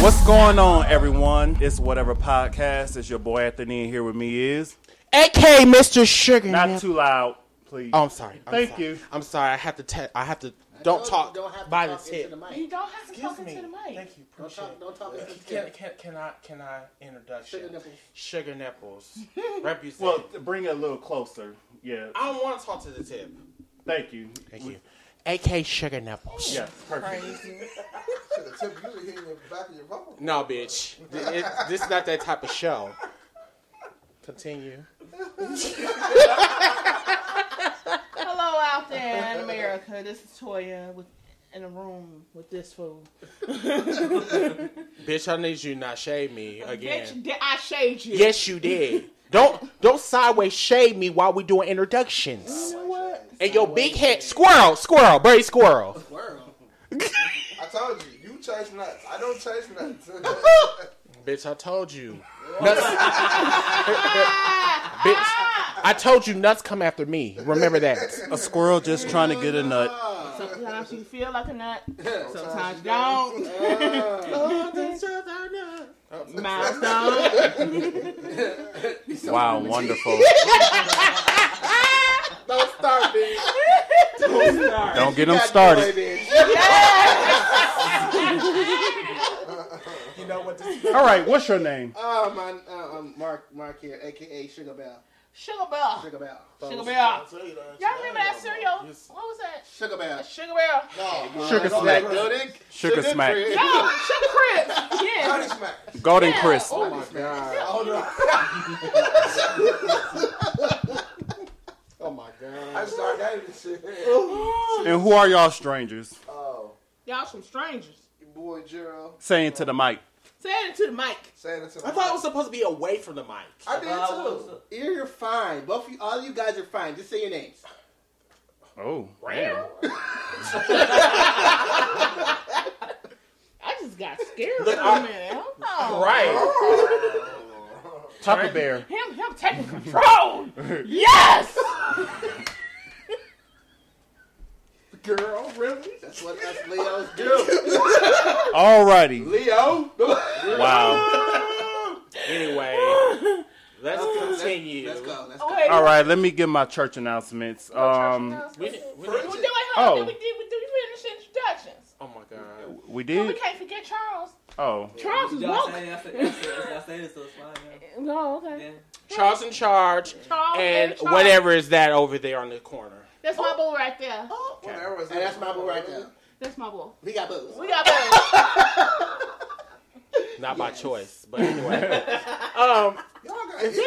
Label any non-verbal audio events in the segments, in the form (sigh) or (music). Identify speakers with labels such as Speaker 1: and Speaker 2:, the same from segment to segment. Speaker 1: What's going on, everyone? It's Whatever Podcast. It's your boy Anthony, and here with me is.
Speaker 2: AK Mr. Sugar.
Speaker 1: Not too loud, please.
Speaker 2: Oh, I'm sorry. I'm
Speaker 1: Thank
Speaker 2: sorry.
Speaker 1: you.
Speaker 2: I'm sorry. I have to. Te- I have to. Don't talk by the tip.
Speaker 3: You don't have to talk
Speaker 4: Excuse
Speaker 3: into the
Speaker 4: me.
Speaker 3: mic.
Speaker 4: Thank you.
Speaker 3: Don't
Speaker 4: Appreciate
Speaker 3: talk- don't talk
Speaker 4: it.
Speaker 3: into the
Speaker 4: Can,
Speaker 3: mic.
Speaker 4: can, can I can I introduce
Speaker 3: Sugar
Speaker 4: you?
Speaker 3: nipples.
Speaker 4: Sugar
Speaker 3: (laughs)
Speaker 4: nipples. Represent.
Speaker 1: Well, bring it a little closer. Yeah.
Speaker 4: I don't want to talk to the tip.
Speaker 1: Thank you.
Speaker 2: Thank you. AK Sugar Nipples.
Speaker 1: Yes, perfect.
Speaker 3: The tip usually hit in the back of your phone.
Speaker 2: No, bitch. Th- it- this is not that type of show.
Speaker 4: Continue.
Speaker 5: Hello out there in America. This is Toya with, in a room with this fool.
Speaker 2: Bitch, I need you to not shade me
Speaker 5: Bitch, did I shade you?
Speaker 2: Yes, you did. Don't don't sideways shade me while we doing introductions.
Speaker 5: You know what?
Speaker 2: And your big head squirrel, squirrel, Brady squirrel.
Speaker 3: Squirrel. I told you, you chase nuts. I don't chase nuts.
Speaker 2: Bitch, I told you. (laughs) Nuts. Bitch, I told you nuts come after me. Remember that.
Speaker 1: A squirrel just trying to get a nut.
Speaker 5: Sometimes you feel like a nut. Sometimes you don't. Milestone.
Speaker 1: Wow, (laughs) wonderful.
Speaker 3: don't start, (laughs) bitch.
Speaker 1: Don't get them started.
Speaker 4: You know what? This
Speaker 1: All right, what's your name?
Speaker 3: Oh, my, uh, um, Mark, Mark here, a.k.a. Sugar Bell.
Speaker 5: Sugar Bell.
Speaker 3: Sugar Bell.
Speaker 5: Sugar Bell. Y'all remember that cereal? What was that?
Speaker 3: Sugar Bell.
Speaker 5: Sugar Bell.
Speaker 3: No,
Speaker 1: Sugar Smack. Sugar Smack.
Speaker 5: No, Sugar Crisp.
Speaker 3: Sugar
Speaker 5: Yes.
Speaker 3: Smack.
Speaker 1: Golden
Speaker 5: Yeah.
Speaker 1: Crisp.
Speaker 5: Oh,
Speaker 4: is God.
Speaker 3: Oh, (laughs) no. oh, my God. I started that shit.
Speaker 1: And who are y'all strangers?
Speaker 3: Oh.
Speaker 5: Y'all some strangers.
Speaker 3: Your boy, Gerald.
Speaker 1: Saying to the mic.
Speaker 5: Say it to the mic.
Speaker 3: Saying it to
Speaker 2: I thought it was supposed to be away from the mic.
Speaker 3: I did too. You're fine. Both of you, all you guys are fine. Just say your names.
Speaker 1: Oh, damn.
Speaker 5: I just got scared
Speaker 2: Look,
Speaker 5: for
Speaker 2: I-
Speaker 5: a minute. Hold on.
Speaker 2: Right.
Speaker 1: Tucker Bear.
Speaker 5: Him, him taking control.
Speaker 1: (laughs)
Speaker 5: yes. Oh,
Speaker 3: Girl, really? That's what us Leos do.
Speaker 1: Alrighty.
Speaker 3: Leo.
Speaker 1: Wow.
Speaker 2: Anyway, let's continue.
Speaker 3: Let's go. Let's
Speaker 5: Oh,
Speaker 3: go.
Speaker 5: wait.
Speaker 1: All right, let me give my church announcements. Um,
Speaker 2: We,
Speaker 5: we,
Speaker 2: we-
Speaker 5: we, we, oh.
Speaker 1: Oh.
Speaker 5: we did we did we finish introductions.
Speaker 2: oh my god.
Speaker 1: we
Speaker 5: But we
Speaker 1: did.
Speaker 5: can't forget Charles.
Speaker 1: Oh,
Speaker 5: Charles is
Speaker 6: Y'all
Speaker 5: woke.
Speaker 6: say, y'all say, y'all say, y'all say this, so it's fine. yeah.
Speaker 5: No, okay.
Speaker 6: Yeah.
Speaker 2: Charles in charge
Speaker 5: Charles
Speaker 2: and
Speaker 5: Charles.
Speaker 2: whatever is that over there on the corner.
Speaker 5: That's my boo right there.
Speaker 3: And that's my boo right there.
Speaker 5: That's my boo.
Speaker 3: We got boos.
Speaker 5: We got boo.
Speaker 2: Not by choice, but anyway. um,
Speaker 3: Y'all got issues.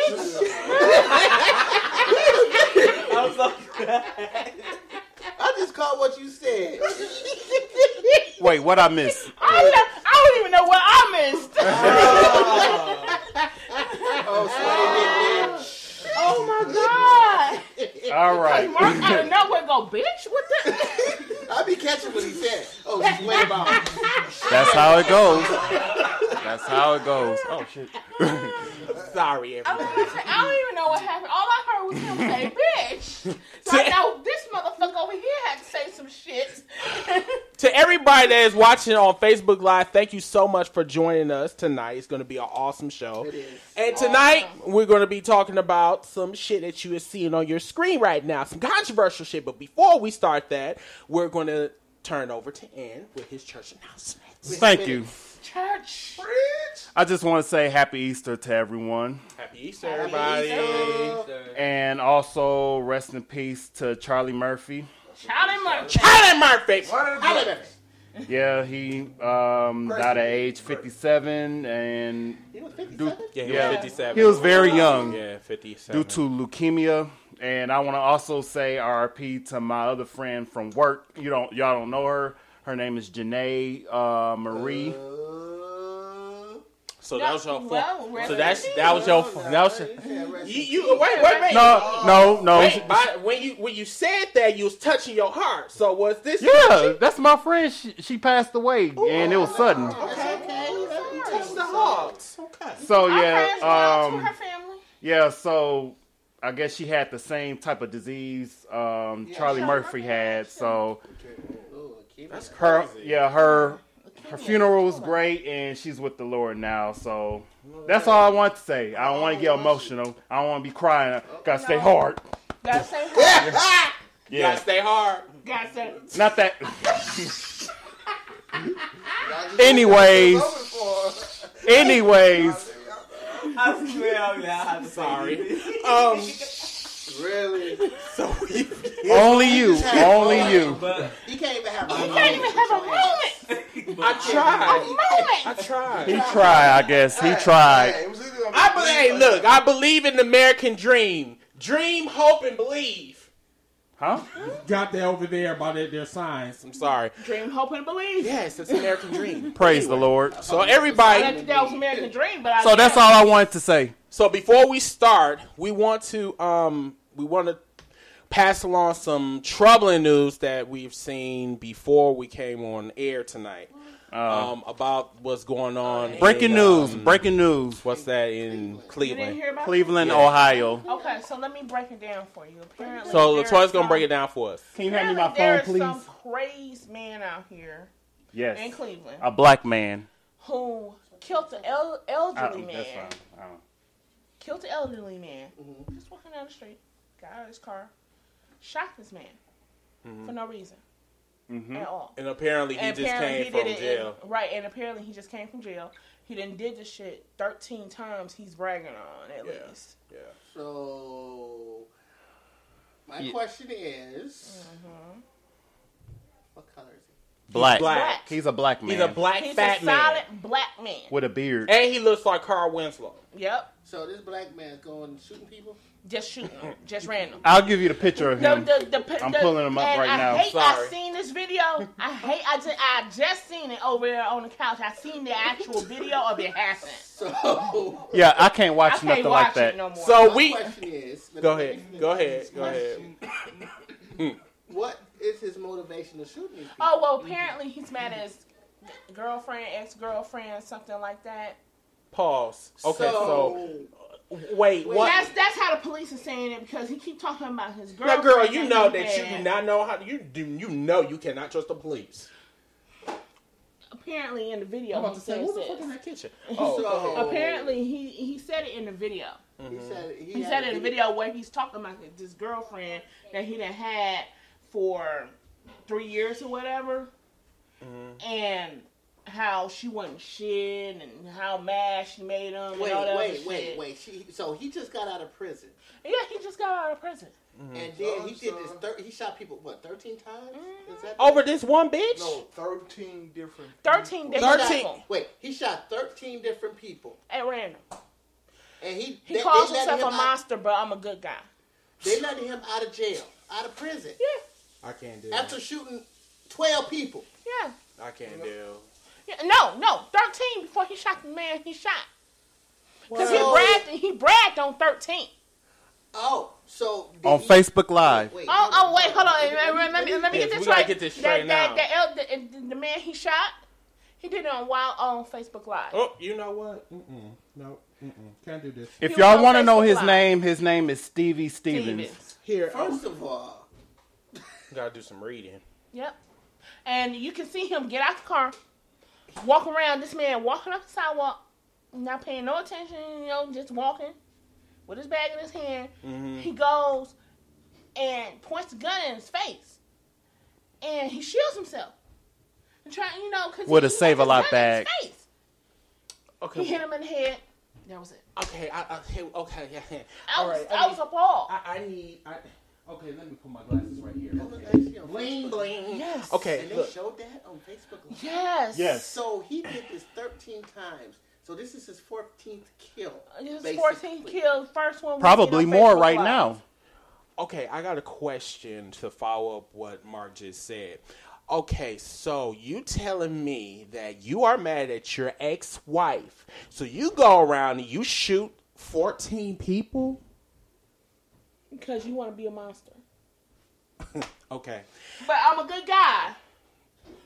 Speaker 6: I'm so glad.
Speaker 3: I just caught what you said.
Speaker 1: wait, what I missed?
Speaker 5: I, don't know- I don't even know what I (laughs) missed.
Speaker 3: Oh,
Speaker 5: oh my god.
Speaker 1: All right.
Speaker 5: Mark out of nowhere go, bitch. What the?
Speaker 3: sweaty bitch. I be catching what he said. Oh, sweaty bomb.
Speaker 1: That's how it goes. That's how it goes. Oh shit.
Speaker 2: sorry,
Speaker 5: I, was
Speaker 2: everyone.
Speaker 5: gonna say, I don't even know what happened. All I heard was him say, (laughs) bitch. So I know this motherfucker over here had to say some (laughs) shit.
Speaker 2: To everybody that is watching on Facebook Live, thank you so much for joining us tonight. It's going to be an awesome show.
Speaker 3: It is.
Speaker 2: And tonight we're going to be talking about some shit that you are seeing on your screen right now, some controversial shit. But before we start that, we're going to turn over to Ann with his church announcements.
Speaker 1: Thank you.
Speaker 5: Church.
Speaker 1: I just want to say happy Easter to everyone.
Speaker 2: Happy Easter, everybody!
Speaker 6: Sir.
Speaker 1: And also rest in peace to Charlie Murphy.
Speaker 5: Charlie Murphy.
Speaker 2: Tyler Murphy.
Speaker 1: Yeah, he um, died at age 57 and
Speaker 3: He was 57?
Speaker 2: Yeah, he
Speaker 1: Yeah.
Speaker 2: was fifty-seven.
Speaker 1: he was very young
Speaker 2: yeah, fifty-seven.
Speaker 1: due to leukemia. And I want to also say RP to my other friend from work. You don't y'all don't know her. Her name is Janae uh, Marie.
Speaker 3: Uh,
Speaker 2: so that was your
Speaker 5: Well,
Speaker 2: fault.
Speaker 5: well,
Speaker 2: so that's that was your fault. That was your- you. you wait, wait, wait.
Speaker 1: No, no, no.
Speaker 2: Wait, by, when you when you said that, you was touching your heart. So was this?
Speaker 1: Yeah, that's my friend. She, she passed away, and it was sudden.
Speaker 5: Oh,
Speaker 2: Touch the heart. Okay.
Speaker 1: So
Speaker 5: Our
Speaker 1: yeah,
Speaker 5: friends went out to
Speaker 1: um,
Speaker 5: her family.
Speaker 1: yeah. So I guess she had the same type of disease um, Charlie
Speaker 5: Charlie
Speaker 1: Murphy
Speaker 5: Murphy
Speaker 1: had.
Speaker 5: had,
Speaker 1: So
Speaker 3: Ooh, keep it.
Speaker 1: her, yeah, her, her funeral was great, and she's with the Lord now. So that's all I want to say. I don't want to get emotional. I don't want to be crying. I gotta stay
Speaker 5: No.
Speaker 1: hard.
Speaker 5: Gotta say hard. (laughs)
Speaker 1: Yeah,
Speaker 2: Gotta stay hard.
Speaker 5: Gotta say.
Speaker 1: not (laughs) that.
Speaker 3: Y'all just-
Speaker 1: Anyways,
Speaker 3: Y'all just hoping for-
Speaker 1: anyways,
Speaker 6: (laughs) I swear I'm glad I have to
Speaker 2: Sorry.
Speaker 6: say this.
Speaker 2: Um,
Speaker 3: Really?
Speaker 2: so we,
Speaker 1: only you, only you.
Speaker 6: (laughs) But,
Speaker 7: You can't even have a
Speaker 5: You can't even have a moment.
Speaker 6: but
Speaker 2: I tried. I
Speaker 5: Moment.
Speaker 1: He
Speaker 2: tried.
Speaker 1: tried, I guess. He
Speaker 3: Hey,
Speaker 1: tried.
Speaker 3: hey, it was either gonna be
Speaker 2: I believe. Hey, look, I believe in the American dream. Dream, hope, and believe.
Speaker 1: Huh?
Speaker 4: Got that over there by their, their signs.
Speaker 2: I'm sorry.
Speaker 5: Dream, hope, and believe.
Speaker 2: Yes, it's American (laughs) dream.
Speaker 1: Praise the Lord.
Speaker 2: So
Speaker 5: I
Speaker 2: everybody,
Speaker 5: didn't think that was American Dream, but I
Speaker 1: So that's all I wanted to say.
Speaker 2: So before we start, we want to um we want to pass along some troubling news that we've seen before we came on air tonight.
Speaker 1: Uh,
Speaker 2: Um, about what's going on.
Speaker 1: breaking
Speaker 2: in,
Speaker 1: news.
Speaker 2: um,
Speaker 1: Breaking news.
Speaker 2: What's that in
Speaker 5: Oh, You didn't
Speaker 2: Cleveland?
Speaker 5: hear about
Speaker 1: Cleveland,
Speaker 2: Yeah.
Speaker 1: Ohio.
Speaker 5: it? Okay, so let me break it down for you. Apparently,
Speaker 2: So
Speaker 5: there's
Speaker 2: Latoya's gonna break
Speaker 5: some-
Speaker 2: it down for us.
Speaker 1: Can you hand me my phone,
Speaker 5: Apparently, There is
Speaker 1: please?
Speaker 5: some crazed man out here in
Speaker 1: Yes.
Speaker 5: Cleveland
Speaker 1: A black man.
Speaker 5: who killed an el- elderly
Speaker 1: I-
Speaker 2: Uh,
Speaker 5: man.
Speaker 1: that's fine. I don't-
Speaker 5: Killed an elderly man.
Speaker 2: Mm-hmm.
Speaker 5: Just walking down the street. Got out of his car. Shot this man for no reason
Speaker 1: Mhm.
Speaker 5: at all.
Speaker 2: And apparently Mm-hmm. he
Speaker 5: And
Speaker 2: just
Speaker 5: apparently
Speaker 2: came from
Speaker 5: did it in-
Speaker 2: jail.
Speaker 5: right, and apparently he just came from jail. He done did this shit 13 times he's bragging on, at
Speaker 2: Yeah.
Speaker 5: least.
Speaker 7: So, my
Speaker 1: Yeah.
Speaker 7: question is,
Speaker 5: Mm-hmm.
Speaker 7: what color is he?
Speaker 1: Black.
Speaker 2: black.
Speaker 1: He's a black man.
Speaker 2: He's a black
Speaker 5: He's
Speaker 2: fat
Speaker 5: a
Speaker 2: man,
Speaker 5: solid black man.
Speaker 1: with a beard.
Speaker 2: and he looks like Carl Winslow.
Speaker 5: Yep.
Speaker 7: So this black man's going shooting people.
Speaker 5: Just shooting him.
Speaker 2: (laughs)
Speaker 5: Just random.
Speaker 1: I'll give you the picture of
Speaker 5: The,
Speaker 1: him.
Speaker 5: the, the, the,
Speaker 1: I'm pulling him up
Speaker 5: and
Speaker 1: right
Speaker 5: I
Speaker 1: now.
Speaker 5: Hate
Speaker 2: Sorry.
Speaker 5: I seen this video. I hate. I just. I just seen it over there on the couch. I seen the actual video of it
Speaker 2: (laughs)
Speaker 5: happen. (laughs)
Speaker 7: So
Speaker 1: Yeah, I can't watch
Speaker 5: I can't
Speaker 1: nothing
Speaker 5: watch
Speaker 1: like that.
Speaker 5: it no more.
Speaker 2: So
Speaker 7: my
Speaker 2: we
Speaker 7: question is,
Speaker 2: go ahead, go ahead, go ahead. Hmm.
Speaker 7: What is his motivation to shoot these people?
Speaker 5: oh well, apparently he's mad at his girlfriend, ex girlfriend, something like that.
Speaker 2: Pause. Okay, so, wait, what?
Speaker 5: That's that's how the police is saying it because he keep talking about his
Speaker 2: Now,
Speaker 5: girlfriend.
Speaker 2: girl, you know
Speaker 5: he
Speaker 2: that you
Speaker 5: had.
Speaker 2: do not know how you do. You know you cannot trust the police.
Speaker 5: Apparently, in the video,
Speaker 2: I'm about
Speaker 5: he
Speaker 2: to say,
Speaker 5: says
Speaker 2: what the fuck in
Speaker 5: this.
Speaker 2: that kitchen? Oh,
Speaker 7: So-
Speaker 2: go ahead.
Speaker 5: Apparently, he he said it in the video.
Speaker 7: he said he,
Speaker 5: He
Speaker 7: had
Speaker 5: said
Speaker 7: a
Speaker 5: in a video where he's talking about this girlfriend that he done had for three years or whatever,
Speaker 7: Mm-hmm.
Speaker 5: and how she wasn't shit and how mad she made him.
Speaker 7: Wait,
Speaker 5: and all that
Speaker 7: wait,
Speaker 5: other
Speaker 7: wait,
Speaker 5: shit.
Speaker 7: wait. She, so he just got out of prison,
Speaker 5: Yeah, he just got out of prison.
Speaker 2: Mm-hmm.
Speaker 7: and then he did
Speaker 3: So-
Speaker 7: this.
Speaker 5: Oh,
Speaker 7: Thir- he shot people what thirteen times? Is that
Speaker 2: over this one bitch.
Speaker 3: No, 13 different.
Speaker 5: Thirteen
Speaker 7: He
Speaker 5: days.
Speaker 7: shot-
Speaker 2: 13.
Speaker 7: Wait, he shot thirteen different people,
Speaker 5: at random.
Speaker 7: and he
Speaker 5: He
Speaker 7: they- they
Speaker 5: calls
Speaker 7: let
Speaker 5: himself
Speaker 7: him
Speaker 5: a
Speaker 7: out-
Speaker 5: monster, but I'm a good guy.
Speaker 7: They let him out of jail, out of prison
Speaker 4: I can't do
Speaker 7: after shooting twelve people.
Speaker 5: Yeah.
Speaker 2: I can't do.
Speaker 5: Yeah, No, no, thirteen before he shot the man he shot. Because
Speaker 7: Well-
Speaker 5: he bragged, he bragged on thirteen.
Speaker 7: Oh, so did
Speaker 1: On
Speaker 7: he-
Speaker 1: Facebook Live.
Speaker 7: Wait,
Speaker 5: Oh, oh, wait, hold on. Let me, let me, let me
Speaker 2: Yes,
Speaker 5: get
Speaker 2: we
Speaker 5: this
Speaker 2: gotta
Speaker 5: right.
Speaker 2: get this straight now.
Speaker 5: that, That, that el- the, the man he shot, he did it on Wild on Facebook Live.
Speaker 2: Oh, you know what?
Speaker 4: Mm-mm. No, mm-mm. can't do this.
Speaker 1: If
Speaker 5: He was
Speaker 1: y'all
Speaker 5: on
Speaker 1: want to know
Speaker 5: Facebook
Speaker 1: his
Speaker 5: Live.
Speaker 1: name, his name is Stevie Stevens.
Speaker 5: Stevens.
Speaker 2: Here, I
Speaker 7: First of all,
Speaker 2: gotta do some reading.
Speaker 5: Yep. And you can see him get out the car, walk around. This man walking up the sidewalk, not paying no attention, you know, just walking with his bag in his hand.
Speaker 2: Mm-hmm.
Speaker 5: He goes and points the gun in his face, and he shields himself. And try, you know, because
Speaker 1: With a Save-A-Lot bag.
Speaker 5: He
Speaker 2: Okay,
Speaker 5: hit him in the head. That was it.
Speaker 2: okay, I, I, hey, okay, yeah, yeah.
Speaker 5: I
Speaker 2: All
Speaker 5: was,
Speaker 2: right,
Speaker 5: I was appalled.
Speaker 4: I, I need. I, okay, let me put my glasses right here.
Speaker 7: oh, that's your-
Speaker 4: Bling, bling.
Speaker 5: yes.
Speaker 2: Okay,
Speaker 7: and they
Speaker 2: look.
Speaker 7: showed that on Facebook Live.
Speaker 5: Yes.
Speaker 1: Yes.
Speaker 7: So he did this 13 times. So this is his 14th kill.
Speaker 5: His
Speaker 7: basically.
Speaker 5: 14 killed. First one. we
Speaker 1: Probably
Speaker 5: seen on
Speaker 1: more
Speaker 5: Facebook
Speaker 1: right
Speaker 5: Live.
Speaker 1: now.
Speaker 2: Okay, I got a question to follow up what Mark just said. Okay, so you telling me that you are mad at your ex-wife. So you go around and you shoot 14 people?
Speaker 5: Because you want to be a monster.
Speaker 2: Okay.
Speaker 5: But I'm a good guy.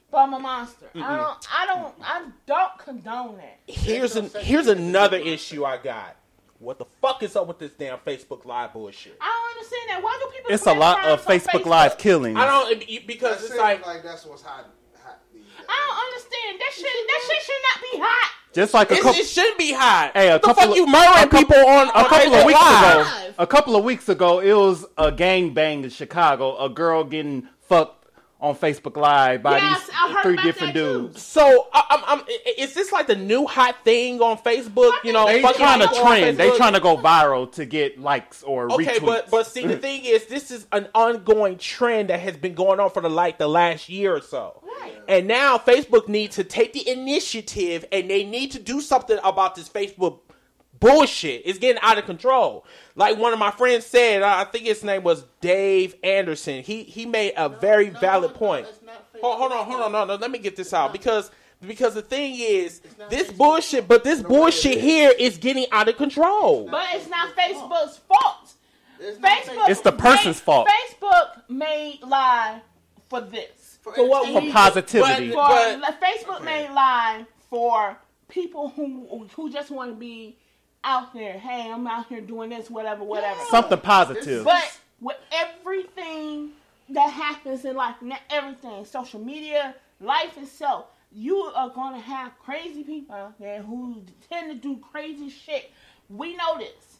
Speaker 5: But I'm a monster. I don't. I don't. I don't condone that.
Speaker 2: Here's an, here's another issue I got. What the fuck is up with this damn Facebook Live bullshit?
Speaker 5: I don't understand that. Why do people?
Speaker 1: It's a
Speaker 5: commit
Speaker 1: lot
Speaker 5: crimes
Speaker 1: of
Speaker 5: on
Speaker 1: Facebook Live killings.
Speaker 2: I don't it- you-
Speaker 3: That
Speaker 2: because it's
Speaker 3: seems
Speaker 2: like
Speaker 3: like that's what's hot. hot these days.
Speaker 5: I don't understand saying that shit that shit should not be hot.
Speaker 1: Just like a
Speaker 2: It,
Speaker 1: couple,
Speaker 2: it shouldn't be hot.
Speaker 1: Hey, a
Speaker 2: the
Speaker 1: couple
Speaker 2: fuck
Speaker 1: of-
Speaker 2: you murdering people on
Speaker 1: a couple of weeks ago,
Speaker 5: Live.
Speaker 1: a couple of weeks ago, it was a gang bang in Chicago. A girl getting fucked on Facebook Live by
Speaker 5: Yes,
Speaker 1: these
Speaker 5: I heard
Speaker 1: three
Speaker 5: about
Speaker 1: different
Speaker 5: that too.
Speaker 1: dudes.
Speaker 2: So I, I'm, I'm, i- is this like the new hot thing on Facebook? You know,
Speaker 1: They
Speaker 2: fucking
Speaker 1: trying to
Speaker 2: people on
Speaker 1: trend. They
Speaker 2: Facebook?
Speaker 1: trying to go viral to get likes or
Speaker 2: Okay,
Speaker 1: retweets.
Speaker 2: but but see, the
Speaker 1: Mm.
Speaker 2: thing is, this is an ongoing trend that has been going on for the like the last year or so.
Speaker 5: Right.
Speaker 2: And now Facebook needs to take the initiative, and they need to do something about this Facebook bullshit. It's getting out of control. Like one of my friends said, I I think his name was Dave Anderson. He he made a very
Speaker 7: No,
Speaker 2: valid
Speaker 7: no,
Speaker 2: point.
Speaker 7: that's not fair.
Speaker 2: Hold, hold on, hold on, no, no. Let me get this out because because the thing is,
Speaker 7: not
Speaker 2: this
Speaker 7: Facebook.
Speaker 2: bullshit, but this
Speaker 7: No, it
Speaker 2: bullshit
Speaker 7: is.
Speaker 2: here is getting out of control.
Speaker 5: But it's not Facebook's fault.
Speaker 7: It's not
Speaker 5: Facebook.
Speaker 1: It's the person's
Speaker 5: made-
Speaker 1: fault.
Speaker 5: Facebook made lie for this.
Speaker 7: For
Speaker 5: For what
Speaker 7: entertainment.
Speaker 5: we-
Speaker 1: for positivity.
Speaker 5: For
Speaker 2: But-
Speaker 5: like, Facebook made lie for people who who just want to be out there. Hey, I'm out here doing this, whatever, whatever.
Speaker 1: Something positive.
Speaker 5: But with everything that happens in life, not everything, social media, life itself, you are going to have crazy people out there who tend to do crazy shit. We know this.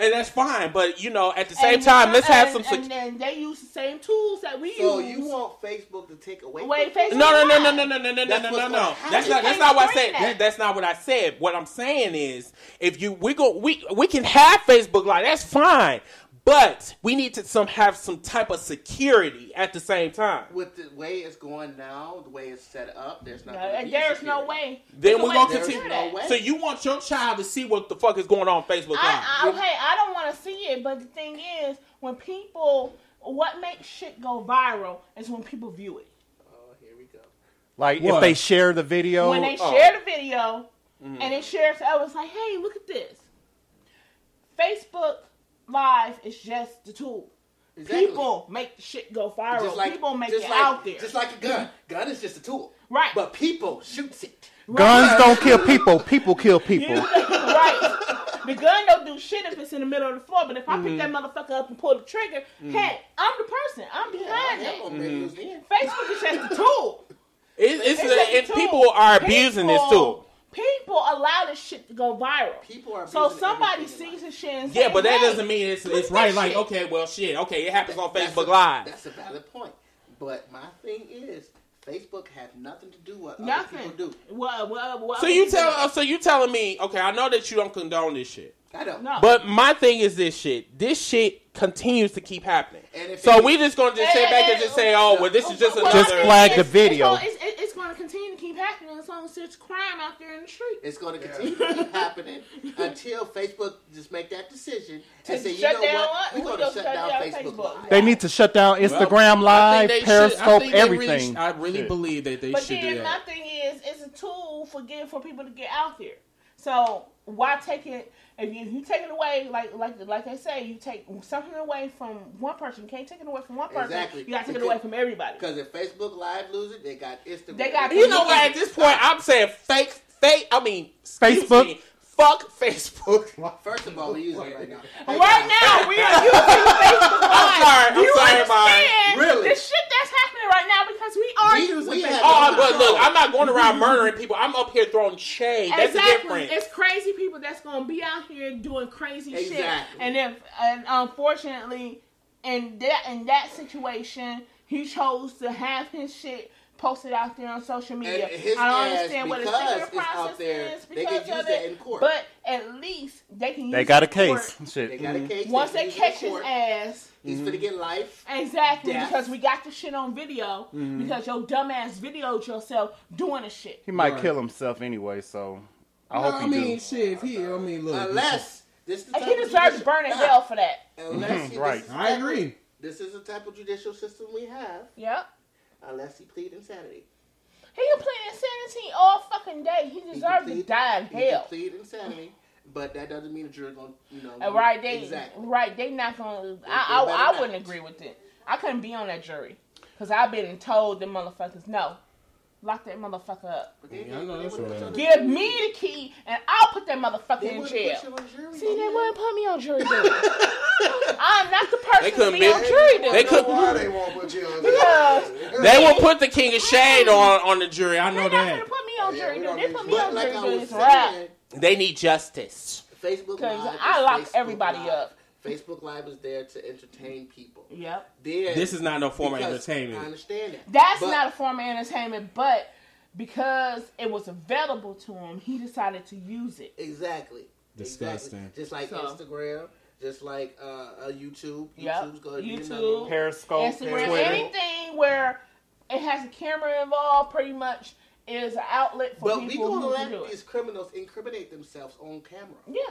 Speaker 2: And that's fine, but you know, at the same
Speaker 5: And-
Speaker 2: time, let's have some.
Speaker 5: and-
Speaker 2: sec-
Speaker 5: And, and they use the same tools that we
Speaker 7: So
Speaker 5: use.
Speaker 7: you want Facebook to take away?
Speaker 5: Wait,
Speaker 7: from-
Speaker 5: Facebook.
Speaker 2: no, no, no, no, no, no, no, no, no,
Speaker 7: That's
Speaker 2: no,
Speaker 7: what's
Speaker 2: no,
Speaker 7: gonna
Speaker 2: no.
Speaker 7: happen.
Speaker 2: That's not. That's
Speaker 5: You can't
Speaker 2: not what I
Speaker 5: bring
Speaker 2: said.
Speaker 5: that.
Speaker 2: That's not what I said. What I'm saying is, if you we go we we can have Facebook Live. That's fine, but we need to some have some type of security at the same time.
Speaker 7: With the way it's going now, the way it's set up, there's not.
Speaker 5: No,
Speaker 7: gonna
Speaker 5: and
Speaker 7: be
Speaker 5: there's
Speaker 7: security.
Speaker 5: no way.
Speaker 2: Then
Speaker 5: There's
Speaker 2: we
Speaker 5: no
Speaker 2: gonna
Speaker 5: way to
Speaker 2: continue.
Speaker 5: do that.
Speaker 7: No way.
Speaker 2: So you want your child to see what the fuck is going on Facebook Live?
Speaker 5: I, I, okay, I don't want to see it, but the thing is, when people, what makes shit go viral is when people view it.
Speaker 7: Oh, here we go.
Speaker 1: like
Speaker 2: What?
Speaker 1: if they share the video,
Speaker 5: when they
Speaker 2: oh.
Speaker 5: share the video
Speaker 7: Mm-hmm.
Speaker 5: and it shares, I was like, hey, look at this. Facebook Live is just the tool.
Speaker 7: Exactly.
Speaker 5: People make the shit go viral.
Speaker 7: Just like-
Speaker 5: people make
Speaker 7: just
Speaker 5: it
Speaker 7: like-
Speaker 5: out there.
Speaker 7: Just like a gun. Gun is just a tool.
Speaker 5: right.
Speaker 7: But people shoots it.
Speaker 1: guns don't
Speaker 5: (laughs)
Speaker 1: kill people. People kill people.
Speaker 5: right. The gun don't do shit if it's in the middle of the floor, but if I
Speaker 7: Mm-hmm.
Speaker 5: pick that motherfucker up and pull the trigger, hey, I'm the person. I'm behind
Speaker 7: Yeah,
Speaker 5: it.
Speaker 7: I'm ready to use the end.
Speaker 5: Facebook is just a tool.
Speaker 2: It- it's,
Speaker 5: It's just a
Speaker 2: and
Speaker 5: tool.
Speaker 2: people are abusing this too.
Speaker 5: People- People allow this shit to go viral.
Speaker 7: People are
Speaker 5: So
Speaker 7: abusing
Speaker 5: somebody
Speaker 7: everything in
Speaker 5: sees
Speaker 7: life.
Speaker 5: this shit and
Speaker 2: Yeah,
Speaker 5: say,
Speaker 2: but that
Speaker 5: "Hey,
Speaker 2: doesn't mean it's
Speaker 5: look
Speaker 2: it's
Speaker 5: at
Speaker 2: right.
Speaker 5: this
Speaker 2: Like,
Speaker 5: shit.
Speaker 2: okay, well, shit. Okay, it happens on
Speaker 7: That's
Speaker 2: Facebook
Speaker 7: a-
Speaker 2: Live.
Speaker 7: That's a valid point. But my thing is, Facebook had nothing to do with
Speaker 5: nothing.
Speaker 7: other people do.
Speaker 5: What, what, what
Speaker 2: So
Speaker 5: other
Speaker 2: you
Speaker 5: people
Speaker 2: tell
Speaker 5: do?
Speaker 2: uh, so you telling me, okay, I know that you don't condone this shit.
Speaker 7: I don't.
Speaker 5: No.
Speaker 2: But my thing is this shit. This shit continues to keep happening.
Speaker 7: And if
Speaker 2: So
Speaker 7: it-
Speaker 2: we just gonna just sit
Speaker 5: And-
Speaker 2: back and
Speaker 5: and-
Speaker 2: just say, oh well this is just
Speaker 5: Well,
Speaker 2: another
Speaker 1: Just
Speaker 5: I mean,
Speaker 1: flag
Speaker 5: it's-
Speaker 1: the video.
Speaker 5: It's, gonna- it's, it's going to continue to keep happening as long as there's crime out there in the street.
Speaker 7: It's going to continue to keep happening until Facebook just make that decision
Speaker 5: To
Speaker 7: and say, you
Speaker 5: shut
Speaker 7: know
Speaker 5: down
Speaker 7: what,
Speaker 5: what?
Speaker 7: we're
Speaker 5: We
Speaker 7: going to
Speaker 5: gonna
Speaker 7: shut
Speaker 5: shut
Speaker 7: down
Speaker 5: down
Speaker 7: Facebook.
Speaker 5: Facebook.
Speaker 7: Live.
Speaker 1: They need to shut down Instagram
Speaker 2: I
Speaker 1: Live,
Speaker 2: think they should- I
Speaker 1: Periscope,
Speaker 2: think they really
Speaker 1: everything.
Speaker 2: sh- I really
Speaker 1: Shit.
Speaker 2: believe that they
Speaker 5: But
Speaker 2: should
Speaker 5: then
Speaker 2: do
Speaker 5: my
Speaker 2: that.
Speaker 5: thing is, it's a tool for getting for people to get out there. So why take it? If you, if you take it away, like like like they say, you take something away from one person. You can't take it away from one person.
Speaker 7: Exactly.
Speaker 5: You got to take it
Speaker 7: Because-
Speaker 5: away from everybody.
Speaker 7: Because if Facebook Live lose it, they got Instagram.
Speaker 5: They
Speaker 7: (laughs)
Speaker 5: got-
Speaker 2: You know what? At this point, I'm saying fake, fake. I mean, excuse
Speaker 1: Facebook.
Speaker 2: me, fuck Facebook.
Speaker 7: First of all, we're using it
Speaker 5: (laughs)
Speaker 7: right now.
Speaker 5: Right now, we
Speaker 2: (laughs)
Speaker 5: are using Facebook Live.
Speaker 2: sorry, I'm
Speaker 5: you
Speaker 2: sorry, Mike.
Speaker 5: understand
Speaker 7: Really?
Speaker 5: the shit that's happening right now because we are
Speaker 7: We-
Speaker 5: using
Speaker 7: we
Speaker 5: Facebook.
Speaker 7: have-
Speaker 2: Oh, but look, I'm not going around murdering people. I'm up here throwing shade. That's the
Speaker 5: exactly.
Speaker 2: difference.
Speaker 5: It's crazy people that's gonna be out here doing crazy
Speaker 7: Exactly.
Speaker 5: shit. And if and unfortunately in that in that situation, he chose to have his shit posted out there on social media.
Speaker 7: And his
Speaker 5: I don't
Speaker 7: ass,
Speaker 5: understand what the
Speaker 7: because
Speaker 5: secret
Speaker 7: it's out
Speaker 5: process
Speaker 7: there,
Speaker 5: is
Speaker 7: they
Speaker 5: because
Speaker 7: can use
Speaker 5: of
Speaker 7: that
Speaker 5: it.
Speaker 7: in court.
Speaker 5: But at least they can use
Speaker 1: They got a
Speaker 5: it in
Speaker 1: case.
Speaker 5: court.
Speaker 7: They
Speaker 1: Shit.
Speaker 7: got
Speaker 4: Mm-hmm.
Speaker 7: a case.
Speaker 5: Once they
Speaker 7: can use it in
Speaker 5: catch his
Speaker 7: court.
Speaker 5: ass,
Speaker 7: he's going to get life.
Speaker 5: exactly
Speaker 7: Death.
Speaker 5: because we got the shit on video
Speaker 7: Mm-hmm.
Speaker 5: because your dumbass videoed yourself doing the shit.
Speaker 1: He might
Speaker 4: Right.
Speaker 1: kill himself anyway, so I
Speaker 4: No,
Speaker 1: hope
Speaker 4: I
Speaker 1: he
Speaker 4: mean,
Speaker 1: do.
Speaker 4: shit. If he, I mean, look. this is-
Speaker 7: Unless this is the
Speaker 5: Mm-hmm. And he
Speaker 7: type of
Speaker 5: deserves
Speaker 7: judicial-
Speaker 5: burning
Speaker 7: Nah.
Speaker 5: hell for that.
Speaker 7: Unless he,
Speaker 1: Right.
Speaker 7: this is
Speaker 4: Mm, I
Speaker 7: the-
Speaker 4: agree.
Speaker 7: This is the type of judicial system we have,
Speaker 5: Yep.
Speaker 7: unless he plead insanity.
Speaker 5: He can plead insanity all fucking day. He
Speaker 7: He
Speaker 5: deserves
Speaker 7: can
Speaker 5: to
Speaker 7: plead-
Speaker 5: die in
Speaker 7: he can
Speaker 5: hell.
Speaker 7: plead insanity, but that doesn't mean the jury's gonna, you know.
Speaker 5: And right, they
Speaker 7: exactly.
Speaker 5: right, they not gonna.
Speaker 7: they
Speaker 5: I
Speaker 7: better
Speaker 5: I, I
Speaker 7: not.
Speaker 5: wouldn't agree with it. I couldn't be on that jury because I've been told them motherfuckers no, lock that motherfucker up.
Speaker 7: But they-
Speaker 4: Yeah, I know
Speaker 7: they
Speaker 4: that's
Speaker 7: wouldn't
Speaker 4: right.
Speaker 7: put you on the
Speaker 5: Give
Speaker 7: jury.
Speaker 5: me the key and I'll put that motherfucker
Speaker 7: They
Speaker 5: in
Speaker 7: wouldn't
Speaker 5: jail.
Speaker 7: put you on the jury.
Speaker 5: See, they wouldn't put me on jury duty. I'm not the person
Speaker 2: They
Speaker 5: to
Speaker 2: couldn't
Speaker 5: be,
Speaker 2: be-
Speaker 5: on jury duty.
Speaker 2: They could-
Speaker 3: Why they won't put you on
Speaker 5: Because-
Speaker 2: They will put the king of shade on on the jury. I know
Speaker 5: They're not gonna
Speaker 2: that.
Speaker 5: put me on
Speaker 3: Yeah,
Speaker 5: jury
Speaker 3: we
Speaker 5: duty.
Speaker 3: don't
Speaker 5: They
Speaker 3: need
Speaker 5: put
Speaker 3: you.
Speaker 5: me
Speaker 3: But
Speaker 5: on
Speaker 7: like
Speaker 5: jury
Speaker 7: I
Speaker 5: duty.
Speaker 7: was
Speaker 5: It's right.
Speaker 7: saying,
Speaker 2: They need justice.
Speaker 7: Facebook
Speaker 5: Because
Speaker 7: Live.
Speaker 5: I
Speaker 7: is
Speaker 5: lock
Speaker 7: Facebook
Speaker 5: everybody
Speaker 7: Live.
Speaker 5: up.
Speaker 7: Facebook Live is there to entertain people.
Speaker 5: Yep.
Speaker 7: Then,
Speaker 2: This is not no form of
Speaker 7: because- I
Speaker 2: entertainment.
Speaker 7: understand that.
Speaker 5: That's
Speaker 7: But-
Speaker 5: not a form of entertainment, but because it was available to him, he decided to use it.
Speaker 7: Exactly.
Speaker 2: Disgusting.
Speaker 7: Exactly. Just like
Speaker 5: So-
Speaker 7: Instagram, just like uh, uh, YouTube.
Speaker 5: Yep.
Speaker 7: YouTube's going to be
Speaker 5: YouTube.
Speaker 7: another one.
Speaker 1: Periscope,
Speaker 5: Instagram,
Speaker 1: Twitter.
Speaker 5: anything where it has a camera involved, pretty much is an outlet for
Speaker 7: But we
Speaker 5: people
Speaker 7: going to
Speaker 5: who can
Speaker 7: let
Speaker 5: do
Speaker 7: these
Speaker 5: it.
Speaker 7: criminals incriminate themselves on camera.
Speaker 5: Yeah,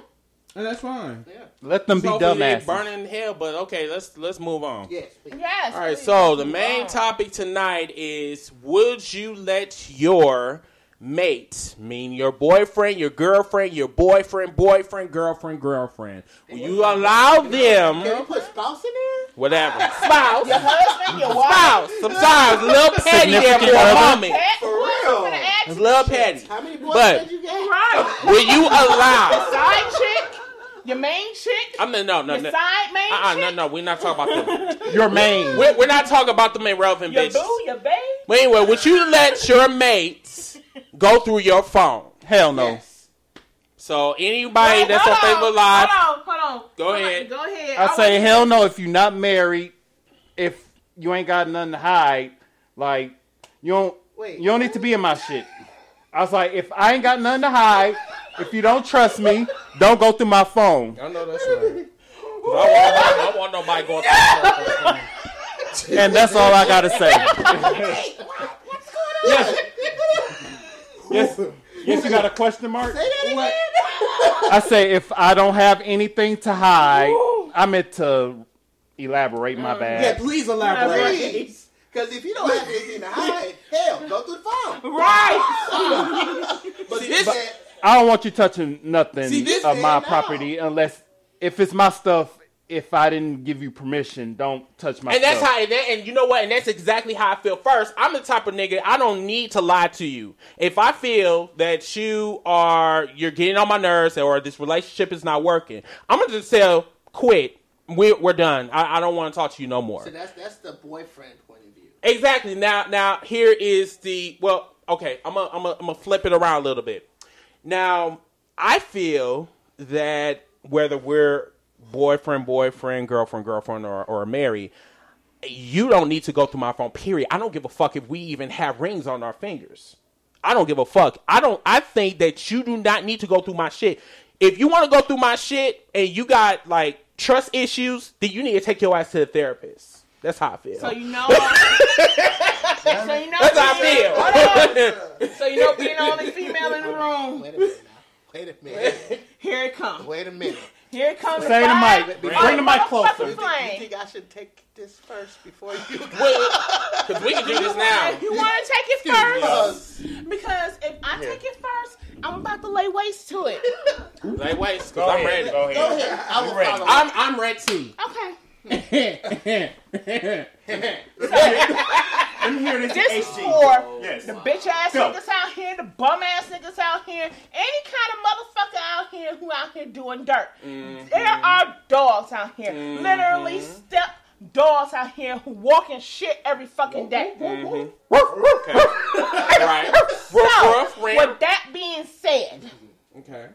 Speaker 4: And that's fine.
Speaker 7: Yeah.
Speaker 1: Let them be
Speaker 2: So hopefully they
Speaker 1: dumbasses.
Speaker 2: burning in hell, but okay, let's let's move on.
Speaker 7: Yes. please.
Speaker 5: yes.
Speaker 2: All right,
Speaker 5: please.
Speaker 2: so the main
Speaker 5: Wow.
Speaker 2: topic tonight is would you let your mate, mean your boyfriend, your girlfriend, your boyfriend, boyfriend, girlfriend, girlfriend, will you allow
Speaker 7: Can we
Speaker 2: them
Speaker 7: put spouse in there?
Speaker 5: (laughs)
Speaker 2: whatever spouse,
Speaker 5: your husband, your wife,
Speaker 2: spouse, sometimes little petty there
Speaker 1: Significant
Speaker 2: for a
Speaker 1: other.
Speaker 2: moment,
Speaker 5: pet,
Speaker 7: For
Speaker 5: whoever
Speaker 7: real.
Speaker 5: finna ask you
Speaker 2: little
Speaker 5: shit.
Speaker 2: petty.
Speaker 7: How many boys
Speaker 2: But-
Speaker 7: did you get?
Speaker 5: Right.
Speaker 2: Will you allow?
Speaker 5: Side chick, your main chick,
Speaker 2: I mean, no, no,
Speaker 5: your
Speaker 2: no,
Speaker 5: side main
Speaker 2: uh-uh,
Speaker 5: chick,
Speaker 2: no, no. We're not talking about them.
Speaker 1: Your main.
Speaker 2: We're, we're not talking about them irrelevant
Speaker 5: your
Speaker 2: bitches.
Speaker 5: boo, your babe.
Speaker 2: But anyway, would you let your mates go through your phone?
Speaker 1: Hell no.
Speaker 7: Yes.
Speaker 2: So anybody
Speaker 5: Wait,
Speaker 2: that's on
Speaker 5: hold
Speaker 2: Facebook Live,
Speaker 5: Hold on, hold on.
Speaker 2: Go
Speaker 5: Hold on,
Speaker 2: ahead.
Speaker 5: Go ahead.
Speaker 1: I say
Speaker 5: want-
Speaker 1: hell no if you're not married, if you ain't got nothing to hide, like you don't
Speaker 7: Wait.
Speaker 1: you don't need to be in my shit. I was like, if I ain't got nothing to hide, if you don't trust me, don't go through my phone.
Speaker 2: I know that's right. 'Cause I want, I want nobody going through my phone.
Speaker 1: And that's all I gotta say. yes. yes. Yes, you got a question mark?
Speaker 7: What?
Speaker 1: I say if I don't have anything to hide, I meant to elaborate my
Speaker 4: Yeah,
Speaker 1: bad.
Speaker 4: please elaborate.
Speaker 7: Please. Because if you don't have anything to hide, hell, go through the phone.
Speaker 5: Right.
Speaker 7: But
Speaker 2: See,
Speaker 7: you
Speaker 2: this-
Speaker 7: said,
Speaker 1: I don't want you touching nothing
Speaker 2: See, this
Speaker 1: of
Speaker 2: is-
Speaker 1: my
Speaker 7: no.
Speaker 1: property unless if it's my stuff. If I didn't give you permission, don't touch my
Speaker 2: And
Speaker 1: stuff.
Speaker 2: that's (laughs) how, and, that, and you know what? And that's exactly how I feel. First, I'm the type of nigga I don't need to lie to you. If I feel that you are you're getting on my nerves or this relationship is not working, I'm gonna just tell quit. We're, we're done. I, I don't want to talk to you no more.
Speaker 7: so that's, that's the boyfriend point of view.
Speaker 2: Exactly. Now, now here is the well. Okay, I'm gonna I'm gonna- I'm gonna flip it around a little bit. Now, I feel that whether we're boyfriend, boyfriend, girlfriend, girlfriend, or or married, you don't need to go through my phone. Period. I don't give a fuck if we even have rings on our fingers. I don't give a fuck. I don't. I think that you do not need to go through my shit. If you want to go through my shit and you got like trust issues, then you need to take your ass to the therapist. That's how I feel.
Speaker 5: So
Speaker 2: (laughs)
Speaker 5: you know. so you know.
Speaker 2: That's how (laughs) I
Speaker 5: Hold
Speaker 2: feel.
Speaker 5: on. So you know, being the only female in the room.
Speaker 7: Wait a minute now. Wait a minute.
Speaker 5: Here it comes.
Speaker 7: Wait a (laughs) minute.
Speaker 5: Here it comes.
Speaker 1: Say the
Speaker 5: fire.
Speaker 1: mic. Bring the mic
Speaker 5: Motherfucking
Speaker 1: closer.
Speaker 7: You
Speaker 5: flame.
Speaker 7: think I should take this first before
Speaker 2: (laughs)
Speaker 7: you
Speaker 2: Because we can do this now.
Speaker 5: You want to take it first?
Speaker 7: Because
Speaker 5: Because if I take it first, I'm about to lay waste to it.
Speaker 2: Like, wait, because I'm ready.
Speaker 1: Go
Speaker 7: Go ahead. I will follow.
Speaker 2: I'm, I'm red tea.
Speaker 5: Okay.
Speaker 4: Let me hear this.
Speaker 5: This is for
Speaker 1: Yes.
Speaker 5: the bitch ass
Speaker 1: Go.
Speaker 5: niggas out here, the bum ass niggas out here, any kind of motherfucker out here who out here doing dirt.
Speaker 2: Mm-hmm.
Speaker 5: There are dogs out here, literally step dogs out here who walking shit every fucking day.
Speaker 2: Mm-hmm. Right. Ruff, ruff,
Speaker 5: So,
Speaker 2: ruff.
Speaker 5: with that being said,
Speaker 2: Okay.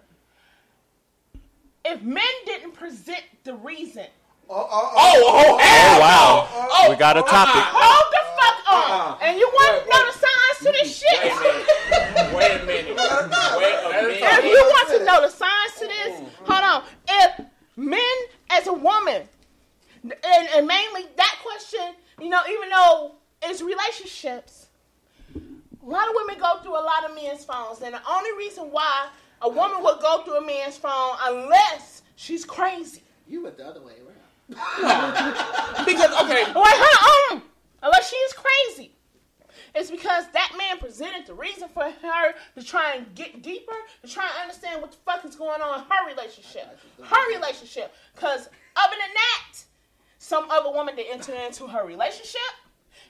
Speaker 5: if men didn't present the reason,
Speaker 3: Oh, oh,
Speaker 2: Oh,
Speaker 3: oh.
Speaker 2: oh,
Speaker 1: Oh
Speaker 2: hell.
Speaker 1: wow,
Speaker 2: Oh,
Speaker 1: we got a topic.
Speaker 5: hold the fuck on, and you want to know the signs to this shit.
Speaker 2: Uh-uh. Wait a minute. Wait a minute. Wait a
Speaker 5: If
Speaker 2: minute.
Speaker 5: you want to know Mm-hmm. the signs to this, hold on. If men as a woman, and, and mainly that question, you know, even though it's relationships, a lot of women go through a lot of men's phones. And the only reason why a woman would go through a man's phone unless she's crazy.
Speaker 7: You went the other way around.
Speaker 2: Because,
Speaker 5: (laughs)
Speaker 2: okay.
Speaker 5: Or her own, unless she is crazy. It's because that man presented the reason for her to try and get deeper, to try and understand what the fuck is going on in her relationship. Her relationship. Because other than that, some other woman that entered into her relationship,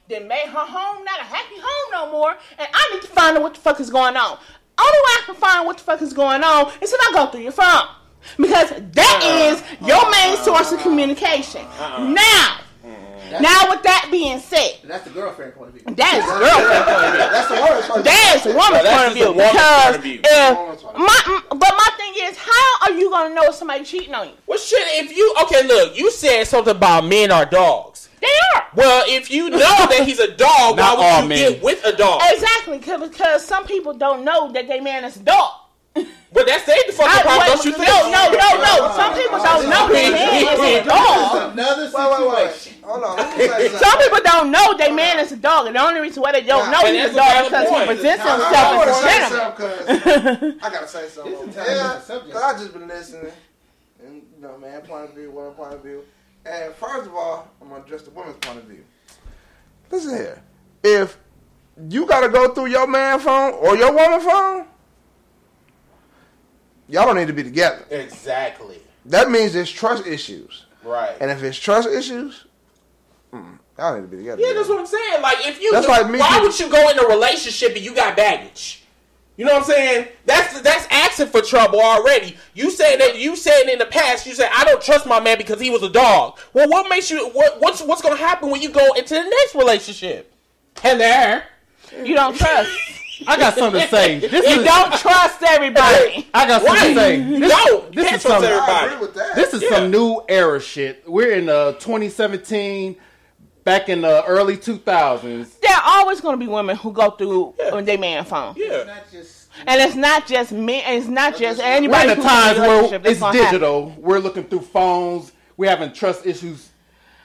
Speaker 5: then made her home not a happy home no more, and I need to find out what the fuck is going on. Only way I can find what the fuck is going on is if I go through your phone.
Speaker 2: Uh-huh.
Speaker 5: Because that is your main source of communication. Now,
Speaker 2: Mm-hmm.
Speaker 5: Now, with that being said,
Speaker 7: That's the girlfriend point of view.
Speaker 5: that is girlfriend.
Speaker 7: That's the
Speaker 5: That is
Speaker 7: woman's point of view.
Speaker 5: woman's
Speaker 2: that's
Speaker 5: point of
Speaker 2: just a
Speaker 5: view.
Speaker 2: woman's point
Speaker 5: Because
Speaker 2: of view.
Speaker 5: if
Speaker 3: Woman's point of
Speaker 5: my, m- but my thing is, how are you gonna know if somebody cheating on you?
Speaker 2: Well, shit, if you okay, look, you said something about men are dogs.
Speaker 5: They are
Speaker 2: Well, if you know that he's a dog, why
Speaker 8: Not
Speaker 2: would
Speaker 8: all
Speaker 2: you
Speaker 8: men.
Speaker 2: get with a dog?
Speaker 5: exactly 'cause- because some people don't know that they man is a dog.
Speaker 2: But that's their fucking
Speaker 5: I-
Speaker 2: problem,
Speaker 5: wait,
Speaker 2: don't you think?
Speaker 5: No, no, no, no. Some people don't know they man is a dog.
Speaker 4: Another
Speaker 3: Wait, wait,
Speaker 4: situation.
Speaker 3: wait. Hold on. Let me tell you
Speaker 5: Some
Speaker 3: something.
Speaker 5: people don't know they man is a dog, and the only reason why they
Speaker 3: Nah,
Speaker 5: don't know
Speaker 2: but
Speaker 5: he's a
Speaker 2: that's a
Speaker 5: dog
Speaker 2: valid
Speaker 5: because he
Speaker 2: point.
Speaker 5: presents
Speaker 3: I, I,
Speaker 5: himself
Speaker 3: want to
Speaker 5: as a
Speaker 3: say
Speaker 5: gentleman.
Speaker 3: something because I gotta say something.
Speaker 7: This is how
Speaker 3: yeah,
Speaker 7: we do the subject.
Speaker 3: because I just been listening, and you know, man, point of view, woman point of view. And first of all, I'm gonna address the woman's point of view. Listen here, if you gotta go through your man phone or your woman phone, y'all don't need to be together.
Speaker 2: Exactly.
Speaker 3: That means there's trust issues,
Speaker 2: Right.
Speaker 3: and if it's trust issues, mm, y'all need to be together.
Speaker 2: yeah, that's what I'm saying. Like, if you,
Speaker 3: That's like me-
Speaker 2: why would you go in a relationship and you got baggage? You know what I'm saying? That's that's asking for trouble already. You said that you said in the past. You said I don't trust my man because he was a dog. Well, what makes you? What, what's what's gonna happen when you go into the next relationship? And there,
Speaker 5: You don't trust.
Speaker 8: I got something to
Speaker 2: (laughs)
Speaker 8: say. This
Speaker 5: You
Speaker 8: is,
Speaker 5: don't trust everybody.
Speaker 8: I got something
Speaker 2: right?
Speaker 8: to say.
Speaker 2: This, no,
Speaker 8: this
Speaker 2: this
Speaker 8: is
Speaker 2: is
Speaker 8: something-
Speaker 3: I
Speaker 2: everybody.
Speaker 3: agree with that.
Speaker 8: This is some new era shit. We're in uh, 2017, back in the early 2000s.
Speaker 5: There are always going to be women who go through when they man phone,
Speaker 7: It's
Speaker 2: Yeah,
Speaker 7: not just.
Speaker 5: and it's not just men. It's not just
Speaker 8: We're in
Speaker 5: anybody.
Speaker 8: the
Speaker 5: who's in a
Speaker 8: times where
Speaker 5: relationship. That's
Speaker 8: it's
Speaker 5: gonna happen.
Speaker 8: digital. We're looking through phones. We're having trust issues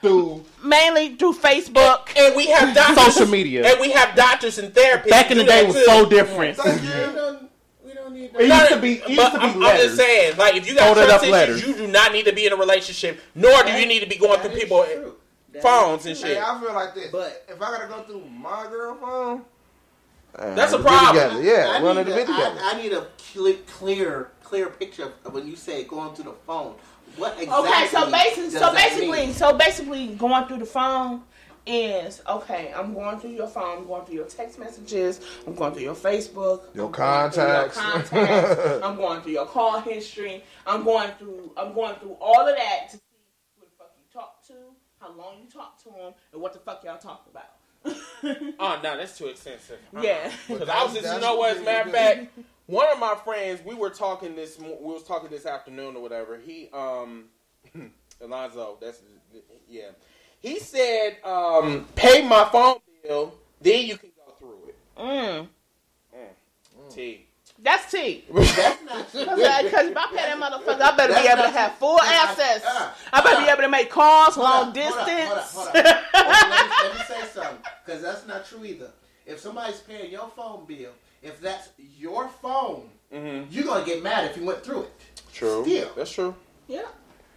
Speaker 8: through
Speaker 5: mainly through Facebook.
Speaker 2: and we have doctors,
Speaker 8: Social media.
Speaker 2: and we have doctors and therapists.
Speaker 8: back in
Speaker 2: who
Speaker 8: the
Speaker 2: do
Speaker 8: day
Speaker 2: that
Speaker 8: was
Speaker 2: too.
Speaker 8: so different.
Speaker 3: Thank
Speaker 7: We
Speaker 3: you.
Speaker 7: don't, we don't need
Speaker 8: It
Speaker 7: no.
Speaker 8: used
Speaker 2: No,
Speaker 8: to be, it used
Speaker 2: but
Speaker 8: to be
Speaker 2: I'm, I'm
Speaker 8: letters.
Speaker 2: just saying, like if you got
Speaker 8: Folded
Speaker 2: trust
Speaker 8: up
Speaker 2: issues,
Speaker 8: letters.
Speaker 2: you do not need to be in a relationship, nor do you need to be going
Speaker 7: That
Speaker 2: through
Speaker 7: is
Speaker 2: people
Speaker 7: true. That
Speaker 2: phones and
Speaker 7: is true.
Speaker 2: shit.
Speaker 3: Hey, I feel like this.
Speaker 7: But-
Speaker 3: if I gotta go through my girl phone,
Speaker 2: That's a
Speaker 3: we
Speaker 2: problem.
Speaker 3: Together. Yeah,
Speaker 7: I
Speaker 3: we
Speaker 7: need
Speaker 3: need to be
Speaker 7: a-
Speaker 3: together.
Speaker 7: I, I need a clear, clear, clear picture of when you say going through the phone. What exactly?
Speaker 5: Okay, so basically,
Speaker 7: does
Speaker 5: so
Speaker 7: that
Speaker 5: basically,
Speaker 7: mean?
Speaker 5: so basically, going through the phone is okay. I'm going through your phone. I'm going through your text messages. I'm going through your Facebook.
Speaker 3: Your
Speaker 5: I'm going through your
Speaker 3: contacts.
Speaker 7: (laughs)
Speaker 5: contacts. I'm going through your call history. I'm going through. I'm going through all of that to see who the fuck you talk to, how long you talk to them, and what the fuck y'all talked about. (laughs)
Speaker 2: Oh no, that's too expensive.
Speaker 5: yeah.
Speaker 2: because I was just, you know what? As a matter of fact, one of my friends, we were talking this, mo- we was talking this afternoon or whatever. He, um, (clears throat) Alonzo, that's yeah. He said, um, pay my phone bill, then you can go through it.
Speaker 5: Mm.
Speaker 2: T.
Speaker 5: That's T.
Speaker 7: that's not true.
Speaker 5: Cause, I- cause if I pay that motherfucker, I better be
Speaker 7: That's
Speaker 5: able to
Speaker 7: not-
Speaker 5: have full access.
Speaker 7: uh,
Speaker 5: I better be able to make calls, long
Speaker 7: Hold up, hold up,
Speaker 5: distance.
Speaker 7: hold up, hold up. let, me, let me say something, because that's not true either. If somebody's paying your phone bill, if that's your phone, you're gonna get mad if you went through it.
Speaker 2: Mm-hmm. True.
Speaker 7: Still.
Speaker 2: That's true.
Speaker 5: Yeah.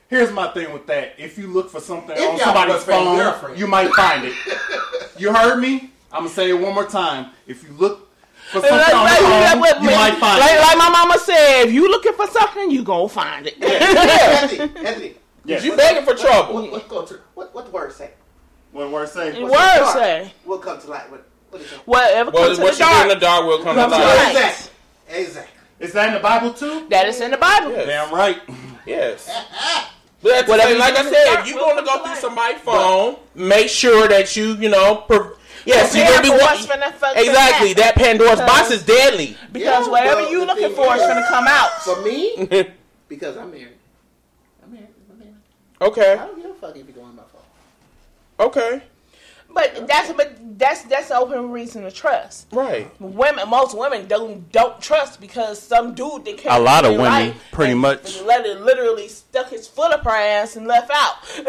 Speaker 8: Here's my thing with that. If you look for something
Speaker 7: If
Speaker 8: on
Speaker 7: y'all
Speaker 8: somebody's
Speaker 7: boyfriend,
Speaker 8: phone,
Speaker 7: girlfriend.
Speaker 8: you might find it. you heard me? I'm gonna say it one more time. If you look for something
Speaker 5: Like-
Speaker 8: on
Speaker 5: like-
Speaker 8: the
Speaker 5: like-
Speaker 8: phone, you might find
Speaker 5: like,
Speaker 8: it.
Speaker 5: like my mama said, if you looking for something, you gonna find (laughs) it.
Speaker 2: (laughs)
Speaker 7: Anthony, Anthony,
Speaker 8: Yes.
Speaker 2: You begging for trouble.
Speaker 7: what, what, go to, what, what the word say?
Speaker 8: What we're saying.
Speaker 5: Word
Speaker 7: the dark?
Speaker 5: say,
Speaker 7: We'll come to light. What, what is it?
Speaker 5: whatever
Speaker 2: Well,
Speaker 5: comes to
Speaker 2: what
Speaker 5: the
Speaker 2: you do in the
Speaker 5: dark,
Speaker 2: dark will come to
Speaker 5: comes to
Speaker 2: light.
Speaker 5: light.
Speaker 7: Exactly. Exactly.
Speaker 8: Is that in the Bible too?
Speaker 5: That is in the Bible.
Speaker 2: Yeah.
Speaker 8: Damn (laughs) right.
Speaker 2: Yes. But that's the
Speaker 5: Whatever
Speaker 2: thing,
Speaker 5: you
Speaker 2: like I
Speaker 5: do in the
Speaker 2: said,
Speaker 5: dark
Speaker 2: if you're
Speaker 5: will
Speaker 2: going to go
Speaker 5: come to
Speaker 2: through
Speaker 5: light.
Speaker 2: somebody's phone, make sure that you, you know, per- yes, you're going
Speaker 5: Prepare
Speaker 2: to be
Speaker 5: for
Speaker 2: wa-
Speaker 5: what's finna fuck to
Speaker 2: Exactly.
Speaker 5: happen.
Speaker 2: That Pandora's box
Speaker 5: Because-
Speaker 2: is deadly. (laughs)
Speaker 5: Because
Speaker 7: Yeah,
Speaker 5: whatever
Speaker 7: well,
Speaker 5: you
Speaker 7: the
Speaker 5: looking
Speaker 7: thing
Speaker 5: for is
Speaker 7: is-
Speaker 5: gonna come out.
Speaker 7: For me, because I'm married. I'm married. I'm married. I
Speaker 2: okay.
Speaker 7: don't give a fuck if you go on my phone.
Speaker 2: Okay.
Speaker 5: But that's but that's that's an open reason to trust.
Speaker 2: Right.
Speaker 5: Women, most women don't don't trust because some dude that came
Speaker 8: A lot of
Speaker 5: in their
Speaker 8: women,
Speaker 5: life
Speaker 8: pretty
Speaker 5: and-
Speaker 8: much.
Speaker 5: and let it literally stuck his foot up her ass and left out. (laughs)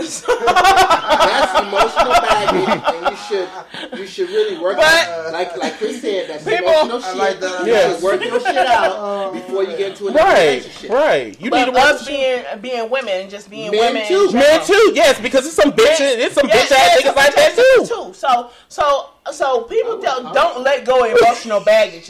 Speaker 7: That's emotional baggage, and you should you should really work
Speaker 5: But-
Speaker 7: on like like Chris said. That's
Speaker 5: People-
Speaker 7: emotional
Speaker 3: I
Speaker 7: shit.
Speaker 3: like that.
Speaker 7: You
Speaker 2: Yes.
Speaker 7: should work your shit
Speaker 5: (laughs) Oh,
Speaker 7: out before you get into a
Speaker 2: Right.
Speaker 7: relationship.
Speaker 2: Right. You need to
Speaker 5: but
Speaker 2: work.
Speaker 5: us being being women and just being
Speaker 7: Men
Speaker 5: women
Speaker 7: too.
Speaker 5: in
Speaker 2: Man,
Speaker 5: general.
Speaker 2: too. Yes, because it's some bitch. It's some
Speaker 5: Yeah,
Speaker 2: bitch ass
Speaker 5: yeah,
Speaker 2: niggas like that
Speaker 5: sometimes
Speaker 2: too.
Speaker 5: too. So so so people don't don't let go of emotional baggage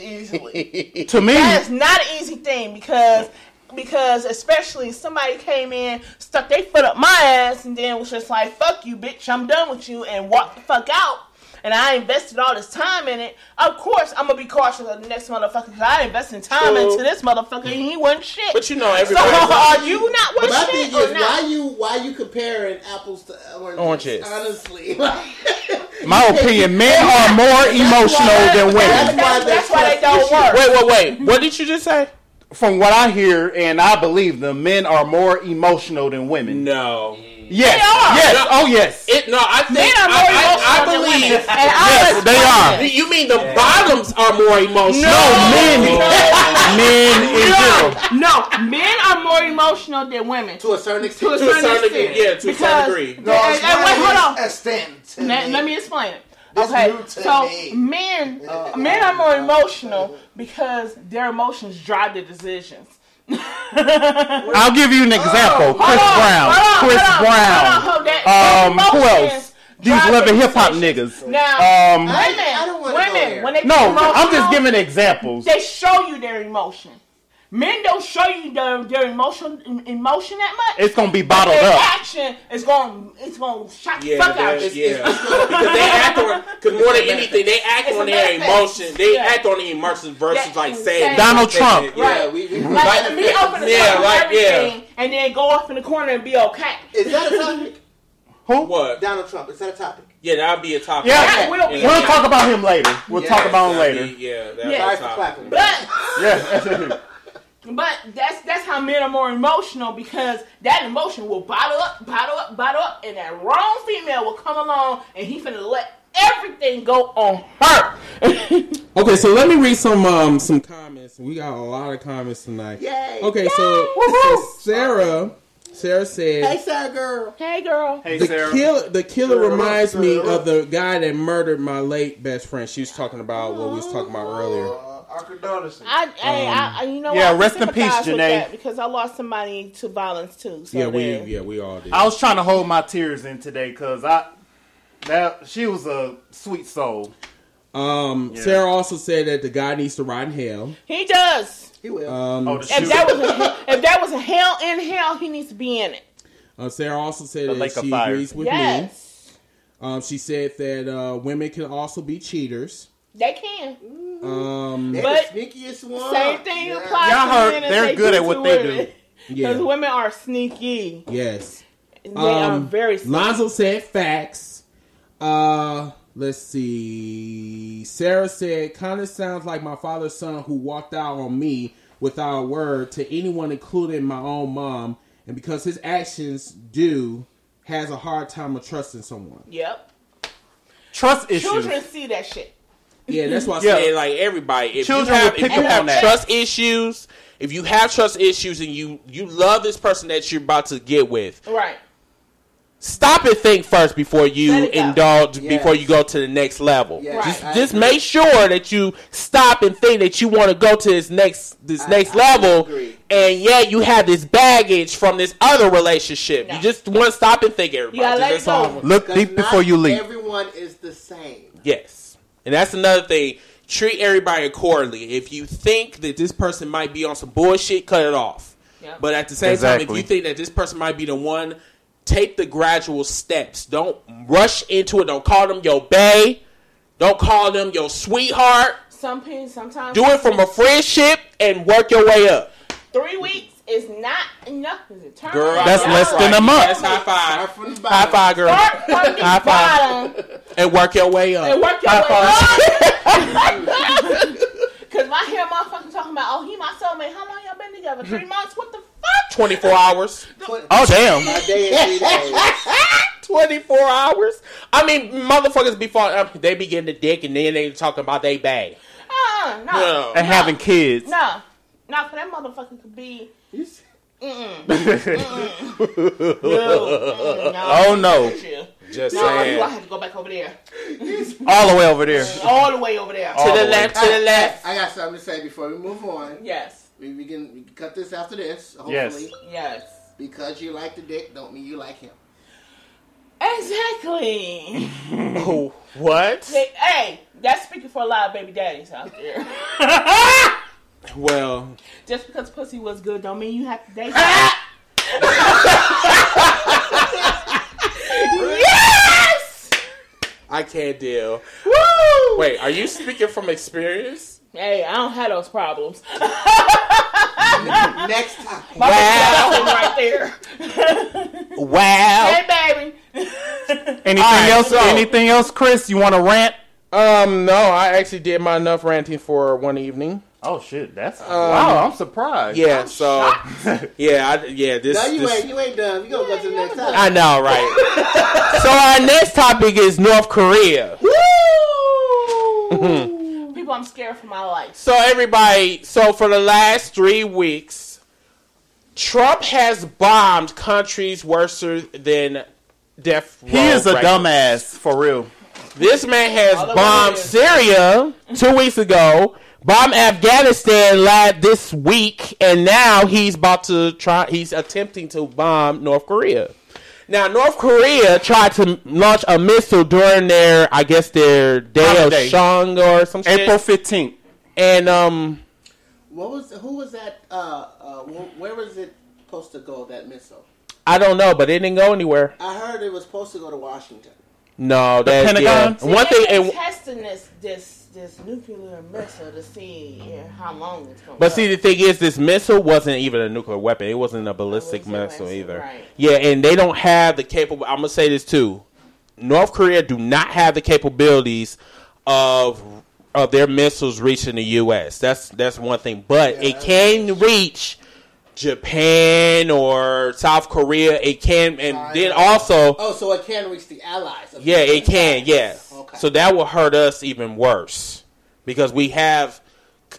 Speaker 2: (laughs)
Speaker 5: easily.
Speaker 8: To me,
Speaker 5: That is not an easy thing because because especially somebody came in, stuck their foot up my ass, and then was just like, "Fuck you, bitch! I'm done with you," and walked the fuck out. and I invested all this time in it, of course I'm gonna be cautious of the next motherfucker because I invested time
Speaker 2: True.
Speaker 5: into this motherfucker and he wasn't shit.
Speaker 2: But you know,
Speaker 5: so
Speaker 2: everybody.
Speaker 5: (laughs) are you not
Speaker 7: But
Speaker 5: worth
Speaker 7: my
Speaker 5: shit
Speaker 7: thing
Speaker 5: or
Speaker 7: is,
Speaker 5: not?
Speaker 7: why you why you comparing apples to oranges?
Speaker 2: Oranges.
Speaker 7: Honestly, (laughs)
Speaker 1: My opinion, men are more emotional than
Speaker 7: that's
Speaker 1: women.
Speaker 7: why
Speaker 5: That's,
Speaker 7: they
Speaker 5: that's why they don't work.
Speaker 2: Wait, wait, wait. What did you just say?
Speaker 1: From what I hear, and I believe them, men are more emotional than women.
Speaker 2: No.
Speaker 1: Yes,
Speaker 5: They are.
Speaker 1: yes, oh yes.
Speaker 2: It no. I think
Speaker 5: Men are more
Speaker 2: I, I, I
Speaker 5: emotional than
Speaker 2: believe.
Speaker 5: women, and I
Speaker 1: Yes, they
Speaker 5: respect
Speaker 1: are.
Speaker 5: it.
Speaker 2: You- You mean the bottoms are more emotional?
Speaker 1: No,
Speaker 5: (laughs)
Speaker 1: men, men in general.
Speaker 5: No, men are more emotional than women.
Speaker 7: to
Speaker 5: (laughs)
Speaker 7: a certain
Speaker 5: To a
Speaker 7: extent.
Speaker 5: certain,
Speaker 2: certain
Speaker 5: extent.
Speaker 2: degree, yeah, to a certain
Speaker 5: Because-
Speaker 2: degree.
Speaker 5: and-
Speaker 3: No,
Speaker 5: and-
Speaker 3: it's
Speaker 5: and
Speaker 3: not
Speaker 5: wait, hold on.
Speaker 3: a stand to
Speaker 5: Let, let me explain it.
Speaker 7: This
Speaker 5: Okay,
Speaker 7: new Uh, to
Speaker 5: so
Speaker 7: me.
Speaker 5: men men are more
Speaker 7: uh,
Speaker 5: emotional because their emotions drive their decisions. (laughs) hold
Speaker 1: I'll give you an example. Chris
Speaker 5: on,
Speaker 1: Brown.
Speaker 5: hold on,
Speaker 1: Chris
Speaker 5: hold on,
Speaker 1: Brown.
Speaker 5: hold on, hold that-
Speaker 1: Um,
Speaker 5: their
Speaker 1: who
Speaker 5: emotions
Speaker 1: else?
Speaker 5: drive
Speaker 1: These living
Speaker 5: their
Speaker 1: hip hop
Speaker 5: decisions.
Speaker 1: niggas.
Speaker 5: Now,
Speaker 1: Um,
Speaker 7: I-
Speaker 5: women,
Speaker 7: I don't wanna go
Speaker 5: women,
Speaker 7: there.
Speaker 5: when they get
Speaker 1: no, I'm
Speaker 5: emotional,
Speaker 1: just giving examples.
Speaker 5: They show you their emotion. Men don't show you their, their emotion emotion that much.
Speaker 1: It's gonna be
Speaker 5: But
Speaker 1: bottled
Speaker 5: their
Speaker 1: up.
Speaker 5: action is going it's going to shock
Speaker 2: Yeah,
Speaker 5: the fuck out.
Speaker 2: that's-
Speaker 5: (laughs)
Speaker 2: yeah. because they act on, because more than anything, they act
Speaker 5: It's a
Speaker 2: on their
Speaker 5: benefit.
Speaker 2: emotions. They
Speaker 5: Yeah.
Speaker 2: act on the emotions versus
Speaker 5: That-
Speaker 2: like saying
Speaker 1: Donald Trump.
Speaker 2: Yeah,
Speaker 7: Yeah, we, we,
Speaker 5: Like me open the
Speaker 2: Yeah,
Speaker 5: yeah,
Speaker 2: right, yeah.
Speaker 5: everything and then go off in the corner and be okay.
Speaker 7: (laughs) Is that a topic?
Speaker 2: What?
Speaker 7: Donald Trump. Is that a topic?
Speaker 2: Yeah, that'll be a topic.
Speaker 1: Yeah.
Speaker 5: That will be
Speaker 1: We'll talk about him later. We'll
Speaker 7: Yeah,
Speaker 1: talk about him
Speaker 2: That'll
Speaker 1: later.
Speaker 2: be- yeah, that'll
Speaker 5: Yeah.
Speaker 2: be
Speaker 7: Sorry
Speaker 2: a
Speaker 7: for
Speaker 2: topic.
Speaker 7: clapping.
Speaker 5: But
Speaker 1: Yeah. (laughs)
Speaker 5: but that's that's how men are more emotional because that emotion will bottle up, bottle up, bottle up, and that wrong female will come along and he finna let everything go on her. (laughs)
Speaker 4: Okay, so let me read some um some comments. We got a lot of comments tonight.
Speaker 7: Yay.
Speaker 4: Okay, so, so Sarah, Sarah said
Speaker 7: Hey, sad girl.
Speaker 5: Hey girl.
Speaker 1: hey
Speaker 4: the killer the killer reminds me of the guy that murdered my late best friend. She was talking about what we was talking about earlier.
Speaker 3: Uh, our condolences.
Speaker 5: I, hey, I, I, you know
Speaker 1: Um, yeah,
Speaker 5: what? I
Speaker 1: rest in peace,
Speaker 5: sympathize with
Speaker 1: Janae.
Speaker 5: that Because I lost somebody to violence too. So
Speaker 4: Yeah, we
Speaker 5: there.
Speaker 4: yeah we all did.
Speaker 1: I was trying to hold my tears in today because I that she was a sweet soul.
Speaker 4: Um,
Speaker 1: Yeah.
Speaker 4: Sarah also said that the guy needs to rot in hell.
Speaker 5: He does.
Speaker 7: He will.
Speaker 4: Um,
Speaker 1: Oh, the
Speaker 5: If
Speaker 1: shooter.
Speaker 5: that was a, if that was a hell in hell, he needs to be in it.
Speaker 4: uh, Sarah also said
Speaker 1: The
Speaker 4: that
Speaker 1: lake of
Speaker 4: she
Speaker 1: fire.
Speaker 4: agrees with me.
Speaker 5: yes,
Speaker 4: Um, she said that uh, women can also be cheaters.
Speaker 5: they can.
Speaker 4: Um,
Speaker 7: They're
Speaker 5: but-
Speaker 7: the sneakiest one.
Speaker 5: Same thing
Speaker 7: Uh, Yeah.
Speaker 5: applies.
Speaker 1: Y'all
Speaker 5: to
Speaker 1: heard
Speaker 5: men as
Speaker 1: they're
Speaker 5: they
Speaker 1: good
Speaker 5: do
Speaker 1: at
Speaker 5: to
Speaker 1: what they
Speaker 5: women.
Speaker 1: do.
Speaker 5: Because
Speaker 4: yeah,
Speaker 5: women are sneaky.
Speaker 4: yes.
Speaker 5: They are
Speaker 4: Um,
Speaker 5: very sneaky.
Speaker 4: Lonzo said facts. Uh, let's see. Sarah said, kind of sounds like my father's son who walked out on me without a word to anyone, including my own mom. And because his actions do, has a hard time of trusting someone.
Speaker 5: Yep.
Speaker 1: Trust issues.
Speaker 5: Children see that shit.
Speaker 4: Yeah, that's why I
Speaker 1: (laughs) Yeah.
Speaker 4: said
Speaker 2: Yeah, like everybody. If
Speaker 1: Children
Speaker 2: you have,
Speaker 1: will
Speaker 2: if
Speaker 1: pick
Speaker 2: you
Speaker 1: up
Speaker 2: have
Speaker 1: on that.
Speaker 2: trust issues, if you have trust issues, and you you love this person that you're about to get with,
Speaker 5: Right.
Speaker 2: stop and think first before you
Speaker 5: Let it go.
Speaker 2: indulge
Speaker 7: Yes.
Speaker 2: before you go to the next level.
Speaker 7: Yes,
Speaker 5: Just-
Speaker 7: I
Speaker 2: Just
Speaker 7: agree.
Speaker 2: make sure that you stop and think that you want to go to this next this
Speaker 7: I-
Speaker 2: next
Speaker 7: I
Speaker 2: level,
Speaker 7: agree.
Speaker 2: and yet you have this baggage from this other relationship.
Speaker 5: No.
Speaker 2: You just want to stop and think, everybody.
Speaker 5: You gotta
Speaker 2: Just-
Speaker 5: let it
Speaker 2: that's all.
Speaker 5: go.
Speaker 1: Look
Speaker 7: 'Cause
Speaker 1: deep
Speaker 7: not
Speaker 1: before you leap.
Speaker 7: Everyone is the same.
Speaker 2: Yes, and that's another thing. Treat everybody accordingly. If you think that this person might be on some bullshit, cut it off.
Speaker 5: Yep.
Speaker 2: But at the same time,
Speaker 1: Exactly.
Speaker 2: if you think that this person might be the one, take the gradual steps. Don't rush into it. Don't call them your bae. Don't call them your sweetheart.
Speaker 5: Some people sometimes
Speaker 2: Do it from a friendship and work your way up.
Speaker 5: three weeks is not enough. Is it turn
Speaker 2: Girl,
Speaker 5: around?
Speaker 1: That's
Speaker 2: I'm
Speaker 1: less
Speaker 2: right.
Speaker 1: than a month.
Speaker 2: That's high
Speaker 7: Start
Speaker 2: five.
Speaker 7: from the
Speaker 2: High
Speaker 7: bottom.
Speaker 2: five, girl.
Speaker 5: Start from the
Speaker 2: High five.
Speaker 5: bottom
Speaker 2: And work your way up.
Speaker 5: and work your
Speaker 1: High
Speaker 5: way up. (laughs) Cause my hair motherfucking talking about oh he my soulmate. How long y'all been together? Three months? What the fuck?
Speaker 2: 24 hours.
Speaker 7: Put
Speaker 1: Oh damn!
Speaker 7: a day and
Speaker 5: (laughs)
Speaker 7: three days.
Speaker 2: 24 hours? I mean, motherfuckers be fall, uh, they be getting the dick and then they talking about they bang.
Speaker 5: Uh uh no.
Speaker 2: No.
Speaker 1: And having kids.
Speaker 5: No, no, for that motherfucker could be. Mm-mm. Mm-mm. no. Mm, no.
Speaker 1: (laughs) Oh no!
Speaker 5: Shit.
Speaker 2: Just
Speaker 5: No, you
Speaker 2: saying.
Speaker 5: gonna have to go back over there,
Speaker 1: All the way over there.
Speaker 5: all the way over there.
Speaker 1: Oh.
Speaker 2: to the left, to the left.
Speaker 7: I got something to say before we move on.
Speaker 5: Yes,
Speaker 7: We, we, can, we can cut this after this, hopefully.
Speaker 1: Yes.
Speaker 5: yes,
Speaker 7: Because you like the dick, don't mean you like him.
Speaker 5: exactly. (laughs)
Speaker 2: Oh, what?
Speaker 5: hey, hey, that's speaking for a lot of baby daddies out there. (laughs)
Speaker 2: Well,
Speaker 5: Just because pussy was good, don't mean you have to date. yes.
Speaker 7: I
Speaker 2: I can't deal.
Speaker 5: Woo!
Speaker 2: Wait, are you speaking from experience?
Speaker 5: Hey, I don't have those problems.
Speaker 7: Next time.
Speaker 5: Wow.
Speaker 2: (laughs)
Speaker 5: right there.
Speaker 2: Wow.
Speaker 5: hey, baby. (laughs)
Speaker 1: Anything
Speaker 2: Alright,
Speaker 1: else?
Speaker 2: so-
Speaker 1: anything else, Chris? You want to rant?
Speaker 2: Um, no, I actually did my enough ranting for one evening.
Speaker 1: Oh shit, that's wow! I'm surprised.
Speaker 2: Yeah, so (laughs) yeah, I, yeah. This,
Speaker 7: No, you
Speaker 2: this-
Speaker 7: ain't. You ain't done. You gonna go to the next time.
Speaker 2: I know, right? so our next topic is North Korea.
Speaker 5: People, I'm scared for my life.
Speaker 2: So everybody, so for the last three weeks, Trump has bombed countries worse than death.
Speaker 1: he
Speaker 2: row
Speaker 1: is a
Speaker 2: records.
Speaker 1: dumbass for real.
Speaker 2: This man
Speaker 5: All
Speaker 2: has
Speaker 5: the
Speaker 2: bombed
Speaker 5: way in.
Speaker 2: Syria two weeks ago, bombed Afghanistan lab this week, and now he's about to try. He's attempting to bomb North Korea. Now, North Korea tried to launch a missile during their, I guess, their day of
Speaker 1: Holiday.
Speaker 2: Shang or some shit.
Speaker 1: April fifteenth.
Speaker 2: and um,
Speaker 7: What was? Who was that? Uh, uh, wh- where was it supposed to go? That missile.
Speaker 2: I don't know, but it didn't go anywhere.
Speaker 7: I heard it was supposed to go to Washington.
Speaker 2: No, that
Speaker 1: Pentagon?
Speaker 2: Yeah. One
Speaker 5: They've
Speaker 2: thing,
Speaker 5: been
Speaker 2: and,
Speaker 5: testing this this this nuclear missile to see yeah, how long it's going.
Speaker 2: but see, the thing is, this missile wasn't even a nuclear weapon. It wasn't a ballistic
Speaker 5: Ballistic
Speaker 2: missile
Speaker 5: missile,
Speaker 2: either.
Speaker 5: right.
Speaker 2: Yeah, and they don't have the capable. I'm gonna say this too. North Korea do not have the capabilities of of their missiles reaching the U.S. That's that's one thing, but it can reach. Japan or South Korea, it can, and then
Speaker 7: China.
Speaker 2: also,
Speaker 7: Oh, so it can reach the allies. of
Speaker 2: Yeah,
Speaker 7: the
Speaker 2: it can. Yeah.
Speaker 7: Okay.
Speaker 2: So that will hurt us even worse because we have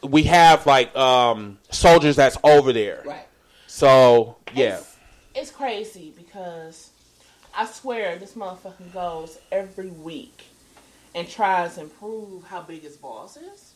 Speaker 2: we have like um soldiers that's over there.
Speaker 7: Right.
Speaker 2: So yeah.
Speaker 5: It's, it's crazy because I swear this motherfucker goes every week and tries and prove how big his boss is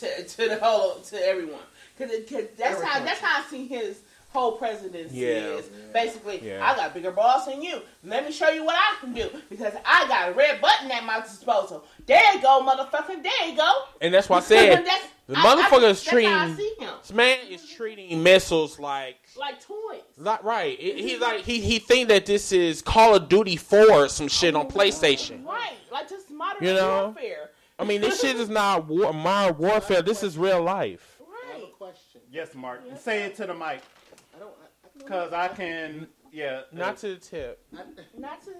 Speaker 5: to to the whole to everyone. Cause, it, cause that's
Speaker 7: Every
Speaker 5: how that's how I see his whole presidency
Speaker 2: Yeah.
Speaker 5: is. Basically,
Speaker 2: Yeah.
Speaker 5: I got bigger boss than you. Let me show you what I can do because I got a red button at my disposal. There you go, motherfucker. There you go.
Speaker 2: And that's why I said
Speaker 5: (laughs) That's-
Speaker 2: the
Speaker 5: I- I-
Speaker 2: motherfucker is
Speaker 5: that's how I
Speaker 2: treating-
Speaker 5: see him.
Speaker 2: this man is treating missiles like
Speaker 5: like toys.
Speaker 2: not right. It- he like he he think that this is Call of Duty 4 or some shit on PlayStation.
Speaker 5: Right, like just modern
Speaker 2: You know?
Speaker 5: warfare.
Speaker 2: I mean, this shit is not war, modern warfare. This is real life.
Speaker 7: I have a
Speaker 5: Right.
Speaker 7: question.
Speaker 1: Yes, Mark. Say it to the mic,
Speaker 7: I don't. I,
Speaker 1: cause I can. Yeah,
Speaker 2: Not to the tip.
Speaker 7: I, I,
Speaker 5: Not to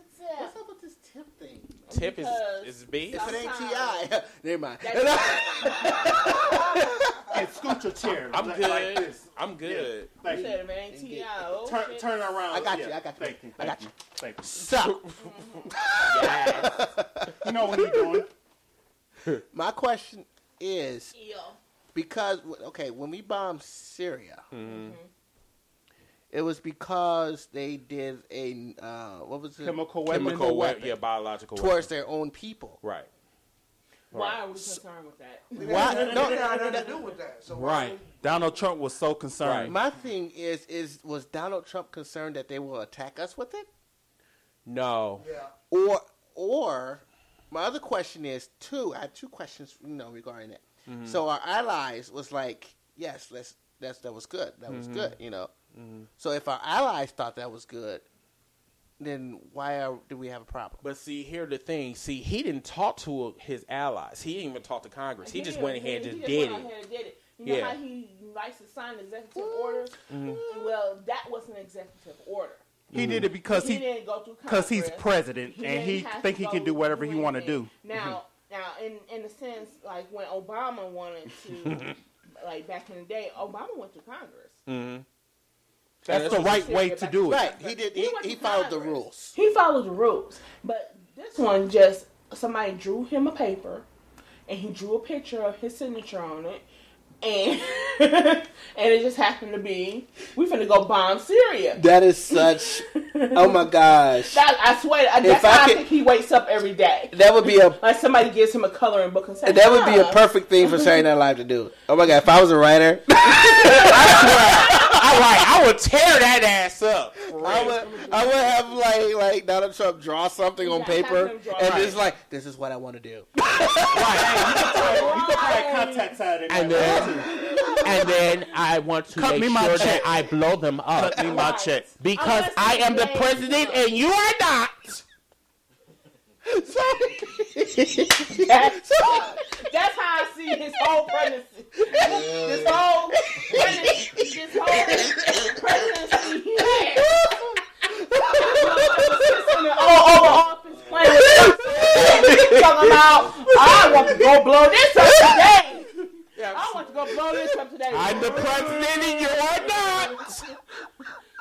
Speaker 1: (laughs)
Speaker 7: what's
Speaker 5: the
Speaker 7: up with this tip thing?
Speaker 2: Tip is
Speaker 5: Because-
Speaker 2: is big.
Speaker 7: If it ain't Ti, (laughs) never mind.
Speaker 1: and uh, scoot your chair.
Speaker 2: I'm
Speaker 1: like,
Speaker 2: good.
Speaker 1: like this.
Speaker 2: (laughs) I'm good.
Speaker 1: Thank you.
Speaker 5: Said, man, T.I. Oh,
Speaker 1: Turn,
Speaker 5: shit.
Speaker 1: turn around.
Speaker 7: I got
Speaker 1: Yeah,
Speaker 7: you, I got you.
Speaker 1: Thank you.
Speaker 7: I
Speaker 1: Thank
Speaker 7: got
Speaker 1: you.
Speaker 7: you.
Speaker 1: Thank you. (laughs)
Speaker 2: Suck.
Speaker 1: You know what you're doing.
Speaker 7: My question is
Speaker 5: Yeah.
Speaker 7: because okay, when we bombed Syria, it was because they did a uh, what was it
Speaker 1: Chemical weapon.
Speaker 2: Chemical weapon. Yeah, biological
Speaker 7: towards their own people.
Speaker 2: weapon. Right.
Speaker 5: Why are we concerned with that?
Speaker 7: Why?
Speaker 3: No,
Speaker 7: No,
Speaker 3: nothing to do with that. So why
Speaker 1: Right. Donald Trump was so concerned.
Speaker 7: my thing is is was Donald Trump concerned that they will attack us with it,
Speaker 2: No.
Speaker 3: would- Yeah.
Speaker 7: or or my other question is two. I have two questions, you know, regarding that. So our allies was like, yes, let's that's that was good, that was good, you know. So if our allies thought that was good, then why are, do we have a problem?
Speaker 2: But see, here the thing. See, he didn't talk to his allies. He didn't even talk to Congress. He
Speaker 5: (laughs)
Speaker 2: just went ahead and just did
Speaker 5: went out
Speaker 2: it.
Speaker 5: here and did it. You know
Speaker 2: Yeah.
Speaker 5: how he likes to sign executive orders?
Speaker 1: Mm-hmm.
Speaker 5: Well, that was an executive order.
Speaker 1: He did it because
Speaker 5: he,
Speaker 1: he
Speaker 5: didn't go through
Speaker 1: because he's
Speaker 5: Congress.
Speaker 1: president and
Speaker 5: didn't
Speaker 1: he
Speaker 5: have
Speaker 1: think
Speaker 5: to
Speaker 1: he
Speaker 5: go
Speaker 1: can do whatever he want to
Speaker 5: anything.
Speaker 1: do. Mm-hmm.
Speaker 5: Now, now, in in a sense, like when Obama wanted
Speaker 1: (laughs)
Speaker 5: to, like back in the day, Obama went to Congress.
Speaker 1: That's the
Speaker 2: (laughs)
Speaker 1: right Mm. way to do it.
Speaker 5: (laughs)
Speaker 7: Right, he did. He,
Speaker 5: went
Speaker 7: he
Speaker 5: to
Speaker 7: followed the
Speaker 5: Congress.
Speaker 7: rules.
Speaker 5: He followed the rules, but this one just somebody drew him a paper, and he drew a picture of his signature on it, and (laughs) and it just happened to be we finna go bomb Syria.
Speaker 7: That is such. oh my gosh,
Speaker 5: (laughs) That, I swear, I- that's
Speaker 7: I
Speaker 5: how I,
Speaker 7: could-
Speaker 5: think he wakes up every day.
Speaker 7: that would be a
Speaker 5: Like somebody gives him a coloring book and says,
Speaker 7: that would be a
Speaker 5: "Huh."
Speaker 7: perfect thing for Saturday Night Live to do. Oh my god, if I was a writer, (laughs)
Speaker 2: I like. I would tear that ass up.
Speaker 7: I would I would have like like Donald Trump draw something on
Speaker 5: Yeah,
Speaker 7: paper
Speaker 5: have him draw
Speaker 7: and
Speaker 5: it.
Speaker 7: it's like this is what I want to do.
Speaker 1: Contacts out of
Speaker 2: And then, and then I want to
Speaker 1: Cut
Speaker 2: make
Speaker 1: me
Speaker 2: sure
Speaker 1: my
Speaker 2: that
Speaker 1: check.
Speaker 2: I blow them up
Speaker 1: Cut me my check.
Speaker 2: because
Speaker 5: Unless
Speaker 2: I am the
Speaker 5: they-
Speaker 1: (laughs)
Speaker 2: president and you are not.
Speaker 5: That's, (laughs) that's how I see his whole pregnancy. This whole pregnancy. This whole pregnancy. he had. All over off his planet. Talking about, I want to go blow this up today. I want to go blow this up today.
Speaker 2: (laughs) I'm the president and you are not.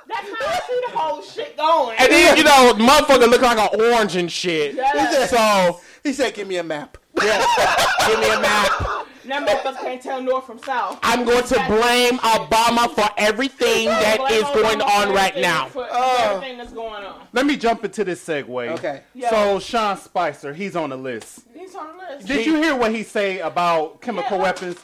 Speaker 5: That's how I see the whole shit going.
Speaker 2: And then, you know, motherfucker look like an orange and shit.
Speaker 5: Yes.
Speaker 2: So,
Speaker 7: He said, "Give me a map." (laughs)
Speaker 2: give me a map.
Speaker 5: Now motherfuckers can't tell north from south.
Speaker 2: I'm going to blame Obama for everything that
Speaker 5: Blame
Speaker 2: is going
Speaker 5: Obama for
Speaker 2: on right
Speaker 5: everything-
Speaker 2: now.
Speaker 5: For everything that's going on.
Speaker 1: Let me jump into this segue.
Speaker 7: Okay.
Speaker 5: Yeah.
Speaker 1: So Sean Spicer, he's on the list.
Speaker 5: He's on the list.
Speaker 1: Did you hear what he say about chemical
Speaker 5: Yeah.
Speaker 1: weapons?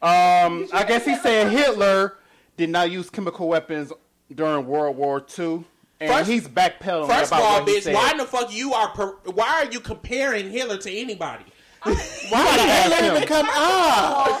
Speaker 1: Um, I guess he said Hitler did not use chemical weapons during World War II, and
Speaker 2: First-
Speaker 1: he's backpedaling
Speaker 2: First of
Speaker 1: about
Speaker 2: all,
Speaker 1: what he
Speaker 2: bitch,
Speaker 1: said.
Speaker 2: why in the fuck you are per- why are you comparing Hitler to anybody?
Speaker 1: Why did Hitler
Speaker 7: Let him come up.
Speaker 5: Hold on,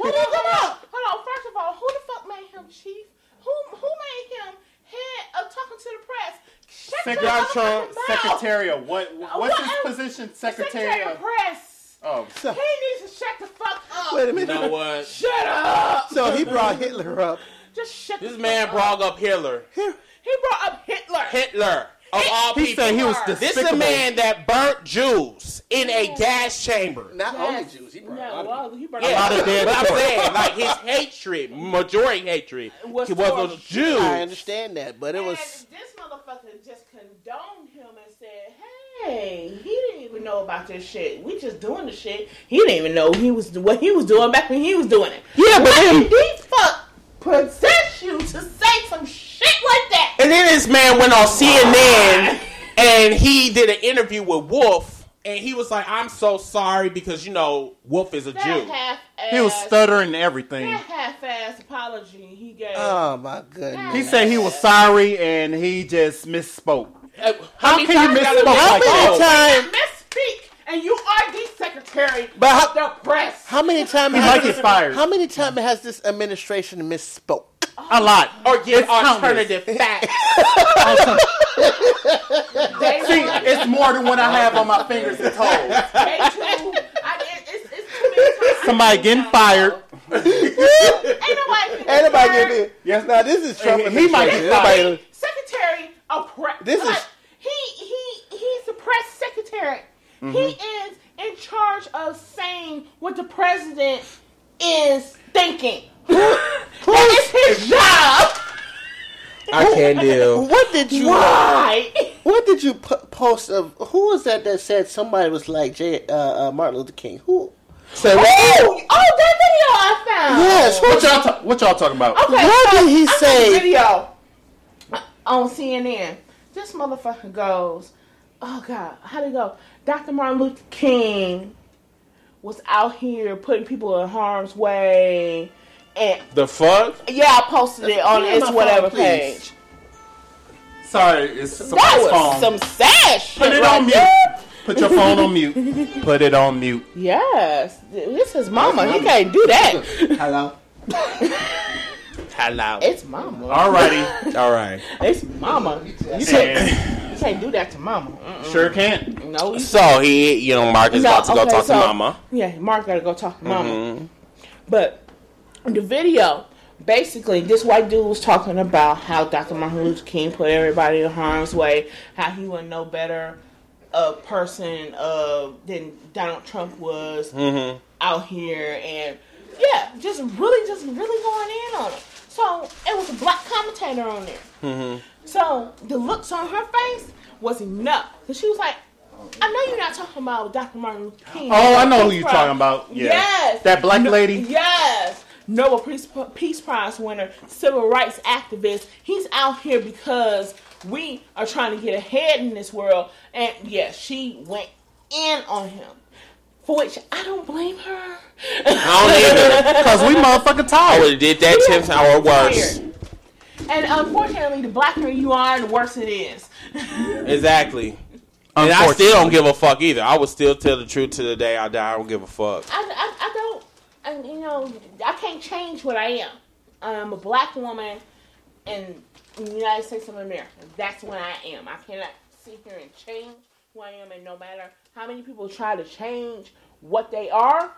Speaker 5: hold on. Hold on. First of all, who the fuck made him chief? Who who made him head of talking to the press? Shut your
Speaker 1: Secretary,
Speaker 5: motherfucking mouth.
Speaker 1: Secretary of what? What's
Speaker 5: What
Speaker 1: his
Speaker 5: else?
Speaker 1: position?
Speaker 5: Secretary
Speaker 1: Secretary
Speaker 5: of
Speaker 1: of.
Speaker 5: press.
Speaker 1: Oh,
Speaker 5: He needs to shut the fuck up.
Speaker 7: Wait a minute.
Speaker 2: (laughs) know what?
Speaker 5: Shut up.
Speaker 7: So he brought Hitler up.
Speaker 5: Just shut
Speaker 2: This
Speaker 5: the
Speaker 2: man
Speaker 5: fuck up.
Speaker 2: brought up Hitler.
Speaker 5: He brought up Hitler.
Speaker 2: Hitler of all
Speaker 1: he
Speaker 2: people.
Speaker 1: said he was
Speaker 5: are.
Speaker 2: this
Speaker 1: despicable.
Speaker 2: is a man that burnt Jews in a gas chamber.
Speaker 7: Not only
Speaker 5: Yes.
Speaker 7: Jews. He brought
Speaker 5: No,
Speaker 7: a lot of
Speaker 5: well, he brought
Speaker 2: Yeah,
Speaker 5: up
Speaker 1: lot of dead
Speaker 2: but I'm
Speaker 1: people.
Speaker 2: saying, like his hatred, majority hatred,
Speaker 5: Was
Speaker 2: was, was
Speaker 5: towards-
Speaker 2: on Jews.
Speaker 7: I understand that, but it
Speaker 5: And
Speaker 7: was.
Speaker 5: this motherfucker just condoned him and said, "Hey, he didn't even know about this shit. We just doing the shit. He didn't even know he was what he was doing back when he was doing it.
Speaker 2: Yeah, but then,
Speaker 5: He fuck possess you to say some shit like that.
Speaker 2: and then this man went on CNN and he did an interview with Wolf, and he was like, "I'm so sorry because you know Wolf is a
Speaker 5: That
Speaker 2: Jew."
Speaker 5: half ass. (laughs)
Speaker 1: he was stuttering and everything.
Speaker 5: That half ass apology he gave.
Speaker 7: Oh my goodness.
Speaker 1: He said he was sorry and he just misspoke.
Speaker 2: Uh,
Speaker 1: How
Speaker 2: many
Speaker 1: can you
Speaker 2: times
Speaker 1: miss
Speaker 2: gotta
Speaker 1: spoke
Speaker 2: miss
Speaker 1: like
Speaker 5: Oh.
Speaker 2: spoke?
Speaker 5: You misspeak, and you are the secretary
Speaker 7: But
Speaker 5: of
Speaker 7: how,
Speaker 5: the press.
Speaker 7: how many times?
Speaker 1: He like is fired
Speaker 7: How many times has this administration misspoke?
Speaker 1: a lot.
Speaker 2: "Oh, Or give
Speaker 1: It's countless.
Speaker 2: alternative facts.
Speaker 5: They
Speaker 1: See,
Speaker 5: were-
Speaker 1: it's more than what I have on my fingers and toes.
Speaker 5: They too. I, it, it's, it's too many times.
Speaker 1: Somebody getting fired.
Speaker 5: Ain't nobody.
Speaker 7: Anybody
Speaker 5: fired.
Speaker 7: get it? Yes, now this is Trump.
Speaker 1: He- he might
Speaker 7: administration.
Speaker 1: get fired.
Speaker 7: Everybody-
Speaker 5: Secretary of Press.
Speaker 7: This is-
Speaker 5: he he he's the press secretary. He
Speaker 7: Mm-hmm.
Speaker 5: is in charge of saying what the president is thinking. and it's his job.
Speaker 2: I can do.
Speaker 7: What did you?
Speaker 5: Why?
Speaker 7: What did you po- post of? Who was that that said somebody was like J, uh, uh, Martin Luther King? Who?
Speaker 2: Say
Speaker 5: Oh, (laughs) oh, that video I found.
Speaker 7: Yes. Who,
Speaker 1: What y'all, ta- what y'all talking about?
Speaker 5: Okay,
Speaker 7: What
Speaker 5: so
Speaker 7: did he
Speaker 5: I found
Speaker 7: say?
Speaker 5: the video on CNN. This motherfucker goes, "Oh God, how would it go?" Dr. Martin Luther King was out here putting people in harm's way, and
Speaker 2: The fuck?
Speaker 5: yeah, I posted it on
Speaker 7: Give me
Speaker 5: its
Speaker 7: my
Speaker 5: whatever
Speaker 7: phone, please. Ah,
Speaker 5: page.
Speaker 1: Sorry, it's someone's
Speaker 5: That was
Speaker 1: phone.
Speaker 5: some sad shit.
Speaker 1: Put it
Speaker 5: right
Speaker 1: on mute.
Speaker 5: there.
Speaker 1: Put your phone on mute. Put it on mute.
Speaker 5: Yes, this is mama. He can't do that.
Speaker 7: Hello.
Speaker 2: Hello.
Speaker 5: It's mama.
Speaker 1: Alrighty.
Speaker 2: (laughs) All right.
Speaker 5: It's mama. You can't,
Speaker 1: And
Speaker 5: you can't do that to mama. Mm-mm.
Speaker 1: sure can.
Speaker 5: No, you
Speaker 2: So he, you know, Mark is
Speaker 5: No,
Speaker 2: about to go
Speaker 5: okay,
Speaker 2: talk
Speaker 5: so-
Speaker 2: to Mama. Mm-hmm.
Speaker 5: Yeah, Mark gotta go talk to mama. But the video, basically, this white dude was talking about how Dr. Martin Luther King put everybody in harm's way, how he was no better a person uh, than Donald Trump was
Speaker 2: Mm-hmm.
Speaker 5: out here, and yeah, just really, just really going in on it. So it was a black commentator on there.
Speaker 1: Mm-hmm.
Speaker 5: So the looks on her face was enough. Cause she was like, I know you're not talking about Dr. Martin Luther King.
Speaker 1: Oh, I know who you're
Speaker 5: From-
Speaker 1: talking about. Yeah.
Speaker 5: Yes.
Speaker 1: That black lady.
Speaker 5: Yes. Nobel Peace, Peace Prize winner, civil rights activist. He's out here because we are trying to get ahead in this world. And yes, she went in on him. For which I don't blame her. (laughs)
Speaker 2: I don't either.
Speaker 1: Because we motherfucking
Speaker 2: I would
Speaker 1: tired.
Speaker 2: have
Speaker 1: (laughs)
Speaker 2: did that ten hour worse.
Speaker 5: Tired. And unfortunately, the blacker you are, the worse it is. (laughs)
Speaker 2: Exactly. And I still don't give a fuck either. I would still tell the truth to the day I die. I don't give a fuck.
Speaker 5: I, I, I don't, and you know, I can't change what I am. I'm um, a black woman in the United States of America. That's what I am. I cannot sit here and change who I am, and no matter how many people try to change what they are,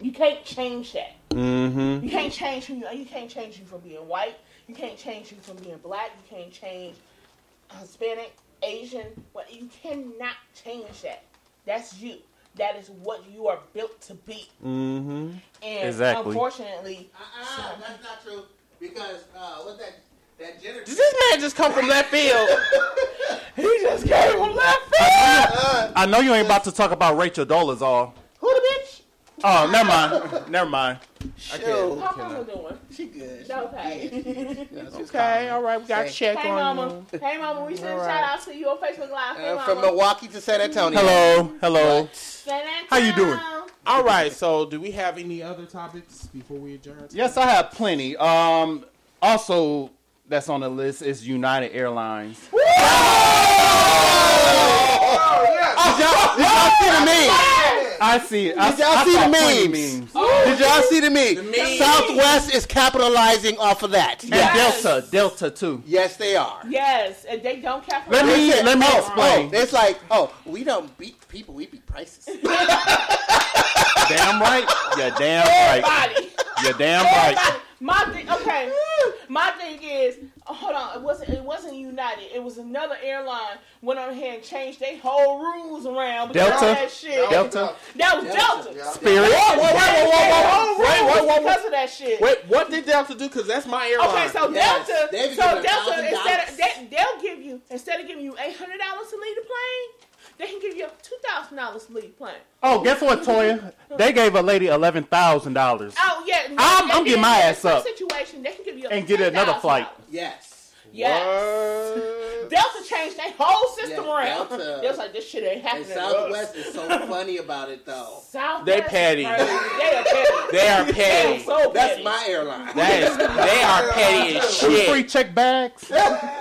Speaker 5: you can't change that.
Speaker 2: Mm-hmm.
Speaker 5: You can't change who you are. You can't change you from being white. You can't change you from being black. You can't change Hispanic, Asian. What you cannot change that. That's you. That is what you are built to be.
Speaker 2: Mm-hmm.
Speaker 5: And
Speaker 1: Exactly.
Speaker 5: unfortunately,
Speaker 7: Uh-uh, that's not true. Because uh, what's that? That Jenner.
Speaker 2: Did this man just come from left field? he just came from left field.
Speaker 7: Uh,
Speaker 1: (laughs) I know you ain't about to talk about Rachel Dolezal.
Speaker 7: who the bitch?
Speaker 1: Oh, never mind. never mind.
Speaker 7: Shoot.
Speaker 5: how mama doing?
Speaker 7: She good.
Speaker 5: That was hey.
Speaker 2: Okay, all right, we got
Speaker 7: Say-
Speaker 2: check
Speaker 5: Hey
Speaker 2: on
Speaker 5: mama, hey mama, we send shout outs to you on Facebook Live. Hey
Speaker 7: Uh,
Speaker 5: mama,
Speaker 7: from Milwaukee to San Antonio.
Speaker 1: Hello, hello.
Speaker 5: San Antonio.
Speaker 1: How you doing?
Speaker 2: you. All right, so do we have any?
Speaker 4: Any
Speaker 1: (laughs)
Speaker 4: other topics before we adjourn?
Speaker 1: Yes, I have plenty. Um, also that's on the list is United Airlines.
Speaker 3: Oh, yeah.
Speaker 7: Did y'all, did y'all see the meme?
Speaker 1: I see it. I,
Speaker 7: Did y'all
Speaker 1: I
Speaker 7: see
Speaker 1: saw
Speaker 7: the
Speaker 1: plenty
Speaker 7: memes? Did y'all see the meme? Southwest is capitalizing off of that.
Speaker 1: And
Speaker 5: Yes.
Speaker 1: Delta, Delta too.
Speaker 7: Yes, they are.
Speaker 5: Yes, and they don't care. for
Speaker 1: Let
Speaker 5: us.
Speaker 1: me
Speaker 7: Listen,
Speaker 1: let me
Speaker 7: oh,
Speaker 1: explain.
Speaker 7: oh, it's like, oh, we don't beat people, we
Speaker 5: (laughs)
Speaker 7: beat prices.
Speaker 1: damn right. You're damn right.
Speaker 5: Everybody.
Speaker 1: You're damn right.
Speaker 5: Everybody. My thing, okay. My thing is, hold on. It wasn't. It wasn't United. It was another airline went on here and changed their whole rules around. because of
Speaker 1: Delta?
Speaker 5: That shit.
Speaker 1: Delta.
Speaker 5: That was Delta.
Speaker 3: Yeah.
Speaker 1: Spirit.
Speaker 2: Whoa, whoa, whoa, whoa, whoa, whoa,
Speaker 5: Their
Speaker 2: whoa,
Speaker 5: whole
Speaker 2: whoa, whoa,
Speaker 5: rules
Speaker 2: whoa.
Speaker 5: because of that shit.
Speaker 2: Wait, what did Delta do? Because that's my airline.
Speaker 5: Okay, so
Speaker 7: Yes,
Speaker 5: Delta,
Speaker 7: they've given
Speaker 5: so
Speaker 7: $1,000.
Speaker 5: Delta, instead of they, they'll give you instead of giving you eight hundred dollars to leave the plane, they can give you two thousand dollars to leave the plane.
Speaker 1: Oh, guess what, Toya? They gave a lady eleven thousand dollars.
Speaker 5: Oh yeah,
Speaker 1: I'm-
Speaker 5: no, they
Speaker 1: I'm getting
Speaker 5: did
Speaker 1: my
Speaker 5: that
Speaker 1: ass up.
Speaker 5: Situation, they can give you
Speaker 1: And get another flight.
Speaker 5: $10,000.
Speaker 7: yes.
Speaker 5: Yes. Delta changed their whole system
Speaker 7: Yeah,
Speaker 5: around.
Speaker 7: Delta-
Speaker 5: They was like, this shit ain't
Speaker 7: And
Speaker 5: happening. to us.
Speaker 7: Southwest is so funny about
Speaker 5: (laughs)
Speaker 7: it though.
Speaker 5: Southwest.
Speaker 2: They petty.
Speaker 5: is crazy. They
Speaker 1: (laughs)
Speaker 5: are petty.
Speaker 2: They
Speaker 5: (laughs)
Speaker 2: are
Speaker 5: They are
Speaker 2: petty.
Speaker 5: so
Speaker 7: That's
Speaker 5: petty.
Speaker 7: my
Speaker 5: (laughs)
Speaker 7: airline. (laughs)
Speaker 2: That is, they (laughs) are petty as
Speaker 1: Two free
Speaker 2: shit.
Speaker 1: check bags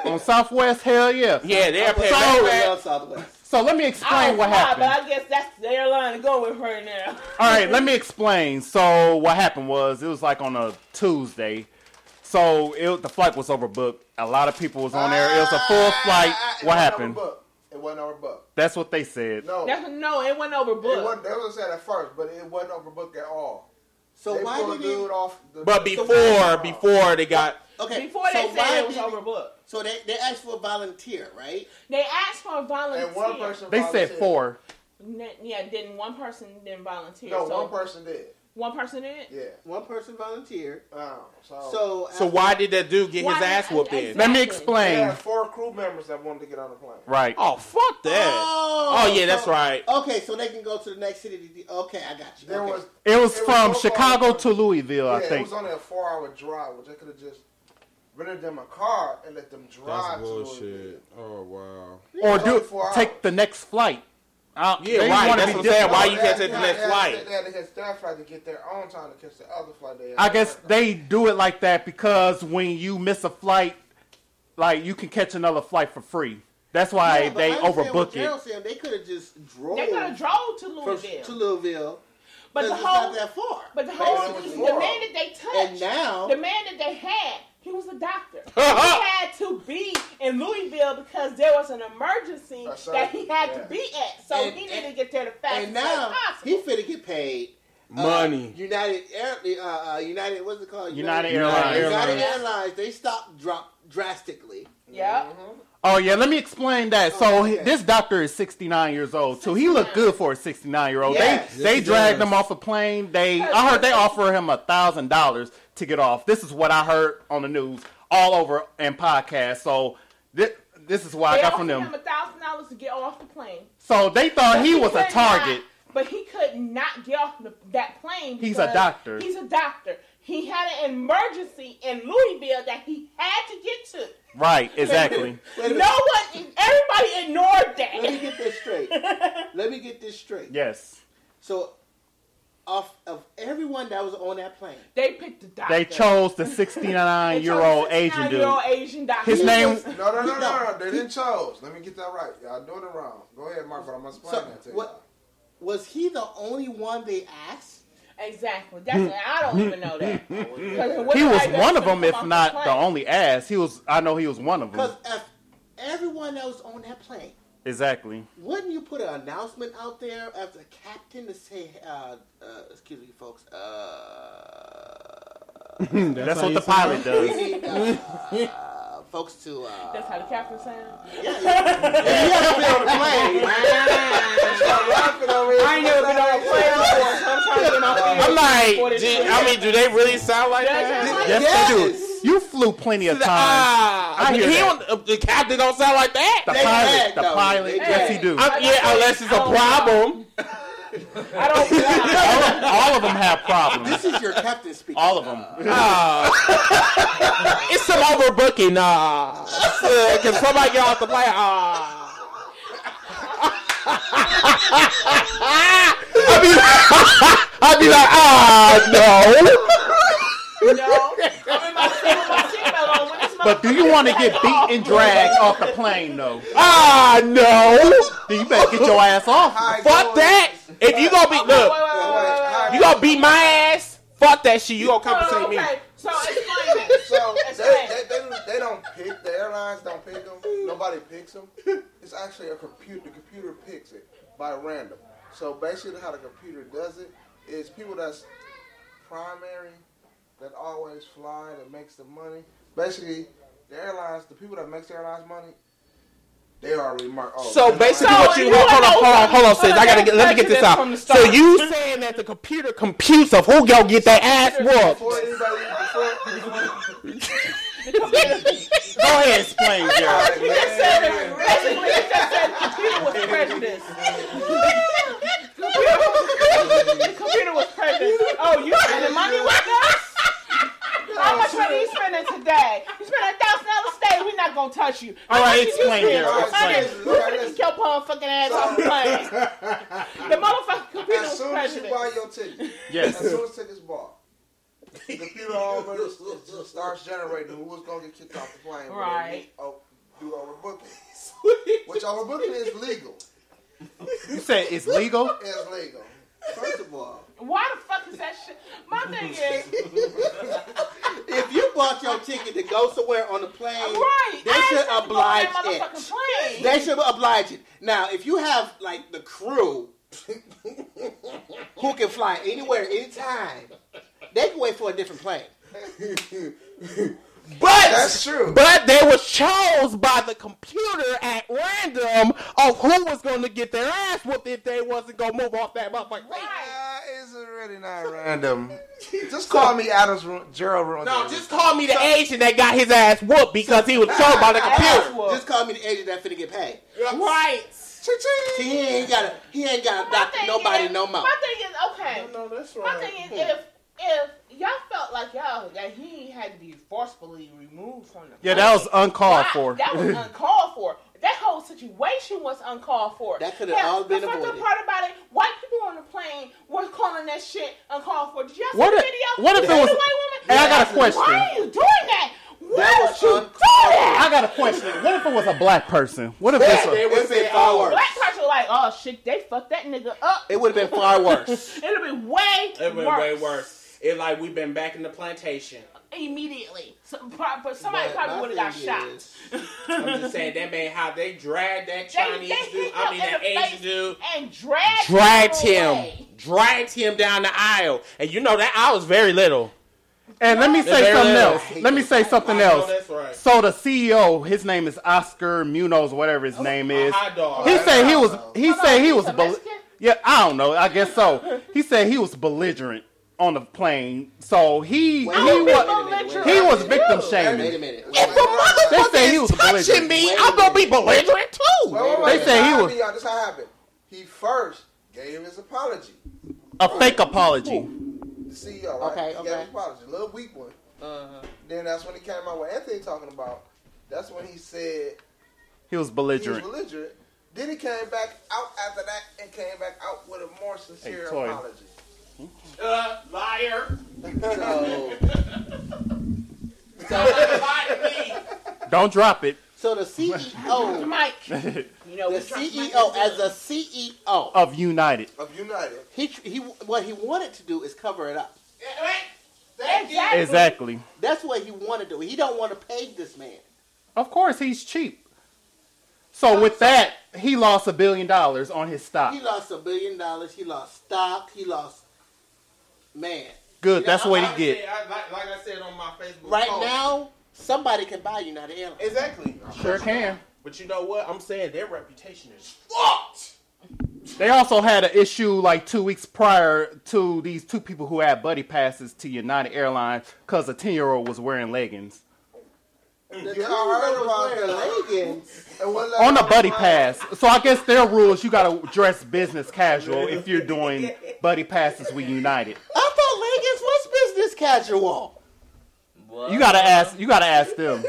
Speaker 1: on Southwest. Hell yeah.
Speaker 2: Yeah, they are petty.
Speaker 1: So-
Speaker 7: I love Southwest.
Speaker 1: So let me
Speaker 5: I
Speaker 1: explain
Speaker 5: don't
Speaker 1: what
Speaker 5: know why,
Speaker 1: happened.
Speaker 5: But I guess that's the airline to go with right now.
Speaker 1: All right, let me explain. So what happened was it was like on a Tuesday. So it, the flight was overbooked. A lot of people was on there. It was a full flight.
Speaker 3: Ah,
Speaker 1: What
Speaker 3: it wasn't
Speaker 1: happened?
Speaker 3: overbooked. It wasn't overbooked.
Speaker 1: That's what they said.
Speaker 3: No.
Speaker 7: Oh.
Speaker 5: That's, no, it went over
Speaker 3: It
Speaker 5: book.
Speaker 3: wasn't, that was said at first, but it wasn't overbooked at all.
Speaker 7: So
Speaker 3: they
Speaker 7: why
Speaker 3: pulled
Speaker 7: did
Speaker 3: a dude
Speaker 7: they?
Speaker 3: off the
Speaker 2: But before, before they got.
Speaker 7: Okay.
Speaker 5: Before they
Speaker 7: so why
Speaker 5: said it was
Speaker 7: did-
Speaker 5: overbooked.
Speaker 7: So they, they asked for a volunteer, right?
Speaker 5: They asked for a volunteer.
Speaker 3: and one person
Speaker 1: They
Speaker 3: volunteered.
Speaker 1: said four.
Speaker 5: N- yeah, didn't one person didn't volunteer.
Speaker 3: No,
Speaker 5: so
Speaker 3: one person did.
Speaker 5: One person did.
Speaker 3: Yeah.
Speaker 7: One person volunteered.
Speaker 3: Um, so,
Speaker 5: Oh.
Speaker 7: So
Speaker 2: So why did that dude get
Speaker 5: Why
Speaker 2: his
Speaker 5: did-
Speaker 2: ass whooped
Speaker 5: exactly.
Speaker 2: in?
Speaker 1: Let me
Speaker 3: they
Speaker 1: explain.
Speaker 3: had four crew members that wanted to get on the plane.
Speaker 1: Right.
Speaker 2: Oh, fuck that.
Speaker 7: Oh,
Speaker 2: Oh, yeah, that's
Speaker 7: so-
Speaker 2: right.
Speaker 7: Okay, so they can go to the next city. To de- okay, I got you.
Speaker 3: There
Speaker 7: okay.
Speaker 3: was
Speaker 1: It was
Speaker 3: It was
Speaker 1: from
Speaker 3: so far
Speaker 1: Chicago
Speaker 3: away.
Speaker 1: to Louisville, I
Speaker 3: yeah, it
Speaker 1: think.
Speaker 3: was only a four hour drive, which I could have just rented them a car and let them drive to Louisville.
Speaker 2: Oh, wow.
Speaker 1: or
Speaker 3: only
Speaker 1: do
Speaker 3: four hours.
Speaker 1: take the next flight. Uh,
Speaker 2: Yeah,
Speaker 1: they
Speaker 2: right,
Speaker 1: wanna
Speaker 2: that's
Speaker 1: be
Speaker 2: what I'm saying.
Speaker 1: different.
Speaker 2: Why
Speaker 3: No,
Speaker 2: you
Speaker 3: they
Speaker 2: can't
Speaker 3: had-
Speaker 2: take the next
Speaker 3: they had-
Speaker 2: flight?
Speaker 3: They had to catch their flight to get their own time to catch the other flight. They had
Speaker 1: I guess
Speaker 3: to-
Speaker 1: they do it like that because when you miss a flight, like you can catch another flight for free. That's why
Speaker 7: Yeah, but
Speaker 1: they
Speaker 7: I understand
Speaker 1: overbook
Speaker 7: what
Speaker 1: it.
Speaker 7: Gerald said. They could have just drove
Speaker 5: They could
Speaker 3: Oh.
Speaker 5: have drove to
Speaker 7: from,
Speaker 5: Louisville,
Speaker 7: to Louisville,
Speaker 5: but the
Speaker 7: it's not
Speaker 5: whole,
Speaker 7: that far.
Speaker 5: but the whole,
Speaker 3: Basically
Speaker 5: the
Speaker 3: four.
Speaker 5: man that they
Speaker 7: and
Speaker 5: touched,
Speaker 7: now,
Speaker 5: the man that they had, he was a doctor. he
Speaker 3: Oh.
Speaker 5: had to be in Louisville because there was an emergency
Speaker 3: That's
Speaker 5: that he had
Speaker 3: right, yeah.
Speaker 5: to be at, so
Speaker 7: And-
Speaker 5: he needed
Speaker 7: and-
Speaker 5: to get there the fastest
Speaker 7: and now
Speaker 5: way possible.
Speaker 7: he finna get paid
Speaker 2: (laughs)
Speaker 7: uh,
Speaker 2: Money.
Speaker 7: United Air, uh, uh, United, what's it called?
Speaker 1: United
Speaker 2: Airlines.
Speaker 7: United
Speaker 5: Airlines.
Speaker 7: Airlines. They stopped drop drastically.
Speaker 5: yeah,
Speaker 1: Oh yeah, let me explain that. So
Speaker 7: Oh,
Speaker 1: he-
Speaker 7: okay.
Speaker 1: this doctor is 69 years old, so he looked
Speaker 5: 69.
Speaker 1: good for a 69 year old.
Speaker 7: Yes.
Speaker 1: They
Speaker 2: Yes,
Speaker 1: they
Speaker 2: he
Speaker 1: dragged
Speaker 2: does.
Speaker 1: him off a plane. They I heard they offer him a thousand dollars to get off. This is what I heard on the news, all over and podcast. So this this is why I
Speaker 5: they
Speaker 1: got
Speaker 5: offered
Speaker 1: from
Speaker 5: him
Speaker 1: them.
Speaker 5: a thousand dollars to get off the plane.
Speaker 1: So they thought he was a
Speaker 5: could
Speaker 1: target.
Speaker 5: not- but he could not get off the, that plane.
Speaker 1: He's a
Speaker 5: because
Speaker 1: doctor.
Speaker 5: He's a doctor. He had an emergency in Louisville that he had to get to. (laughs)
Speaker 1: Right, exactly.
Speaker 7: Wait a minute.
Speaker 5: No one, everybody ignored
Speaker 7: Let me
Speaker 5: that.
Speaker 7: get this
Speaker 5: (laughs)
Speaker 7: straight. Let me get this straight.
Speaker 1: yes,
Speaker 7: So, off of everyone that was on that plane,
Speaker 5: They picked the doctor.
Speaker 1: they chose the
Speaker 5: (laughs) They
Speaker 1: 69
Speaker 5: chose
Speaker 1: year old
Speaker 5: a
Speaker 1: Asian dude.
Speaker 5: 69-year-old Asian doctor.
Speaker 1: His name.
Speaker 3: No, no, no, no, no. They didn't chose. Let me get that right. Y'all doing it wrong. Go ahead, Mark, but I'm going to explain
Speaker 7: So,
Speaker 3: that to you.
Speaker 7: what- was he the only one they asked?
Speaker 5: Exactly. That's I don't even
Speaker 1: (laughs)
Speaker 5: know that. 'Cause what
Speaker 1: He was
Speaker 5: if I
Speaker 1: one of
Speaker 5: come
Speaker 1: them, if
Speaker 5: off
Speaker 1: not
Speaker 5: plane?
Speaker 1: the only ass. He was. I know he was one of them.
Speaker 7: Because if everyone that was on that plane
Speaker 1: Exactly.
Speaker 7: Wouldn't you put an announcement out there as a captain to say, uh, uh, excuse me, folks, uh,
Speaker 4: That's,
Speaker 1: That's,
Speaker 4: how
Speaker 1: what
Speaker 4: you
Speaker 1: the
Speaker 4: sound.
Speaker 1: pilot does.
Speaker 7: (laughs) uh, folks to, uh,
Speaker 5: That's how the captain sounds.
Speaker 7: yeah, yeah, yeah, you have to be on the plane.
Speaker 6: I ain't never been on a plane before. so I'm trying to get my feet.
Speaker 2: I'm like, do, I mean, do they really sound like that?
Speaker 1: Yes, they do. You flew plenty of times.
Speaker 2: Ah,
Speaker 1: I hear
Speaker 2: he
Speaker 1: that.
Speaker 2: don't- uh, the captain don't sound like that.
Speaker 1: The
Speaker 7: They
Speaker 1: pilot,
Speaker 7: had,
Speaker 1: the
Speaker 7: though.
Speaker 1: pilot.
Speaker 7: They
Speaker 1: Yes, he
Speaker 7: had.
Speaker 1: do.
Speaker 2: I'm- yeah, unless it's a problem.
Speaker 5: I
Speaker 1: (laughs)
Speaker 5: don't.
Speaker 1: all, of, all of them have problems.
Speaker 7: This is your captain speaking.
Speaker 1: All of them.
Speaker 2: Ah. (laughs) it's some overbooking. Nah, can somebody get off the plane? Ah. (laughs) I'd be (laughs) like, I'd be like, ah, no.
Speaker 5: No, I'm in my seat- my seatbelt on when this
Speaker 1: But do you want to get beat and dragged off the plane, though?
Speaker 2: Ah, no.
Speaker 1: Then you better get your ass off.
Speaker 2: Fuck that. If you gonna beat,
Speaker 5: Wait, wait,
Speaker 2: look,
Speaker 5: wait, wait, wait, wait.
Speaker 2: you gonna beat my ass. Fuck that shit. You gonna
Speaker 5: Hold
Speaker 2: compensate
Speaker 5: on,
Speaker 2: me.
Speaker 5: okay.
Speaker 3: (laughs)
Speaker 5: So explain that.
Speaker 3: So they, they, they, don't- they don't pick the airlines don't pick them. Nobody picks them. It's actually a computer. The computer picks it by random. So basically, how the computer does it is people that's primary that always fly that makes the money. Basically, the airlines, the people that makes the airlines money, they already mark. Oh,
Speaker 2: So
Speaker 3: that's
Speaker 2: basically,
Speaker 5: So
Speaker 2: what you
Speaker 5: you
Speaker 2: hold, hold on,
Speaker 5: wanna
Speaker 2: hold
Speaker 5: know
Speaker 2: on, hold on, sis.
Speaker 5: what
Speaker 2: I gotta
Speaker 5: the
Speaker 2: get, let me get
Speaker 5: hell
Speaker 2: this
Speaker 5: is
Speaker 2: out.
Speaker 5: from the
Speaker 2: So
Speaker 5: start?
Speaker 2: you saying that the computer computes of who gonna get their ass
Speaker 3: right.
Speaker 2: whooped?
Speaker 3: before anybody before.
Speaker 1: Go ahead, explain, Jared.
Speaker 5: You just said that. Basically, you just said the computer was prejudiced. the computer was prejudiced. Oh, you spending money with us? How much money you spending today? You spend a thousand dollars today. We're not gonna touch you.
Speaker 1: All right,
Speaker 5: How much did you
Speaker 1: explain,
Speaker 5: spend?
Speaker 1: Derek,
Speaker 3: explain.
Speaker 5: Hundred. We're gonna get your punk fucking ass off the plane. The motherfucking computer
Speaker 3: As
Speaker 5: was
Speaker 3: soon as you
Speaker 5: prejudiced.
Speaker 3: buy your ticket, as
Speaker 1: Yes.
Speaker 3: soon as tickets bought, the computer already s- s- starts generating who was gonna get kicked off the plane. when they
Speaker 5: Right.
Speaker 3: o- Do overbooking, which overbooking is legal.
Speaker 1: You said it's legal?
Speaker 3: Is legal.
Speaker 7: First of all,
Speaker 5: Why the fuck is that shit? My thing is,
Speaker 7: if you bought your ticket to go somewhere on the plane,
Speaker 5: right?
Speaker 7: They
Speaker 5: I
Speaker 7: should
Speaker 5: ain't finna go on that
Speaker 7: oblige it.
Speaker 5: motherfucking plane.
Speaker 7: They should oblige it. Now, if you have like the crew who can fly anywhere, anytime, they can wait for a different plane.
Speaker 3: That's
Speaker 2: But
Speaker 3: true.
Speaker 2: but they was chose by the computer at random of who was gonna get their ass whooped if they wasn't gonna move off that motherfucker.
Speaker 3: Uh, it's really not random. Just call me Adams Ru- Gerald Ruin.
Speaker 2: No, just call me the Asian that got his ass whooped because he was chose by the computer.
Speaker 5: Well-
Speaker 7: Just call me the agent that finna get paid.
Speaker 2: Right.
Speaker 7: See, he ain't got he ain't got to
Speaker 5: My
Speaker 7: dock
Speaker 5: thing
Speaker 7: nobody
Speaker 5: is-
Speaker 7: no more.
Speaker 5: My thing is okay.
Speaker 7: No, that's
Speaker 5: My thing is if if y'all felt like y'all that he had to be forcefully removed from the
Speaker 1: Yeah, that was uncalled
Speaker 5: Why?
Speaker 1: for. (laughs)
Speaker 5: That was uncalled for. That whole situation was uncalled for.
Speaker 7: That could've
Speaker 5: Hell,
Speaker 7: all been
Speaker 5: the fucked up
Speaker 7: avoided.
Speaker 5: part about it, white people on the plane were calling that shit uncalled for. Did y'all see
Speaker 1: What
Speaker 5: the
Speaker 1: if-
Speaker 5: video?
Speaker 1: what if it
Speaker 5: The
Speaker 1: was-
Speaker 5: white woman?
Speaker 1: Hey, I got a question.
Speaker 5: Why are you doing that? Why
Speaker 7: That
Speaker 5: would
Speaker 7: was
Speaker 5: you do
Speaker 7: uncalled
Speaker 5: that?
Speaker 1: I got a question. What if it was a black person? What if this
Speaker 7: It
Speaker 1: was
Speaker 7: would have been far worse.
Speaker 5: Black person like, oh shit, they fucked that nigga up.
Speaker 7: It would have been far worse.
Speaker 5: It'll be way
Speaker 2: It went
Speaker 5: worse.
Speaker 2: way worse. It like we've been back in the plantation.
Speaker 5: immediately. Some, pro- but somebody
Speaker 7: But
Speaker 5: probably
Speaker 7: my
Speaker 5: would have got shot.
Speaker 7: thing is,
Speaker 2: I'm (laughs) just saying that man how they dragged that
Speaker 5: They-
Speaker 2: Chinese
Speaker 5: they hit
Speaker 2: dude.
Speaker 5: him
Speaker 2: I mean
Speaker 5: in
Speaker 2: that
Speaker 5: the
Speaker 2: Asian
Speaker 5: face
Speaker 2: dude.
Speaker 5: And dragged,
Speaker 2: Dragged
Speaker 5: away.
Speaker 2: him, dragged him down the aisle, and you know that I was very little.
Speaker 1: And let me say
Speaker 2: Very
Speaker 1: something
Speaker 2: little.
Speaker 1: else. Let me say something else.
Speaker 2: right.
Speaker 1: So the CEO, his name is Oscar Munoz, whatever his name is.
Speaker 2: high dog.
Speaker 1: He said he was. He
Speaker 5: Hold
Speaker 1: said
Speaker 5: on,
Speaker 1: he
Speaker 5: he's
Speaker 1: was.
Speaker 5: a
Speaker 1: bel-
Speaker 5: Mexican?
Speaker 1: Yeah, I don't know. I guess so. He said he was belligerent on the plane. So he he
Speaker 7: Wait a minute, wait a
Speaker 1: was
Speaker 7: minute, wait a
Speaker 1: he
Speaker 7: minute.
Speaker 1: was victim
Speaker 7: Wait a
Speaker 1: shaming.
Speaker 7: minute.
Speaker 2: If a
Speaker 1: They say he
Speaker 2: motherfucker
Speaker 1: was
Speaker 2: is touching
Speaker 1: belligerent.
Speaker 2: me, I'm gonna be belligerent too.
Speaker 1: They say he was-
Speaker 3: This how it happened. He first gave his apology.
Speaker 1: A fake apology.
Speaker 3: The CEO, E right?
Speaker 7: Okay,
Speaker 3: he gave
Speaker 7: okay.
Speaker 3: his apology. little weak one.
Speaker 7: Uh-huh.
Speaker 3: Then that's when he came out with Anthony talking about. That's when he said
Speaker 1: He was
Speaker 3: he was
Speaker 1: belligerent.
Speaker 3: belligerent. Then he came back out after that and came back out with a more sincere
Speaker 1: Hey, Toy.
Speaker 3: apology.
Speaker 2: Uh, liar.
Speaker 7: So,
Speaker 1: Don't drop it
Speaker 7: so the CEO,
Speaker 5: Mike,
Speaker 7: (laughs)
Speaker 5: you know,
Speaker 7: the
Speaker 5: we
Speaker 7: E
Speaker 5: tried- Mike
Speaker 7: CEO
Speaker 5: is
Speaker 7: as a CEO,
Speaker 1: of United.
Speaker 3: Of United.
Speaker 7: he he what he wanted to do is cover it up.
Speaker 5: exactly.
Speaker 1: Exactly.
Speaker 7: That's what he wanted to do. He don't want to pay this man.
Speaker 1: Of course, he's cheap. So with that, he lost a billion dollars on his stock.
Speaker 7: He lost a billion dollars. He lost stock. He lost man.
Speaker 1: Good, that's what
Speaker 7: I-
Speaker 1: he get.
Speaker 2: I, like, like I said on my Facebook.
Speaker 7: Right
Speaker 2: post.
Speaker 7: now, somebody can buy United Airlines.
Speaker 2: exactly.
Speaker 1: Sure can.
Speaker 2: But you know what? I'm saying their reputation is
Speaker 1: They also had an issue like two weeks prior to these two people who had buddy passes to United Airlines because a ten year old was wearing leggings
Speaker 3: Yeah, I heard about that.
Speaker 7: Leggings.
Speaker 3: And what Oh,
Speaker 1: on a buddy pass. So I guess their rules you gotta dress business casual if you're doing buddy passes with United.
Speaker 7: I thought leggings was business casual.
Speaker 1: You gotta ask. You gotta ask them.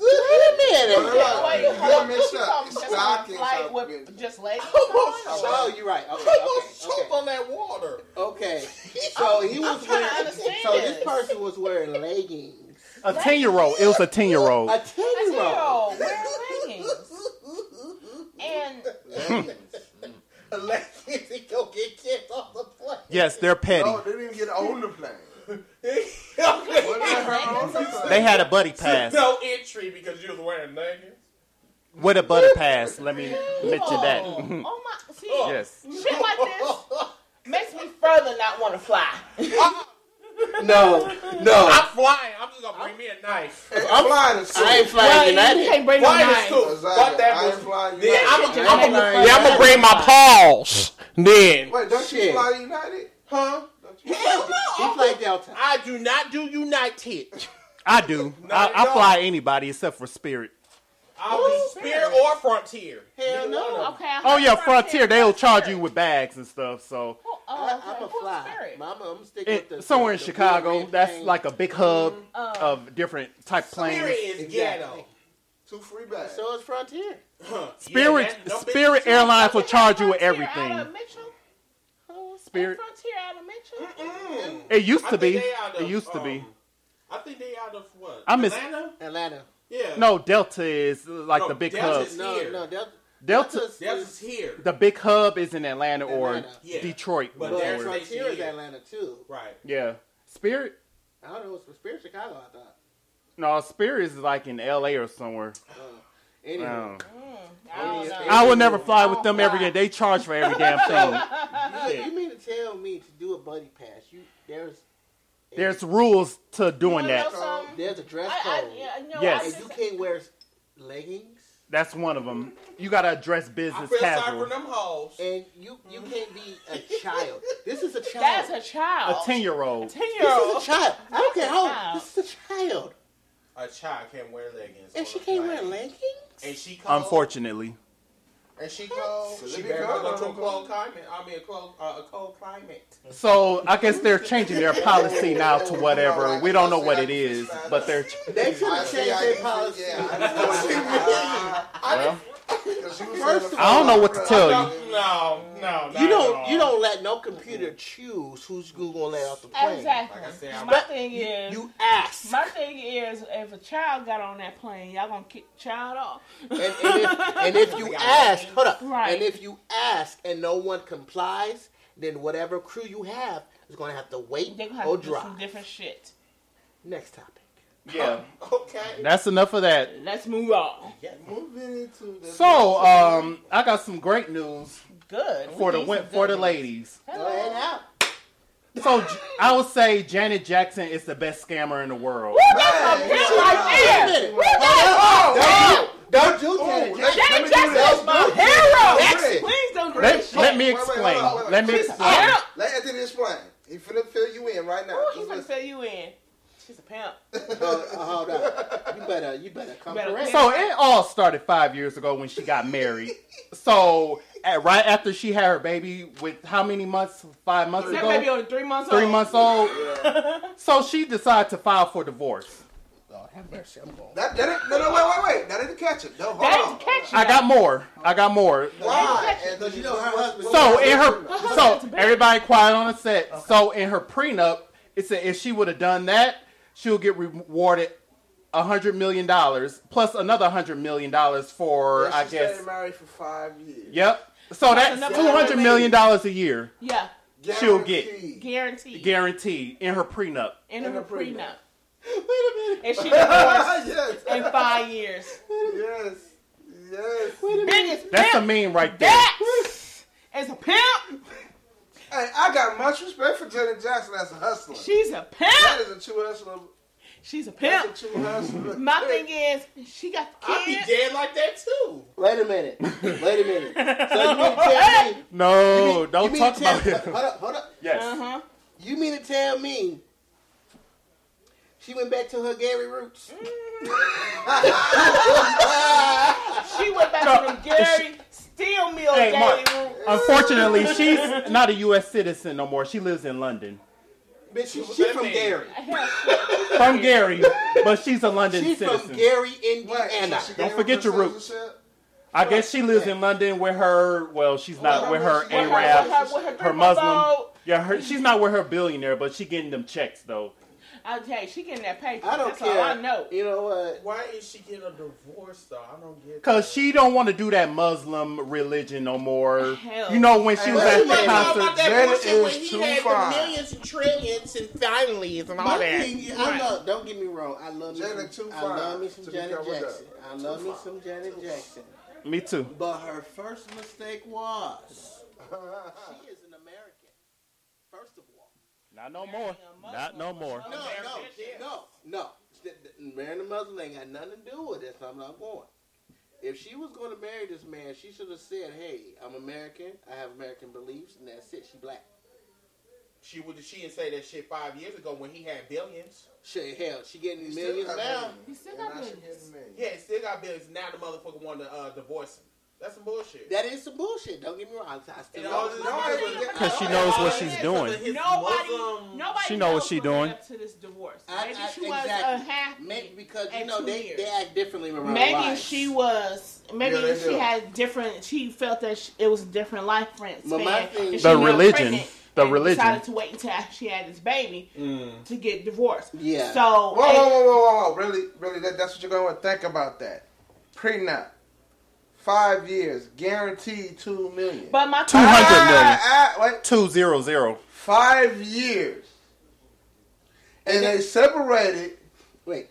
Speaker 7: Wait a minute.
Speaker 3: Look,
Speaker 5: Wait,
Speaker 3: you
Speaker 5: hold
Speaker 3: gotta
Speaker 5: on.
Speaker 3: mix
Speaker 5: You
Speaker 3: up
Speaker 5: talking just on
Speaker 3: stockings,
Speaker 5: flight
Speaker 3: I
Speaker 5: with
Speaker 3: mean.
Speaker 5: just leggings?
Speaker 7: Oh, you're right. Okay,
Speaker 2: choke
Speaker 7: okay,
Speaker 2: on that water.
Speaker 7: okay. okay. So he was
Speaker 5: trying to
Speaker 7: wearing.
Speaker 5: understand
Speaker 7: So this
Speaker 5: this.
Speaker 7: person was wearing leggings.
Speaker 1: A ten year old. It was a ten year old.
Speaker 7: A ten
Speaker 5: A
Speaker 7: year old.
Speaker 5: ten-year-old wearing leggings. And
Speaker 7: (laughs)
Speaker 1: Hmm.
Speaker 7: Leggings. He go get kicked off the plane.
Speaker 1: Yes, they're petty.
Speaker 3: No, they didn't even get on the plane.
Speaker 2: (laughs) no
Speaker 3: What about her own plane?
Speaker 1: They had a buddy pass.
Speaker 2: entry because you was wearing leggings.
Speaker 1: With a buddy pass. Let me mention
Speaker 5: oh,
Speaker 2: (laughs)
Speaker 1: that.
Speaker 5: oh my, see,
Speaker 1: (laughs) Yes.
Speaker 5: shit like this makes me further not want to fly.
Speaker 7: No, no.
Speaker 2: I'm flying. I'm just gonna bring me a (laughs) knife.
Speaker 3: I'm flying to school.
Speaker 7: I
Speaker 5: Well,
Speaker 7: ain't flying
Speaker 5: you
Speaker 7: United.
Speaker 5: can't bring no
Speaker 2: Flying is
Speaker 5: knife.
Speaker 2: cool. Fuck
Speaker 3: Exactly.
Speaker 2: that
Speaker 3: I ain't
Speaker 2: bullshit.
Speaker 3: flying
Speaker 2: Then
Speaker 3: United.
Speaker 2: I'm,
Speaker 5: Shit, you
Speaker 2: gonna-
Speaker 5: ain't
Speaker 2: I'm,
Speaker 5: flying.
Speaker 2: gonna bring my paws. Then,
Speaker 3: Wait, don't you
Speaker 7: Shit.
Speaker 3: fly United?
Speaker 2: huh?
Speaker 7: He fly Delta.
Speaker 2: I do not do United.
Speaker 1: I do. I, I fly anybody except for Spirit.
Speaker 2: I'll do Spirit or Frontier.
Speaker 7: Hell no.
Speaker 5: Okay. I
Speaker 1: Oh
Speaker 5: heard
Speaker 1: yeah,
Speaker 5: Frontier,
Speaker 1: Frontier. They'll
Speaker 5: Frontier.
Speaker 1: charge you with bags and stuff. So
Speaker 5: Oh,
Speaker 7: I,
Speaker 5: okay.
Speaker 7: I'm a
Speaker 5: Who's
Speaker 7: fly.
Speaker 5: Spirit?
Speaker 7: Mama, I'm sticking
Speaker 1: it,
Speaker 7: with the,
Speaker 1: somewhere in
Speaker 7: the- the
Speaker 1: Chicago,
Speaker 7: blue-red
Speaker 1: that's
Speaker 7: paint.
Speaker 1: like a big hub
Speaker 5: Oh.
Speaker 1: of different type
Speaker 2: Spirit
Speaker 1: planes.
Speaker 2: is
Speaker 7: Exactly.
Speaker 2: ghetto.
Speaker 3: Two free bags.
Speaker 7: So is Frontier.
Speaker 1: Spirit
Speaker 2: Yeah, that- no
Speaker 1: Spirit
Speaker 2: bitches-
Speaker 1: Airlines will charge you with
Speaker 5: Frontier out of
Speaker 1: everything.
Speaker 5: Mitchell? Who's
Speaker 1: Spirit-
Speaker 5: Frontier out of Mitchell?
Speaker 2: Mm.
Speaker 1: It used
Speaker 2: I
Speaker 1: to
Speaker 2: think
Speaker 1: be.
Speaker 2: they out
Speaker 1: It
Speaker 2: of,
Speaker 1: used to be.
Speaker 2: um, I think they out of what?
Speaker 1: I miss-
Speaker 2: Atlanta?
Speaker 7: Atlanta.
Speaker 2: Yeah.
Speaker 1: No, Delta is like
Speaker 2: No,
Speaker 1: the big hub.
Speaker 2: Delta's-
Speaker 7: No,
Speaker 2: Here.
Speaker 7: no, Delta.
Speaker 1: Delta,
Speaker 2: That's here.
Speaker 1: the big hub is in Atlanta or
Speaker 7: Atlanta.
Speaker 2: Yeah.
Speaker 1: Detroit.
Speaker 2: But
Speaker 7: But
Speaker 2: there's-
Speaker 1: or-
Speaker 7: Frontier is
Speaker 2: here.
Speaker 7: Atlanta too.
Speaker 2: right.
Speaker 1: yeah, Spirit.
Speaker 7: I don't know. It was from Spirit Chicago. I thought.
Speaker 1: No, Spirit is like in L.A. or somewhere.
Speaker 7: Anyway,
Speaker 1: Um,
Speaker 5: Mm, I don't know.
Speaker 1: I will never fly with
Speaker 5: Oh,
Speaker 1: them every
Speaker 5: wow.
Speaker 1: day. They charge for every damn
Speaker 2: (laughs)
Speaker 1: thing.
Speaker 7: you, you mean to tell me to do a buddy pass? You there's
Speaker 1: There's rules to doing
Speaker 5: Wanna know
Speaker 1: that.
Speaker 5: something?
Speaker 7: there's a dress
Speaker 5: I,
Speaker 7: code,
Speaker 5: I, yeah, no,
Speaker 1: Yes.
Speaker 5: I
Speaker 7: and
Speaker 5: just-
Speaker 7: you can't wear leggings,
Speaker 1: That's one of them. You gotta address
Speaker 2: I
Speaker 1: business
Speaker 2: feel sorry for
Speaker 1: casual.
Speaker 2: them hoes.
Speaker 7: and you you can't be a child. This is a child.
Speaker 5: that's a child.
Speaker 1: A ten year old.
Speaker 5: ten year
Speaker 7: this
Speaker 5: (laughs) old.
Speaker 7: is a child. I don't care how.
Speaker 5: child.
Speaker 7: old. This is a child,
Speaker 2: A child can't wear leggings.
Speaker 7: and
Speaker 2: on
Speaker 7: she
Speaker 2: a
Speaker 7: can't
Speaker 2: plane.
Speaker 7: wear leggings.
Speaker 2: And she cold.
Speaker 1: Unfortunately,
Speaker 2: And she cold.
Speaker 3: So
Speaker 2: she
Speaker 3: let me
Speaker 2: better
Speaker 3: go.
Speaker 2: not go to a cold climate. I mean, a cold, uh, a cold climate.
Speaker 1: so I guess they're changing their policy now to whatever. We don't know what it is, but they're.
Speaker 7: They should
Speaker 3: I
Speaker 7: have
Speaker 3: see,
Speaker 7: changed
Speaker 3: I
Speaker 7: their
Speaker 3: see,
Speaker 7: policy.
Speaker 3: yeah,
Speaker 7: (laughs)
Speaker 3: I know what you mean.
Speaker 1: Well,
Speaker 3: Because you was
Speaker 7: First
Speaker 3: on the
Speaker 7: of all-
Speaker 1: I don't know what to tell you.
Speaker 2: No, no, no.
Speaker 7: You don't you don't let no computer choose who's who gonna let off the plane.
Speaker 5: Exactly.
Speaker 2: Like I said, I'm-
Speaker 5: my thing is,
Speaker 7: You ask.
Speaker 5: my thing is, if a child got on that plane, y'all gonna kick the child off.
Speaker 7: And, and, if, and if (laughs) you ask, hold up.
Speaker 5: Right.
Speaker 7: And if you ask and no one complies, then whatever crew you have is going to have to wait
Speaker 5: They gonna have
Speaker 7: or
Speaker 5: to do some
Speaker 7: drop.
Speaker 5: different shit.
Speaker 7: Next topic.
Speaker 1: Yeah,
Speaker 2: Okay.
Speaker 1: that's enough of that.
Speaker 5: Let's move on.
Speaker 3: Moving into the
Speaker 1: So, um, I got some great news
Speaker 5: Good
Speaker 1: for the
Speaker 5: We need
Speaker 1: win-
Speaker 5: some
Speaker 1: for the
Speaker 5: good-
Speaker 1: ladies.
Speaker 7: Go ahead now.
Speaker 1: So J- I would say Janet Jackson is the best scammer in the world.
Speaker 5: That's a bitch
Speaker 7: Wait a
Speaker 5: right there.
Speaker 7: minute. Oh, Don't do Janet Jackson.
Speaker 5: Janet Jackson is my
Speaker 7: Jackson.
Speaker 5: hero. Please don't do that
Speaker 1: Let,
Speaker 5: shit.
Speaker 1: let me
Speaker 3: Wait, wait, hold
Speaker 1: explain.
Speaker 3: on, wait, wait.
Speaker 1: Let me
Speaker 3: She's
Speaker 1: explain.
Speaker 5: Yeah.
Speaker 3: Let Anthony explain. He finna fill you in right now.
Speaker 5: Ooh,
Speaker 3: Just
Speaker 5: he's gonna
Speaker 3: listen.
Speaker 5: fill you in. She's a pimp.
Speaker 7: Oh, oh, hold up. You better, you better come
Speaker 5: Better
Speaker 7: correct.
Speaker 1: So it all started five years ago when she got married. so at, right after she had her baby, with how many months? Five months
Speaker 5: That
Speaker 1: ago.
Speaker 5: baby only three months old.
Speaker 1: Three months old. So she decided to file for divorce.
Speaker 7: Lord, have mercy. I'm going.
Speaker 3: That, that ain't, no, no, wait, wait, wait. That didn't catch it. No, hold
Speaker 5: That
Speaker 7: Oh.
Speaker 3: on.
Speaker 5: is catchy.
Speaker 1: I got more. I got more.
Speaker 3: Why?
Speaker 7: Because you know her husband.
Speaker 1: So in her, so everybody quiet on the set. So in her prenup, it said if she would have done that, she'll get rewarded a hundred million dollars plus another hundred million dollars for I
Speaker 3: she
Speaker 1: guess.
Speaker 3: stayed married for five years.
Speaker 1: Yep. So that's
Speaker 5: another
Speaker 1: two hundred million dollars a year
Speaker 5: Yeah,
Speaker 1: she'll get.
Speaker 3: Guaranteed. (laughs)
Speaker 5: guaranteed.
Speaker 1: guaranteed in her prenup.
Speaker 5: in
Speaker 3: in
Speaker 5: her
Speaker 3: a prenup.
Speaker 7: (laughs)
Speaker 5: prenup. Wait a minute. And she divorced
Speaker 3: yes.
Speaker 5: in five years.
Speaker 3: Yes. Yes.
Speaker 5: Biggest
Speaker 1: That's a
Speaker 5: pimp.
Speaker 1: meme right there.
Speaker 5: That is a pimp.
Speaker 3: Hey, I got much respect for Janet Jackson as a hustler.
Speaker 5: She's a
Speaker 3: that
Speaker 5: pimp.
Speaker 3: is a true hustler.
Speaker 5: She's a
Speaker 3: That's a
Speaker 5: pimp.
Speaker 3: true hustler.
Speaker 5: (laughs) My thing is, she got
Speaker 2: I'd be
Speaker 5: kids.
Speaker 2: dead like that too.
Speaker 7: Wait a minute. Wait a
Speaker 5: (laughs)
Speaker 7: minute. So you mean to tell me?
Speaker 1: No, don't
Speaker 7: you mean
Speaker 1: talk
Speaker 7: to tell,
Speaker 1: about it.
Speaker 7: (laughs) Hold up, hold up.
Speaker 1: Yes.
Speaker 5: Uh-huh.
Speaker 7: You mean to tell me she went back to her Gary roots?
Speaker 5: Mm. She went back to the Gary Steel Mill
Speaker 1: Hey,
Speaker 5: dating
Speaker 1: Mark.
Speaker 5: room.
Speaker 1: Unfortunately, she's not a U.S. citizen no more. She lives in London.
Speaker 7: Bitch, she,
Speaker 2: What
Speaker 7: she
Speaker 2: that
Speaker 7: from
Speaker 2: mean?
Speaker 7: Gary.
Speaker 1: From Gary, but she's a London
Speaker 7: She's
Speaker 1: citizen.
Speaker 7: from Gary,
Speaker 3: What, so
Speaker 7: Indiana.
Speaker 3: she gave
Speaker 1: Don't
Speaker 3: up
Speaker 1: forget
Speaker 3: her
Speaker 1: your roots.
Speaker 3: citizenship?
Speaker 1: I guess she lives in London with her. Well, she's not
Speaker 3: Well,
Speaker 1: with her
Speaker 3: with her-
Speaker 5: With
Speaker 1: Arab,
Speaker 5: her, with her, with her,
Speaker 1: her
Speaker 5: grandma
Speaker 1: Muslim.
Speaker 5: vote.
Speaker 1: Yeah, her, she's not with her billionaire, but she getting them checks though.
Speaker 5: Okay, she getting that paper.
Speaker 7: I don't
Speaker 5: That's
Speaker 7: care.
Speaker 5: all I know.
Speaker 7: You know what?
Speaker 2: Why is she getting a divorce though? I don't get.
Speaker 1: Cause she don't want to do that Muslim religion no more.
Speaker 5: Hell.
Speaker 1: You know when she was
Speaker 3: Hey,
Speaker 1: at
Speaker 2: That's
Speaker 1: the
Speaker 3: what
Speaker 2: Oh about
Speaker 1: concert.
Speaker 2: that
Speaker 3: That
Speaker 2: bullshit when
Speaker 3: is
Speaker 2: he
Speaker 3: too
Speaker 2: had
Speaker 3: far.
Speaker 2: the millions and trillions and families and all
Speaker 7: My
Speaker 2: that.
Speaker 7: thing, I love, don't get me wrong. I love me,
Speaker 3: Janet
Speaker 7: some,
Speaker 3: too
Speaker 7: I
Speaker 3: fine
Speaker 7: love me some
Speaker 3: to be
Speaker 7: Janet
Speaker 3: covered up.
Speaker 7: Jackson. I love me some Janet Jackson.
Speaker 1: Me too.
Speaker 7: But her first mistake
Speaker 3: (laughs)
Speaker 7: was she is an American. First of all.
Speaker 1: Not no more. Not no more.
Speaker 7: No, no, no, no. Th- th- Marrying a Muslim ain't got nothing to do with this. I'm not going. If she was going to marry this man, she should have said, "Hey, I'm American. I have American beliefs, and that's it. She black.
Speaker 2: She would. She didn't say that shit five years ago when he had billions.
Speaker 7: Shit, hell, she getting
Speaker 3: She
Speaker 7: millions
Speaker 3: still got
Speaker 7: now.
Speaker 3: millions.
Speaker 5: He still
Speaker 3: And
Speaker 5: got
Speaker 3: now she
Speaker 5: business.
Speaker 3: getting millions.
Speaker 2: Yeah, he still got billions. Now the motherfucker want to uh, divorce him. That's some bullshit.
Speaker 7: That is some bullshit. Don't get me wrong. I- I still
Speaker 2: And all
Speaker 7: love
Speaker 2: this-
Speaker 7: this
Speaker 3: no,
Speaker 7: man.
Speaker 3: it was-
Speaker 1: Cause she knows
Speaker 2: all
Speaker 1: what
Speaker 2: that
Speaker 1: she's
Speaker 2: is
Speaker 1: doing.
Speaker 2: because of his
Speaker 5: Nobody,
Speaker 2: Muslim-
Speaker 5: nobody
Speaker 1: She know what she
Speaker 5: what
Speaker 1: doing.
Speaker 5: led Up to this divorce.
Speaker 7: I-
Speaker 5: Maybe
Speaker 7: I-
Speaker 5: she was
Speaker 7: exactly.
Speaker 5: unhappy.
Speaker 7: Maybe because you
Speaker 5: at
Speaker 7: know
Speaker 5: two
Speaker 7: they,
Speaker 5: years.
Speaker 7: they act differently around
Speaker 5: Maybe
Speaker 7: wives.
Speaker 5: she was. Maybe
Speaker 3: Yeah, they
Speaker 5: she
Speaker 3: do.
Speaker 5: had different. She felt that she, it was a different life span.
Speaker 7: But my
Speaker 5: span,
Speaker 7: thing-
Speaker 5: and she
Speaker 1: The
Speaker 5: got
Speaker 1: religion.
Speaker 5: pregnant
Speaker 1: The
Speaker 5: and
Speaker 1: religion.
Speaker 5: Decided to wait until she had this baby to get divorced.
Speaker 7: Yeah.
Speaker 5: So
Speaker 3: Whoa, whoa, whoa, whoa, whoa, whoa! Really, really? That, that's what you're going with? Think about that. Prenup, five years, guaranteed two million.
Speaker 5: But my
Speaker 1: Two hundred
Speaker 5: question-
Speaker 1: million.
Speaker 3: Ah, ah, wait,
Speaker 1: Two zero zero.
Speaker 3: five years, and they separated
Speaker 7: Wait,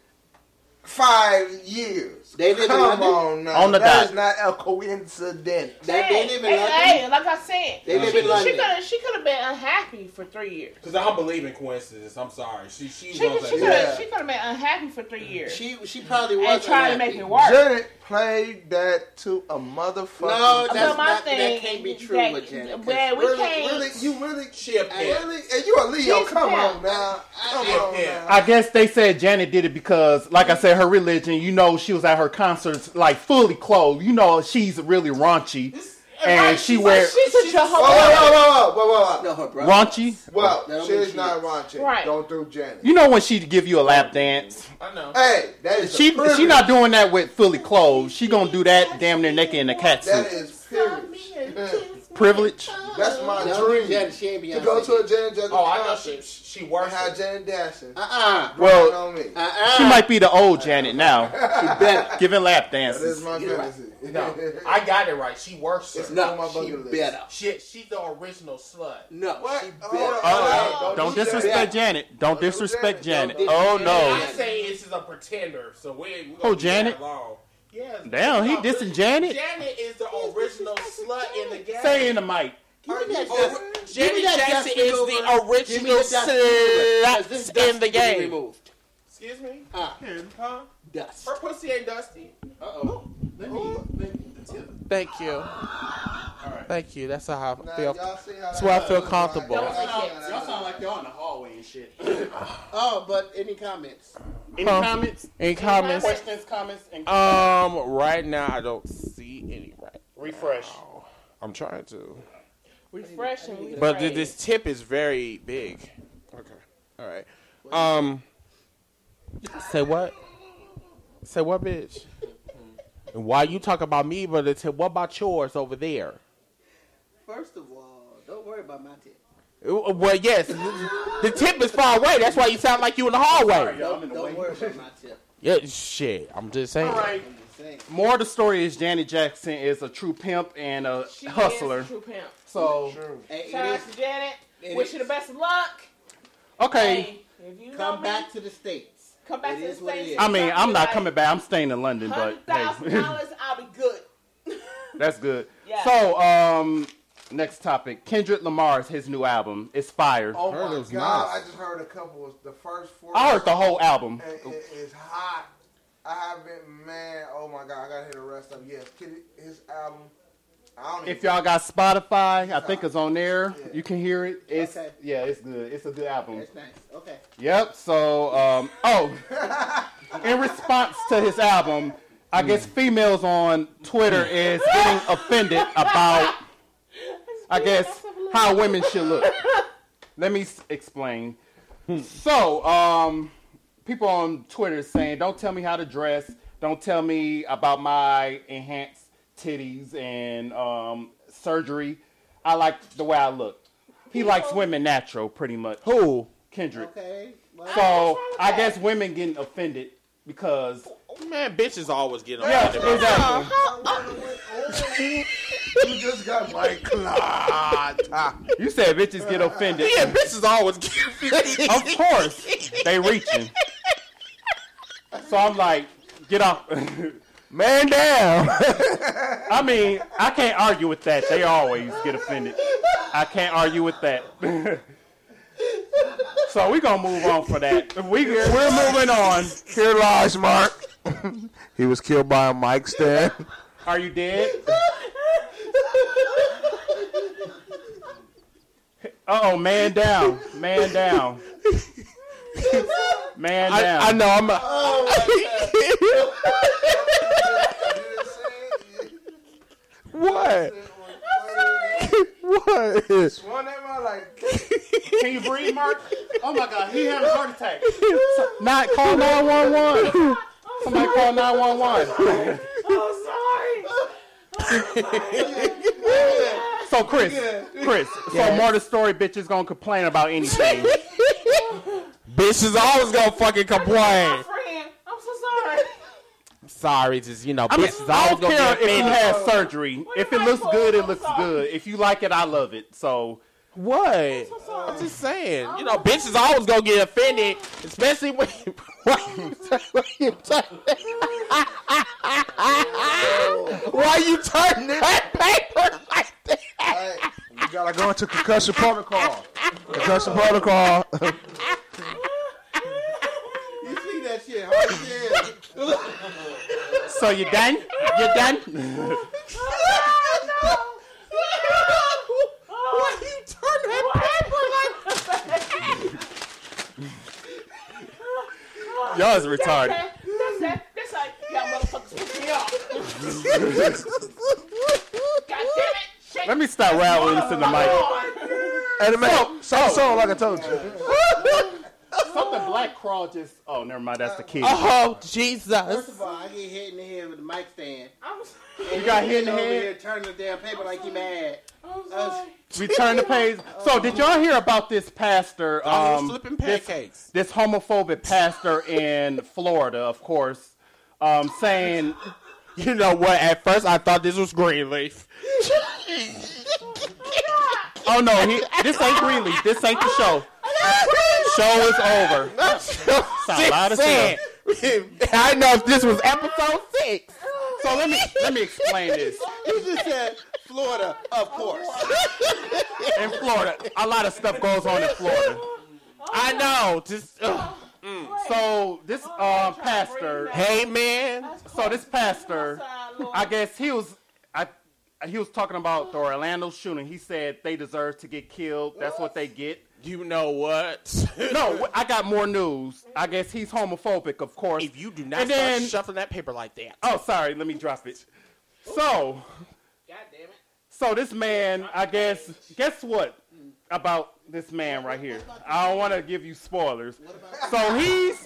Speaker 3: five years.
Speaker 7: They live in
Speaker 3: Come
Speaker 7: London?
Speaker 3: on now,
Speaker 1: On the
Speaker 3: That
Speaker 1: dot.
Speaker 3: is not a coincidence.
Speaker 7: they, they live in
Speaker 5: Hey,
Speaker 7: London.
Speaker 5: hey, like I said,
Speaker 7: They live
Speaker 5: she,
Speaker 7: in London.
Speaker 5: She could have she could have been unhappy for three years.
Speaker 2: Because I don't believe in coincidence. I'm sorry. She she,
Speaker 5: She
Speaker 2: was
Speaker 5: could
Speaker 2: like,
Speaker 5: she could
Speaker 3: Yeah.
Speaker 5: have she could have been unhappy for three years
Speaker 7: She she probably was
Speaker 5: and trying to make
Speaker 7: unhappy.
Speaker 5: it work.
Speaker 3: Janet played that to a motherfucker.
Speaker 7: No,
Speaker 5: But
Speaker 7: that's
Speaker 5: my
Speaker 7: not,
Speaker 5: thing,
Speaker 7: that can't be true
Speaker 5: that-
Speaker 7: with Janet. 'cause
Speaker 5: Man, we
Speaker 3: really,
Speaker 5: can't.
Speaker 3: really, you really,
Speaker 2: she a pimp.
Speaker 3: really, and you a Leo?
Speaker 5: She's a
Speaker 3: come
Speaker 5: pimp.
Speaker 3: on now, come
Speaker 2: Yeah,
Speaker 3: on
Speaker 2: yeah.
Speaker 3: now.
Speaker 1: I guess they said Janet did it because, like I said, her religion. You know, she was at her concerts like fully clothed. You know, she's really raunchy, and she wear
Speaker 5: She's a Jehovah.
Speaker 3: Whoa, whoa, whoa, whoa, whoa, whoa, whoa!
Speaker 7: No, her brother.
Speaker 1: raunchy.
Speaker 3: Well,
Speaker 7: That don't mean
Speaker 3: she's
Speaker 7: she
Speaker 3: not
Speaker 7: is.
Speaker 3: watching.
Speaker 5: Right.
Speaker 3: Don't do Janet.
Speaker 1: You know when she give you a lap dance.
Speaker 2: I know.
Speaker 3: Hey, that is a
Speaker 1: She
Speaker 3: privilege.
Speaker 1: she not doing that with fully clothed. She gonna do that damn near naked in a cat
Speaker 3: That
Speaker 1: suit.
Speaker 3: is privilege.
Speaker 1: Privilege.
Speaker 3: That's my
Speaker 7: No,
Speaker 3: dream.
Speaker 7: Janet, she ain't
Speaker 3: to go to
Speaker 7: Beyonce.
Speaker 3: a Janet Jackson
Speaker 2: Oh, I know she
Speaker 3: concert
Speaker 2: she
Speaker 3: and
Speaker 2: works.
Speaker 3: have Janet Jackson.
Speaker 7: Uh uh.
Speaker 3: Well,
Speaker 1: Well,
Speaker 3: on me.
Speaker 7: Uh
Speaker 1: she might be the old Janet now,
Speaker 7: be better.
Speaker 1: giving lap
Speaker 3: That is
Speaker 1: dances.
Speaker 3: my fantasy.
Speaker 2: (laughs) No, I got it right. She works.
Speaker 3: It's
Speaker 2: her.
Speaker 3: not on my
Speaker 7: No, she
Speaker 3: bucket list.
Speaker 7: better.
Speaker 2: Shit, she's the original slut.
Speaker 7: No,
Speaker 3: What?
Speaker 7: she
Speaker 3: Hold
Speaker 7: better.
Speaker 3: on,
Speaker 1: Oh,
Speaker 3: hold on.
Speaker 1: Don't
Speaker 3: do
Speaker 1: disrespect Janet. Don't disrespect Janet. Oh
Speaker 2: I'm
Speaker 1: no.
Speaker 2: not saying this is a pretender, so we we gonna
Speaker 1: Oh,
Speaker 2: be
Speaker 1: Janet?
Speaker 2: that long. Yeah.
Speaker 1: Damn, he dissing Janet?
Speaker 2: Janet is the original slut in the game.
Speaker 1: Say in the mic.
Speaker 7: Give me that
Speaker 2: Or-
Speaker 7: Justin- give me
Speaker 2: Janet
Speaker 7: that
Speaker 2: Jackson
Speaker 7: Justin
Speaker 2: is
Speaker 7: Bieber.
Speaker 2: the
Speaker 7: Give me
Speaker 2: original
Speaker 7: the Justin Bieber, 'cause this
Speaker 2: slut
Speaker 7: Justin
Speaker 2: in the
Speaker 7: Bieber
Speaker 2: game.
Speaker 7: Removed.
Speaker 2: Excuse me,
Speaker 7: Ah,
Speaker 2: huh?
Speaker 7: dust.
Speaker 2: Her pussy ain't dusty.
Speaker 7: Uh-oh. Let me, let me,
Speaker 2: Thank you. Thank you. That's how I
Speaker 3: Now,
Speaker 2: feel.
Speaker 3: y'all see how
Speaker 2: That's
Speaker 3: that
Speaker 2: why I
Speaker 3: goes,
Speaker 2: feel
Speaker 3: right?
Speaker 2: comfortable.
Speaker 3: Y'all see how that
Speaker 1: Y'all sound like y'all in the hallway and shit.
Speaker 7: Oh, but any comments?
Speaker 1: Any
Speaker 2: Huh?
Speaker 1: comments?
Speaker 2: Any comments?
Speaker 1: Questions, comments, and
Speaker 2: Um, right now I don't see any. Right.
Speaker 1: refresh.
Speaker 2: now. I'm trying to.
Speaker 5: Refreshing.
Speaker 2: But th- this tip is very big. Okay. All right. Um. Say what? Say what, bitch? And why you talk about me, but the tip? What about yours over there?
Speaker 7: First of all, don't worry about my tip.
Speaker 2: Uh, Well, yes, the tip is far away. That's why you sound like you in the hallway.
Speaker 7: Don't, don't worry about my
Speaker 2: (laughs)
Speaker 7: tip.
Speaker 2: Yeah, shit. I'm just saying.
Speaker 1: All right.
Speaker 7: I'm just saying.
Speaker 1: More of the story is Janet Jackson is a true pimp and a
Speaker 5: She is
Speaker 1: hustler.
Speaker 5: a true pimp.
Speaker 1: So
Speaker 7: Hey, it
Speaker 5: Shout out
Speaker 7: is-
Speaker 5: to Janet.
Speaker 7: it
Speaker 5: Wish
Speaker 7: is-
Speaker 5: you the best of luck.
Speaker 1: okay,
Speaker 5: if you know
Speaker 7: come
Speaker 5: me,
Speaker 7: back to the states.
Speaker 5: Come back to
Speaker 7: It
Speaker 5: the
Speaker 7: is what it
Speaker 5: States.
Speaker 7: is.
Speaker 1: I mean I'm not coming back. I'm staying in London, but
Speaker 5: Hundred thousand
Speaker 1: hey. (laughs)
Speaker 5: dollars, I'll be good.
Speaker 1: That's good.
Speaker 5: Yeah.
Speaker 1: So, um, next topic: Kendrick Lamar's his new album. It's fire.
Speaker 3: Oh
Speaker 4: Heard
Speaker 3: my
Speaker 4: it's
Speaker 3: god!
Speaker 4: nice.
Speaker 3: I just heard a couple. of The first four.
Speaker 1: I heard the whole album.
Speaker 3: and it is hot. I haven't, man. Oh my god! I gotta hit the rest of. Yes, Kid, his album. I don't.
Speaker 1: If
Speaker 3: even,
Speaker 1: y'all got Spotify, I think it's on there.
Speaker 3: Yeah.
Speaker 1: You can hear it. It's
Speaker 7: Okay.
Speaker 1: yeah, it's good. It's a good album.
Speaker 7: That's nice. Okay.
Speaker 1: Yep. So, um, oh, in response to his album, I guess females on Twitter is getting offended about, I guess, how women should look. Let me s- explain. So, um, people on Twitter is saying, "Don't tell me how to dress. Don't tell me about my enhanced titties and um, surgery. I like the way I look." He likes women natural, pretty much. Who? Kendrick.
Speaker 7: Okay. Well,
Speaker 1: So
Speaker 5: with
Speaker 1: I
Speaker 5: that?
Speaker 1: guess women getting offended because
Speaker 2: Man, bitches always get on.
Speaker 1: yeah,
Speaker 2: my nerves.
Speaker 1: exactly.
Speaker 3: (laughs) you just got
Speaker 2: (laughs)
Speaker 3: like
Speaker 1: You said bitches get offended.
Speaker 2: Yeah, bitches always get.
Speaker 1: Of course, they reaching. So I'm like, get off, (laughs) man down. I mean, I can't argue with that. They always get offended. I can't argue with that. (laughs) so we gonna move on for that. We we're moving on.
Speaker 3: here lies Mark. (laughs) he was killed by a mic stand.
Speaker 1: Are you dead? oh, man down. Man down. Man down.
Speaker 6: I know I'm.
Speaker 2: Oh
Speaker 3: (laughs)
Speaker 6: A,
Speaker 1: (laughs)
Speaker 3: Oh (laughs) what? what? One that my like.
Speaker 2: (laughs)
Speaker 1: Can you breathe, Mark? Oh my God, he had a heart attack. Not call 911. Somebody call 911. So Chris, Chris, so more the story bitches gonna complain about anything.
Speaker 6: bitches always gonna fucking complain.
Speaker 5: friend. I'm so sorry.
Speaker 6: Sorry, just you know,
Speaker 1: (laughs) I mean,
Speaker 6: bitches
Speaker 1: I
Speaker 6: always
Speaker 1: don't care
Speaker 6: gonna be
Speaker 1: if you
Speaker 6: offended.
Speaker 1: had surgery. If it looks good, it looks good. If you like it, I love it. So
Speaker 6: What?
Speaker 5: I'm so sorry. Oh,
Speaker 6: just saying. You know, bitches always gonna get offended, especially when
Speaker 1: (laughs)
Speaker 6: why you turn- why you turn why you turn that paper like that?
Speaker 3: You gotta go into concussion protocol. Concussion protocol.
Speaker 7: you see that shit? Huh?
Speaker 1: So you done? You done?
Speaker 5: Why you turn that (laughs)
Speaker 1: Y'all is
Speaker 5: That's (laughs)
Speaker 1: retarded.
Speaker 5: that. That's that. That's like y'all motherfuckers piss me off. God damn it! Shake
Speaker 1: Let me stop rattling this in the mic.
Speaker 3: And it man, so, so like I told you.
Speaker 1: Something black crawl just. Oh, never mind. That's the kid.
Speaker 6: Oh
Speaker 7: First
Speaker 6: Jesus!
Speaker 7: of all, I get hit in the head with a mic stand.
Speaker 5: I'm sorry.
Speaker 1: You got hit in the
Speaker 7: Over
Speaker 1: head.
Speaker 7: here, turning the damn paper like you mad.
Speaker 5: I'm
Speaker 7: Us-
Speaker 5: sorry.
Speaker 1: We turn the page. So did y'all hear about this pastor? Um,
Speaker 6: slipping
Speaker 1: this-
Speaker 6: pancakes.
Speaker 1: This, homophobic pastor in Florida, of course, um, saying
Speaker 6: You know what? At first, I thought this was Greenleaf.
Speaker 1: Oh no, he, this ain't Greenleaf. This ain't the show. show is over. Sound loud as hell.
Speaker 6: I know if this was episode six.
Speaker 1: So let me let me explain this.
Speaker 7: You just said Florida, of course.
Speaker 1: In Florida, a lot of stuff goes on in Florida.
Speaker 6: I know. Just ugh.
Speaker 1: So this uh, pastor,
Speaker 6: hey, man.
Speaker 1: so this pastor, I guess he was, I, he was talking about the Orlando shooting. He said they deserve to get killed. That's what they get.
Speaker 6: You know what?
Speaker 1: (laughs) No, I got more news. I guess he's homophobic, of course.
Speaker 6: If you do not
Speaker 1: And
Speaker 6: start
Speaker 1: then-
Speaker 6: shuffling that paper like that,
Speaker 1: Oh, sorry. Let me drop it. So,
Speaker 5: God damn it!
Speaker 1: so this man, I guess, guess what about this man right here? I don't want to give you spoilers. So he's,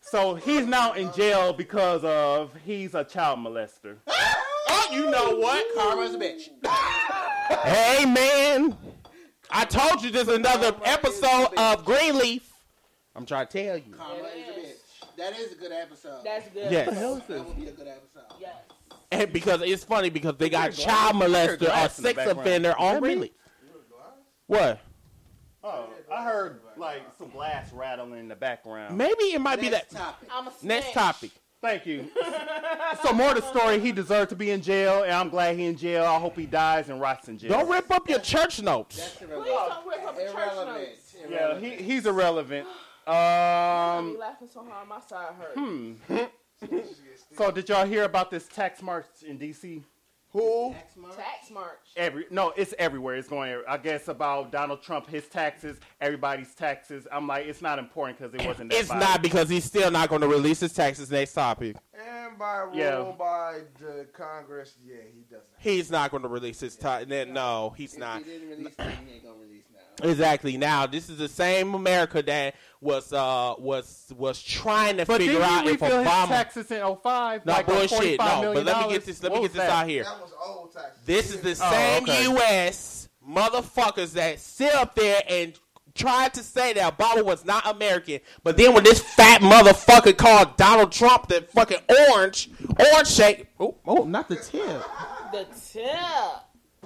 Speaker 1: so he's now in jail because of he's a child molester.
Speaker 6: oh, you know what?
Speaker 7: Karma's a bitch.
Speaker 6: Hey, man. I told you there's another episode of Greenleaf. I'm trying to tell you.
Speaker 7: Karma is a bitch. That is a good episode.
Speaker 5: That's good.
Speaker 6: Yes.
Speaker 7: that would be a good episode.
Speaker 5: Yes.
Speaker 6: And because it's funny because they got child molester or
Speaker 1: glass in the
Speaker 6: sex
Speaker 1: background.
Speaker 6: offender on Greenleaf. What?
Speaker 1: Oh, I heard like some glass rattling in the background.
Speaker 6: Maybe it might be that.
Speaker 7: Next topic.
Speaker 5: I'm a snitch. (laughs)
Speaker 6: Next topic.
Speaker 1: Thank you. so more to the story, he deserved to be in jail, and I'm glad he in jail. I hope he dies and rots in jail.
Speaker 2: Don't rip up your church notes.
Speaker 7: That's
Speaker 5: Please
Speaker 7: irrelevant.
Speaker 5: don't rip up the church
Speaker 7: Irrelevant.
Speaker 5: notes.
Speaker 1: yeah, he, he's irrelevant.
Speaker 5: I'm
Speaker 1: Um,
Speaker 5: laughing so hard, my side hurt.
Speaker 1: so Oh, did y'all hear about this tax march in D.C.?
Speaker 2: Who?
Speaker 7: Tax mark?
Speaker 5: Tax march.
Speaker 1: Every no, it's everywhere. It's going. I guess about Donald Trump, his taxes, everybody's taxes. I'm like, it's not important because it wasn't. That
Speaker 2: It's
Speaker 1: violent.
Speaker 2: not because he's still not going to release his taxes. Next topic.
Speaker 3: And by rule
Speaker 1: Yeah.
Speaker 3: by the Congress, yeah, he doesn't.
Speaker 2: He's not going to release his tax. No, he's
Speaker 7: If
Speaker 2: not.
Speaker 7: he didn't release then he ain't gonna release now.
Speaker 2: Exactly. Now this is the same America that was uh was was trying to
Speaker 1: But
Speaker 2: figure
Speaker 1: didn't
Speaker 2: out
Speaker 1: he
Speaker 2: if
Speaker 1: refill his
Speaker 2: Obama.
Speaker 1: taxes in 05?
Speaker 2: No
Speaker 1: like on
Speaker 2: bullshit.
Speaker 1: $45
Speaker 2: No,
Speaker 1: million
Speaker 2: but let me get this. Let
Speaker 1: What
Speaker 2: me get
Speaker 1: was
Speaker 2: this
Speaker 1: that?
Speaker 2: out here.
Speaker 3: That was old taxes.
Speaker 2: This is the
Speaker 1: Oh,
Speaker 2: same
Speaker 1: okay.
Speaker 2: U.S. motherfuckers that sit up there and tried to say that Obama was not American, but then when this fat motherfucker called Donald Trump the fucking orange, orange shake. Oh,
Speaker 9: Oh, not the tip.
Speaker 5: The tip.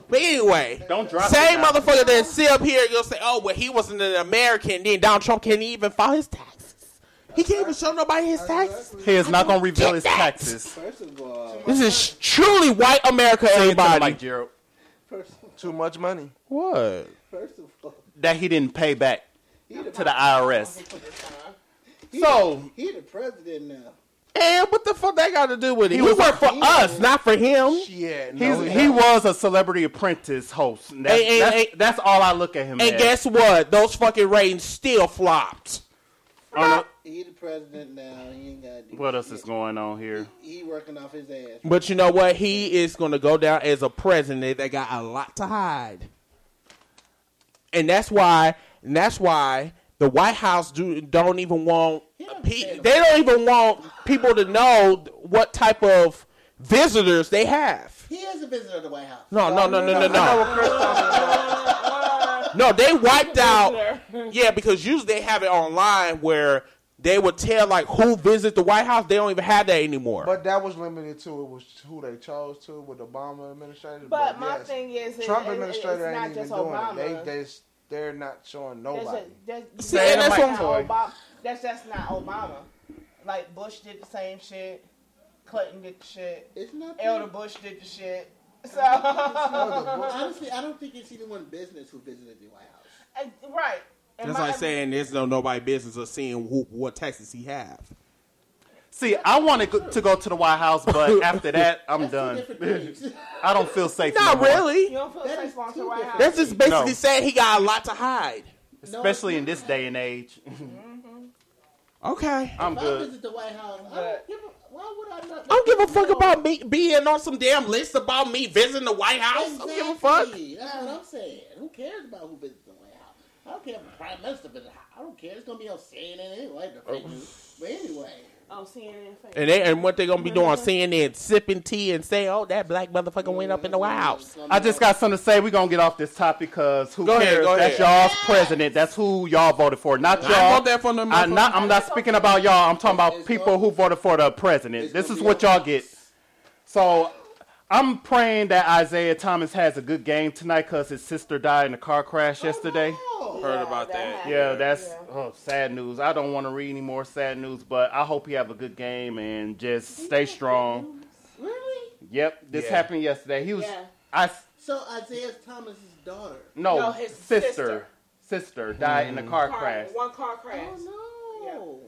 Speaker 2: but anyway,
Speaker 1: Don't drop it
Speaker 2: same
Speaker 1: now.
Speaker 2: motherfucker that sit up here and you'll say, "Oh, well, he wasn't an American." Then Donald Trump can't even file his taxes. He can't even show nobody his taxes.
Speaker 1: He is not going to reveal
Speaker 2: get
Speaker 1: his
Speaker 2: that.
Speaker 1: taxes.
Speaker 7: First of all,
Speaker 2: This is truly white America,
Speaker 1: Like
Speaker 2: everybody.
Speaker 1: Gerald,
Speaker 7: first, of-
Speaker 3: Too much money.
Speaker 2: What?
Speaker 7: first of all,
Speaker 1: that he didn't pay back to the IRS. So
Speaker 7: he the president now.
Speaker 2: And what the fuck that got to do with it? He,
Speaker 1: was
Speaker 2: worked for us, not for him.
Speaker 3: Yeah,
Speaker 1: he's, he was a Celebrity Apprentice host. and That's,
Speaker 2: Hey, hey,
Speaker 1: that's,
Speaker 2: hey.
Speaker 1: that's all I look at him
Speaker 2: And
Speaker 1: as.
Speaker 2: guess what? Those fucking ratings still flopped.
Speaker 1: Oh, no.
Speaker 7: He the president now. He ain't gotta do
Speaker 1: What else
Speaker 7: shit.
Speaker 1: is going on here?
Speaker 7: He working off his ass.
Speaker 2: But you know what? He is going to go down as a president that got a lot to hide, and that's why. And that's why the White House do don't even want pe- they don't even want people to know what type of visitors they have.
Speaker 7: He is a visitor to the White House.
Speaker 2: No, no, no, no, no, no. No, they wiped out. Yeah, because usually they have it online where they would tell like who visit the White House. They don't even have that anymore.
Speaker 3: But that was limited to it was who they chose to with the Obama administration.
Speaker 5: But my
Speaker 3: yes,
Speaker 5: thing is, it-
Speaker 3: Trump
Speaker 5: it- it-
Speaker 3: administrator ain't
Speaker 5: it's not
Speaker 3: even
Speaker 5: just
Speaker 3: doing
Speaker 5: Obama.
Speaker 3: it. They they they're not showing
Speaker 5: That's
Speaker 3: nobody.
Speaker 5: just- that's-
Speaker 2: See,
Speaker 5: that's
Speaker 2: and that's
Speaker 5: not
Speaker 2: what-
Speaker 5: Obama. That's just not Obama. Like Bush did the same shit. Clinton did the shit.
Speaker 7: It's not.
Speaker 5: Elder Bush did the shit. (laughs) So
Speaker 7: Honestly, I don't think it's anyone business who visited the White House.
Speaker 5: right. And
Speaker 2: That's
Speaker 5: my-
Speaker 2: like saying there's no nobody business of seeing who, what taxes he have.
Speaker 1: See, I wanted go- to go to the White House,
Speaker 2: (laughs)
Speaker 1: but after that, I'm done.
Speaker 7: That's two different things.
Speaker 1: I don't feel safe.
Speaker 2: Not
Speaker 1: no more.
Speaker 5: You
Speaker 2: really.
Speaker 5: don't feel
Speaker 7: That
Speaker 5: safe
Speaker 7: is
Speaker 5: going to the
Speaker 7: too
Speaker 5: White House.
Speaker 7: different.
Speaker 2: That's just basically
Speaker 1: No.
Speaker 2: saying he got a lot to hide.
Speaker 1: especially in this day and age.
Speaker 2: Mm-hmm. Okay.
Speaker 1: I'm
Speaker 7: If I
Speaker 1: good.
Speaker 7: visit the White House, I don't give a, why would I not?
Speaker 2: I don't give a fuck about me being on some damn list about me visiting the White House. I don't give a fuck.
Speaker 7: Exactly. That's what I'm saying. Who cares about who visits the White House? I don't care if the prime minister visits. I don't care. It's gonna be on CNN anyway.
Speaker 2: Oh.
Speaker 7: The fake news. But anyway,
Speaker 5: on CNN. Face.
Speaker 2: And they, and what they gonna be doing?
Speaker 7: Mm-hmm.
Speaker 2: CNN sipping tea and say, "Oh, that black motherfucker went up in the White House."
Speaker 1: I just got something to say. We're going to get off this topic because who
Speaker 2: Go ahead,
Speaker 1: cares?
Speaker 2: go
Speaker 1: That's y'all's president. That's who y'all voted for. Not y'all.
Speaker 2: I vote that for the
Speaker 1: I'm not. I'm not speaking about y'all. I'm talking about
Speaker 7: It's
Speaker 1: people who voted for the president.
Speaker 7: It's
Speaker 1: This
Speaker 7: gonna
Speaker 1: is
Speaker 7: be
Speaker 1: what
Speaker 7: a-
Speaker 1: y'all get. So, I'm praying that Isaiah Thomas has a good game tonight because his sister died in a car
Speaker 7: Oh,
Speaker 1: crash yesterday.
Speaker 2: Heard about that.
Speaker 5: happened.
Speaker 1: Yeah, that's
Speaker 5: Yeah.
Speaker 1: oh, sad news. I don't want to read any more sad news, but I hope he have a good game and just stay strong.
Speaker 7: really.
Speaker 1: Yep, this
Speaker 2: Yeah.
Speaker 1: happened yesterday. He was
Speaker 7: Yeah.
Speaker 1: I s-
Speaker 7: So Isaiah Thomas's daughter.
Speaker 1: no,
Speaker 5: No, his
Speaker 1: his sister sister died in a car
Speaker 5: Car-
Speaker 1: crash.
Speaker 5: One car crash.
Speaker 7: Oh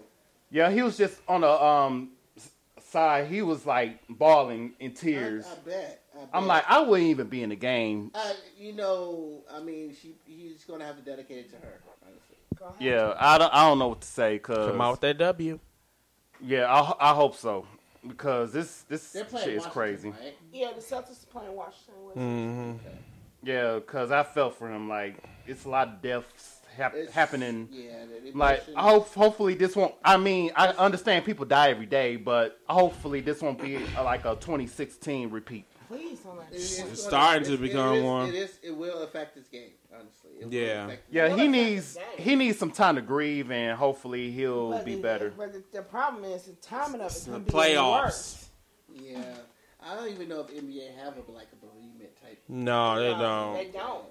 Speaker 1: Yeah, he was just on the um s- side. He was like bawling in
Speaker 7: no!
Speaker 1: tears.
Speaker 7: I, I bet. I bet.
Speaker 1: I'm like, I wouldn't even be in the game.
Speaker 7: Uh, you know, I mean, she he's gonna have to dedicate it to her. Honestly.
Speaker 5: Go ahead.
Speaker 1: Yeah, I don't, I don't know what to say. Cause
Speaker 2: Come out with that W.
Speaker 1: yeah, I, ho- I hope so because this this
Speaker 7: They're
Speaker 1: shit
Speaker 7: playing
Speaker 1: is
Speaker 7: Washington,
Speaker 1: crazy.
Speaker 7: Right?
Speaker 5: Yeah, the Celtics playing Washington. Wizards.
Speaker 2: Mm-hmm. Hmm.
Speaker 1: Yeah, cause I felt for him. Like it's a lot of deaths hap-
Speaker 7: It's-
Speaker 1: happening.
Speaker 7: Yeah, they- they
Speaker 1: Like
Speaker 7: shouldn't-
Speaker 1: I hope hopefully this won't. I mean, I understand people die every day, but hopefully this won't be uh like a 2016 repeat.
Speaker 5: Please don't let
Speaker 7: It is
Speaker 5: it.
Speaker 7: gonna-
Speaker 2: starting to
Speaker 7: it- it
Speaker 2: become
Speaker 7: is-
Speaker 2: one.
Speaker 7: It is. It will affect this game, honestly. It will
Speaker 2: Yeah.
Speaker 7: affect this
Speaker 1: Yeah,
Speaker 5: Well,
Speaker 1: he
Speaker 5: that's not
Speaker 1: needs
Speaker 5: the game.
Speaker 1: he needs some time to grieve, and hopefully he'll
Speaker 5: But
Speaker 1: be
Speaker 5: the-
Speaker 1: better.
Speaker 5: But the, the problem is the timing of it.
Speaker 2: the
Speaker 5: could be
Speaker 2: playoffs.
Speaker 5: worse.
Speaker 7: game. Yeah. I don't even know if NBA have a like a bereavement type.
Speaker 2: No, they
Speaker 5: No,
Speaker 2: don't.
Speaker 5: They don't.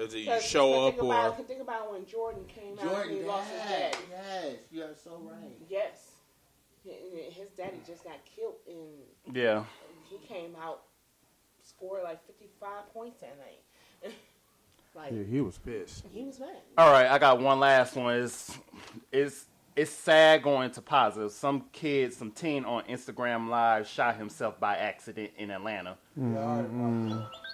Speaker 2: Either you
Speaker 5: 'Cause
Speaker 2: show
Speaker 5: think
Speaker 2: up
Speaker 5: about,
Speaker 2: or
Speaker 5: think about when Jordan came out and
Speaker 7: Jordan,
Speaker 5: he lost his
Speaker 7: yes,
Speaker 5: dad.
Speaker 7: yes, you are so right.
Speaker 5: Yes, and his daddy just got killed, and
Speaker 1: Yeah.
Speaker 5: he came out scored like fifty five points that night. (laughs) like
Speaker 6: he was pissed.
Speaker 5: he was mad.
Speaker 1: All right, I got one last one. It's it's it's sad going to positive. Some kid, some teen on Instagram Live shot himself by accident in Atlanta.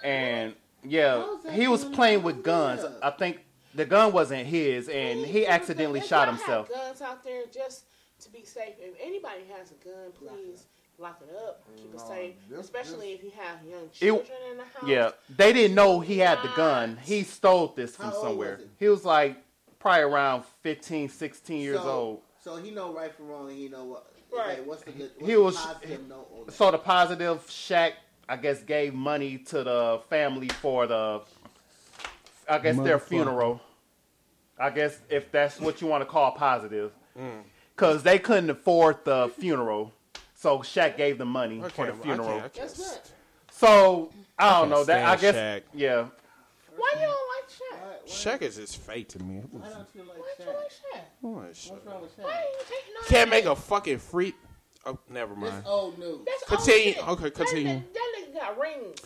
Speaker 1: And yeah, he was playing with guns. I think the gun wasn't his, and he accidentally
Speaker 5: If
Speaker 1: shot
Speaker 5: y'all have
Speaker 1: himself.
Speaker 5: guns out there just to be safe. If anybody has a gun, please lock it up. Keep it safe,
Speaker 3: this-
Speaker 5: especially if you have young children in the house.
Speaker 1: Yeah, they didn't know he had the gun. He stole this from
Speaker 7: How old
Speaker 1: somewhere.
Speaker 7: was he?
Speaker 1: He was like probably around 15, 16 years
Speaker 7: so,
Speaker 1: old.
Speaker 7: So he know right from wrong. and He know what.
Speaker 5: Right.
Speaker 7: Like, what's the good? What's
Speaker 1: He
Speaker 7: the
Speaker 1: was-
Speaker 7: positive note on that?
Speaker 1: So the positive Shaq, I guess, gave money to the family for the, I guess their
Speaker 4: Motherfucker.
Speaker 1: funeral. I guess if that's what you want to call positive, because they couldn't afford the funeral, so Shaq gave them money for the funeral.
Speaker 5: That's good.
Speaker 1: So I don't know
Speaker 2: can't
Speaker 1: that. I guess
Speaker 2: stand Shaq.
Speaker 1: yeah.
Speaker 5: Why you don't like Shaq?
Speaker 7: Why- why-
Speaker 2: Shaq is just fake to me.
Speaker 7: Why don't you like
Speaker 5: Why you don't
Speaker 7: Shaq?
Speaker 5: like Shaq?
Speaker 2: What's
Speaker 7: What's wrong with
Speaker 5: Why
Speaker 7: Shaq?
Speaker 5: are you taking all
Speaker 2: Can't
Speaker 5: that?
Speaker 2: make a fucking free. Oh, never mind.
Speaker 7: It's old news.
Speaker 5: That's
Speaker 2: Continue.
Speaker 5: Old shit.
Speaker 2: Okay, continue.
Speaker 5: That, nigga- that nigga got rings.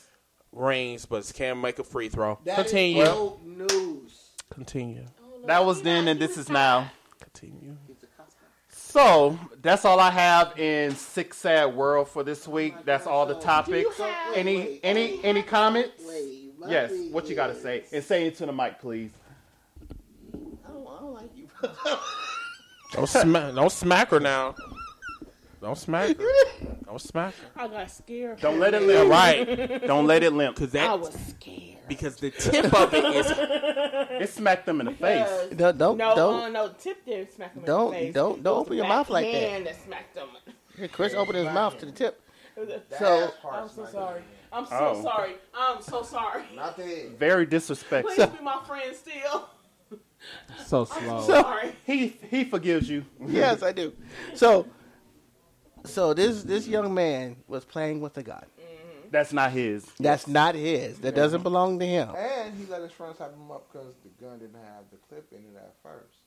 Speaker 2: Rings, but can't make a free throw.
Speaker 7: That is
Speaker 2: continue.
Speaker 7: old news.
Speaker 2: continue.
Speaker 1: That was then, and this is now.
Speaker 2: Continue.
Speaker 7: He's a customer.
Speaker 1: So that's all I have in sick sad world for this week. That's all the topics.
Speaker 5: Do you have-
Speaker 1: Any any any comments?
Speaker 7: Wait, my
Speaker 1: Yes,
Speaker 7: thing
Speaker 1: what you gotta
Speaker 7: is-
Speaker 1: say. And say it to the mic, please.
Speaker 7: I don't, I don't like you.
Speaker 2: Don't (laughs) smack. Don't smack her now. Don't smack (laughs) her. Don't smack her.
Speaker 5: I got scared.
Speaker 1: Don't let it
Speaker 2: All
Speaker 1: limp. (laughs)
Speaker 2: right,
Speaker 1: Don't let it limp.
Speaker 2: because
Speaker 5: I
Speaker 2: that
Speaker 5: was scared.
Speaker 2: because the tip of it is
Speaker 1: It smacked them in the face.
Speaker 7: don't, don't,
Speaker 5: No, uh, no, tip there smack him
Speaker 7: Don't-
Speaker 5: in the face.
Speaker 7: don't-
Speaker 5: It
Speaker 7: don't
Speaker 5: was
Speaker 7: open your
Speaker 5: a black
Speaker 7: mouth like that.
Speaker 5: man that. smacked him.
Speaker 7: Chris opened his mouth to
Speaker 1: (laughs)
Speaker 7: the tip.
Speaker 5: It was a-
Speaker 7: So
Speaker 5: I'm so sorry. I'm so
Speaker 1: Oh.
Speaker 5: sorry. I'm so sorry.
Speaker 3: Not the head.
Speaker 1: Very
Speaker 5: Please
Speaker 1: disrespectful.
Speaker 5: be my friend still.
Speaker 4: So
Speaker 5: I'm
Speaker 4: slow.
Speaker 5: so sorry.
Speaker 1: He he forgives you.
Speaker 7: yes, I do. So, so this this young man was playing with a gun.
Speaker 1: That's not his.
Speaker 7: That's not his. That doesn't belong to him.
Speaker 3: And he let his friends hype him up because the gun didn't have the clip in it at first.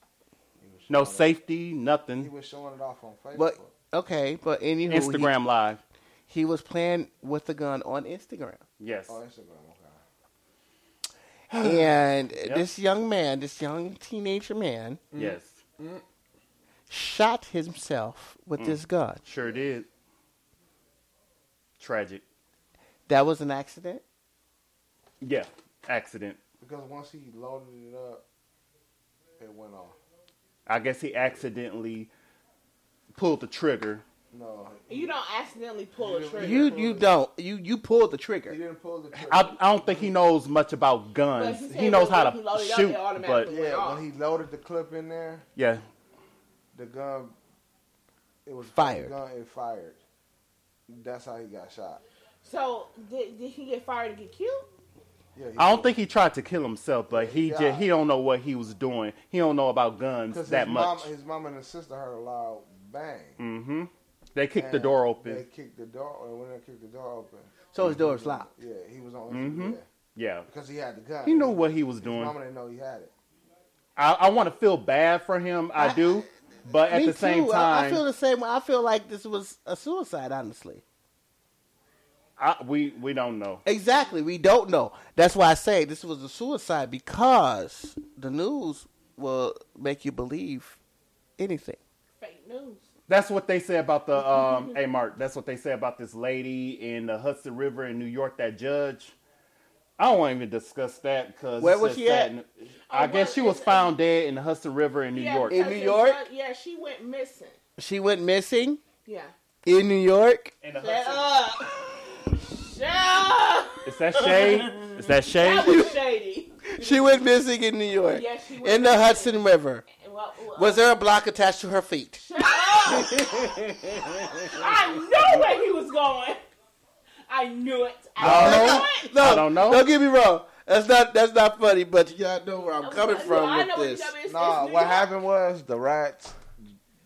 Speaker 3: He was
Speaker 1: No
Speaker 3: showing it-
Speaker 1: safety,
Speaker 3: He
Speaker 1: nothing.
Speaker 3: was showing it off on Facebook.
Speaker 7: But okay, but anywho,
Speaker 1: Instagram live.
Speaker 7: He, he was playing with the gun on Instagram,
Speaker 1: Yes.
Speaker 3: Oh, Instagram, okay.
Speaker 7: and this young man, this young teenager man,
Speaker 1: Yes.
Speaker 7: shot himself with this gun.
Speaker 1: Sure did. Tragic.
Speaker 7: That was an accident.
Speaker 1: Yeah. Accident.
Speaker 3: Because once he loaded it up, it went off.
Speaker 1: I guess he accidentally pulled the trigger.
Speaker 3: No,
Speaker 5: You don't accidentally pull a trigger.
Speaker 7: You you don't you you pulled the trigger.
Speaker 3: he didn't pull the trigger.
Speaker 1: I, I don't think he knows much about
Speaker 5: But
Speaker 1: guns.
Speaker 5: if you
Speaker 1: He
Speaker 5: say
Speaker 1: knows
Speaker 5: loaded
Speaker 1: how
Speaker 5: up, you
Speaker 1: to
Speaker 5: loaded up,
Speaker 1: shoot,
Speaker 5: it
Speaker 1: but
Speaker 5: automatically-
Speaker 3: yeah, when he loaded the clip in there,
Speaker 1: yeah,
Speaker 3: the gun, it was
Speaker 7: Fired.
Speaker 3: The gun, it fired. That's how he got shot.
Speaker 5: So did, did he get fired to get killed?
Speaker 3: Yeah,
Speaker 1: I don't think he tried to kill himself, but he
Speaker 3: Yeah.
Speaker 1: just, he don't know what he was doing. He don't know about guns
Speaker 3: because
Speaker 1: that
Speaker 3: his
Speaker 1: much.
Speaker 3: Mom, his mom and his sister heard a loud bang.
Speaker 1: hmm They kicked the
Speaker 3: and
Speaker 1: door
Speaker 3: They
Speaker 1: open.
Speaker 3: kicked the door, uh, and when they kicked the door open,
Speaker 7: So his
Speaker 3: Mm-hmm.
Speaker 7: door was locked.
Speaker 3: yeah, he was on.
Speaker 1: Mhm.
Speaker 3: Yeah,
Speaker 1: Yeah,
Speaker 3: because he had the gun.
Speaker 1: he knew what he was
Speaker 3: His
Speaker 1: doing.
Speaker 3: mama didn't know he had it.
Speaker 1: I, I want to feel bad for him. I do, but at
Speaker 7: Me
Speaker 1: the same
Speaker 7: too. I, I
Speaker 1: time,
Speaker 7: feel the same way. I feel like this was a suicide. Honestly,
Speaker 1: I, we we don't know.
Speaker 7: exactly. We don't know. That's why I say this was a suicide because the news will make you believe anything.
Speaker 5: Fake news.
Speaker 1: That's what they say about the um hey Mark, that's what they say about this lady in the Hudson River in New York, that judge. I don't want to even discuss that because
Speaker 7: Where was she at?
Speaker 1: I
Speaker 5: Oh,
Speaker 1: guess
Speaker 5: what
Speaker 1: she was
Speaker 5: is-
Speaker 1: found dead in the Hudson River in New
Speaker 5: Yeah,
Speaker 1: York.
Speaker 7: In
Speaker 5: because
Speaker 7: New
Speaker 5: his
Speaker 7: York?
Speaker 5: son- yeah, she went missing.
Speaker 7: She went missing
Speaker 5: Yeah.
Speaker 7: in New York.
Speaker 1: In the
Speaker 5: Shut
Speaker 1: Hudson.
Speaker 5: up. Shut up.
Speaker 1: Is that shade? Is that
Speaker 5: That
Speaker 1: shade?
Speaker 5: was shady.
Speaker 7: She went missing in New York.
Speaker 5: Yeah, she went
Speaker 7: in the
Speaker 5: missing.
Speaker 7: Hudson River.
Speaker 5: Well, well,
Speaker 7: Was there a block attached to her feet?
Speaker 5: Shut up. I knew where he was going. I knew it. I knew it.
Speaker 7: No,
Speaker 1: I don't know.
Speaker 7: Don't get me wrong. That's not that's not funny, but y'all know where I'm coming
Speaker 5: No,
Speaker 7: from
Speaker 5: I know
Speaker 7: with
Speaker 5: what you-
Speaker 7: this.
Speaker 5: I mean, it's-
Speaker 3: Nah,
Speaker 5: it's New
Speaker 3: what
Speaker 5: York.
Speaker 3: happened was the rats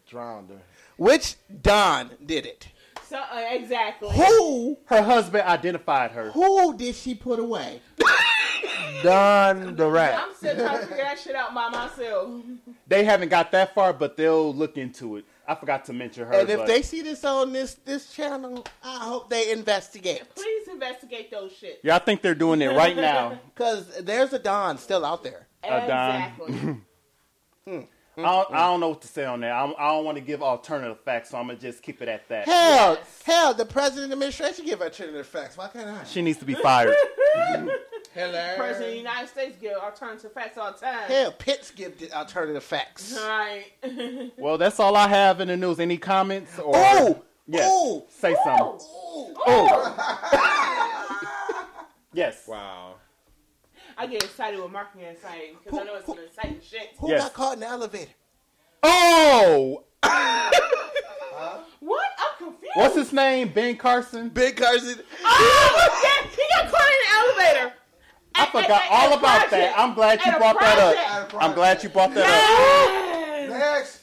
Speaker 3: drowned her.
Speaker 7: Which Don did it?
Speaker 5: So, uh, exactly.
Speaker 7: Who
Speaker 1: Her husband identified her.
Speaker 7: who did she put away?
Speaker 3: Done the rat.
Speaker 5: I'm still trying to figure that shit out by myself.
Speaker 1: They haven't got that far, but they'll look into it. I forgot to mention her.
Speaker 7: And if
Speaker 1: but-
Speaker 7: they see this on this this channel, I hope they investigate
Speaker 5: Please investigate those shit.
Speaker 1: yeah, I think they're doing it right now.
Speaker 7: because there's a Don still out there.
Speaker 1: Uh, Don.
Speaker 5: Exactly.
Speaker 1: I, don't, I don't know what to say on that. I'm, I don't want to give alternative facts, so I'm gonna just keep it at that.
Speaker 7: Hell,
Speaker 5: Yes.
Speaker 7: hell, the president of the administration give alternative facts. Why can't I?
Speaker 1: She needs to be fired.
Speaker 5: President of the United States give alternative facts all the time.
Speaker 7: Hell, Pitts give the alternative facts.
Speaker 5: Right.
Speaker 1: (laughs)
Speaker 5: (laughs)
Speaker 1: well, that's all I have in the news. Any comments or
Speaker 7: Oh,
Speaker 1: Yes.
Speaker 7: oh,
Speaker 1: say something? Oh! Yes.
Speaker 2: Wow.
Speaker 5: I get excited with marketing and science because I know it's some exciting shit.
Speaker 7: who
Speaker 1: Yes.
Speaker 7: got caught in the elevator?
Speaker 1: Oh,
Speaker 5: What? I'm confused.
Speaker 1: what's his name? Ben Carson.
Speaker 7: Big Carson.
Speaker 5: Oh, shit. He got caught in an elevator.
Speaker 1: I forgot all about that. I'm glad you brought that
Speaker 3: project.
Speaker 1: up. I'm glad you brought that
Speaker 5: Yes.
Speaker 3: Next.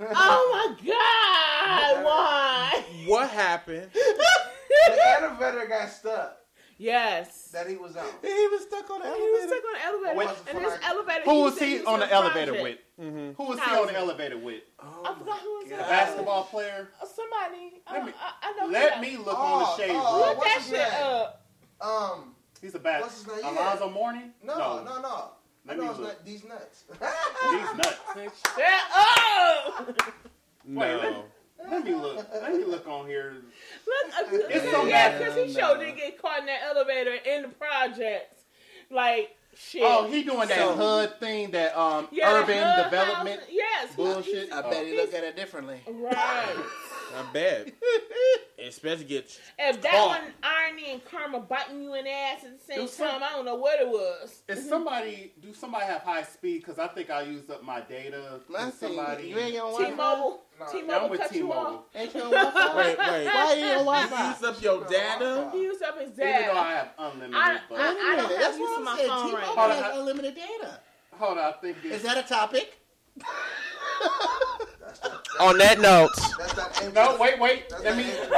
Speaker 5: Oh my God! Why?
Speaker 2: What happened?
Speaker 3: The elevator got stuck
Speaker 5: (laughs) yes.
Speaker 3: that he was on.
Speaker 7: He was stuck on the
Speaker 5: He was
Speaker 7: elevator.
Speaker 5: stuck on an elevator,
Speaker 3: Wait.
Speaker 5: and this elevator.
Speaker 1: up. Who was
Speaker 5: said
Speaker 1: he on
Speaker 5: in
Speaker 1: the
Speaker 5: a
Speaker 1: elevator
Speaker 5: project.
Speaker 1: with? Who was he on the elevator with?
Speaker 5: I forgot who was in
Speaker 1: A
Speaker 5: the elevator.
Speaker 1: basketball player.
Speaker 5: Somebody. I,
Speaker 1: Let
Speaker 5: Oh. don't-
Speaker 1: me-
Speaker 5: I, I know. who
Speaker 1: Let
Speaker 5: that-
Speaker 1: me look on the
Speaker 3: Oh,
Speaker 1: shade
Speaker 3: oh,
Speaker 1: room.
Speaker 5: Look
Speaker 3: What's
Speaker 5: that
Speaker 3: his
Speaker 5: shit
Speaker 3: name?
Speaker 5: up.
Speaker 3: Um,
Speaker 1: He's a bad.
Speaker 3: What's his name? Yeah.
Speaker 1: Alonzo Mourning?
Speaker 3: no, no, no. no.
Speaker 1: Let
Speaker 3: no,
Speaker 1: me
Speaker 3: it's
Speaker 1: look.
Speaker 3: not these
Speaker 1: (laughs)
Speaker 3: nuts.
Speaker 1: He's nuts.
Speaker 5: Shut up.
Speaker 2: No.
Speaker 1: Wait, let, let me look. Let me look on here.
Speaker 5: Look, uh,
Speaker 1: It's so
Speaker 5: yeah,
Speaker 1: bad.
Speaker 5: because he showed didn't get caught in that elevator in the projects. Like shit.
Speaker 1: Oh, he doing that
Speaker 7: So-
Speaker 1: HUD thing that um
Speaker 5: Yeah, that
Speaker 1: urban
Speaker 5: hood
Speaker 1: development
Speaker 5: housing- Yes.
Speaker 1: bullshit.
Speaker 7: I bet he looked at it differently.
Speaker 5: Right.
Speaker 2: I
Speaker 7: (laughs)
Speaker 2: bet. Especially get
Speaker 5: If that
Speaker 1: Oh.
Speaker 2: Caught.
Speaker 5: one irony and karma biting you in the ass at the same
Speaker 1: Do some-
Speaker 5: time, I don't know what it was.
Speaker 1: Is somebody do somebody have high speed? Because I think I used up my data.
Speaker 7: My
Speaker 1: Is
Speaker 7: thing,
Speaker 1: somebody.
Speaker 7: you ain't on Wi-Fi.
Speaker 5: T-Mobile.
Speaker 3: (laughs) Nah,
Speaker 1: Yeah, I'm
Speaker 5: T-Mobile
Speaker 1: with
Speaker 5: cut you off.
Speaker 1: T-Mobile.
Speaker 7: Ain't you on Wi-Fi?
Speaker 2: Wait, wait.
Speaker 7: Why you on
Speaker 2: You
Speaker 7: Wi-Fi?
Speaker 2: use up your data?
Speaker 5: He used up his
Speaker 1: Even though I
Speaker 5: dad.
Speaker 1: have
Speaker 5: I,
Speaker 1: unlimited,
Speaker 5: I,
Speaker 1: but
Speaker 5: I don't have
Speaker 7: That's
Speaker 5: use
Speaker 7: what
Speaker 5: of
Speaker 7: I'm
Speaker 5: my
Speaker 7: saying.
Speaker 5: phone
Speaker 7: T-Mobile
Speaker 5: right
Speaker 1: Hold
Speaker 5: now.
Speaker 1: on,
Speaker 7: has
Speaker 1: I-
Speaker 7: unlimited data.
Speaker 1: hold on, I think
Speaker 7: Is
Speaker 1: it's
Speaker 7: that a topic?
Speaker 2: On that note,
Speaker 3: That's not ancient.
Speaker 1: no. Wait, wait.
Speaker 3: That's
Speaker 1: Let
Speaker 3: not
Speaker 1: me
Speaker 3: ancient.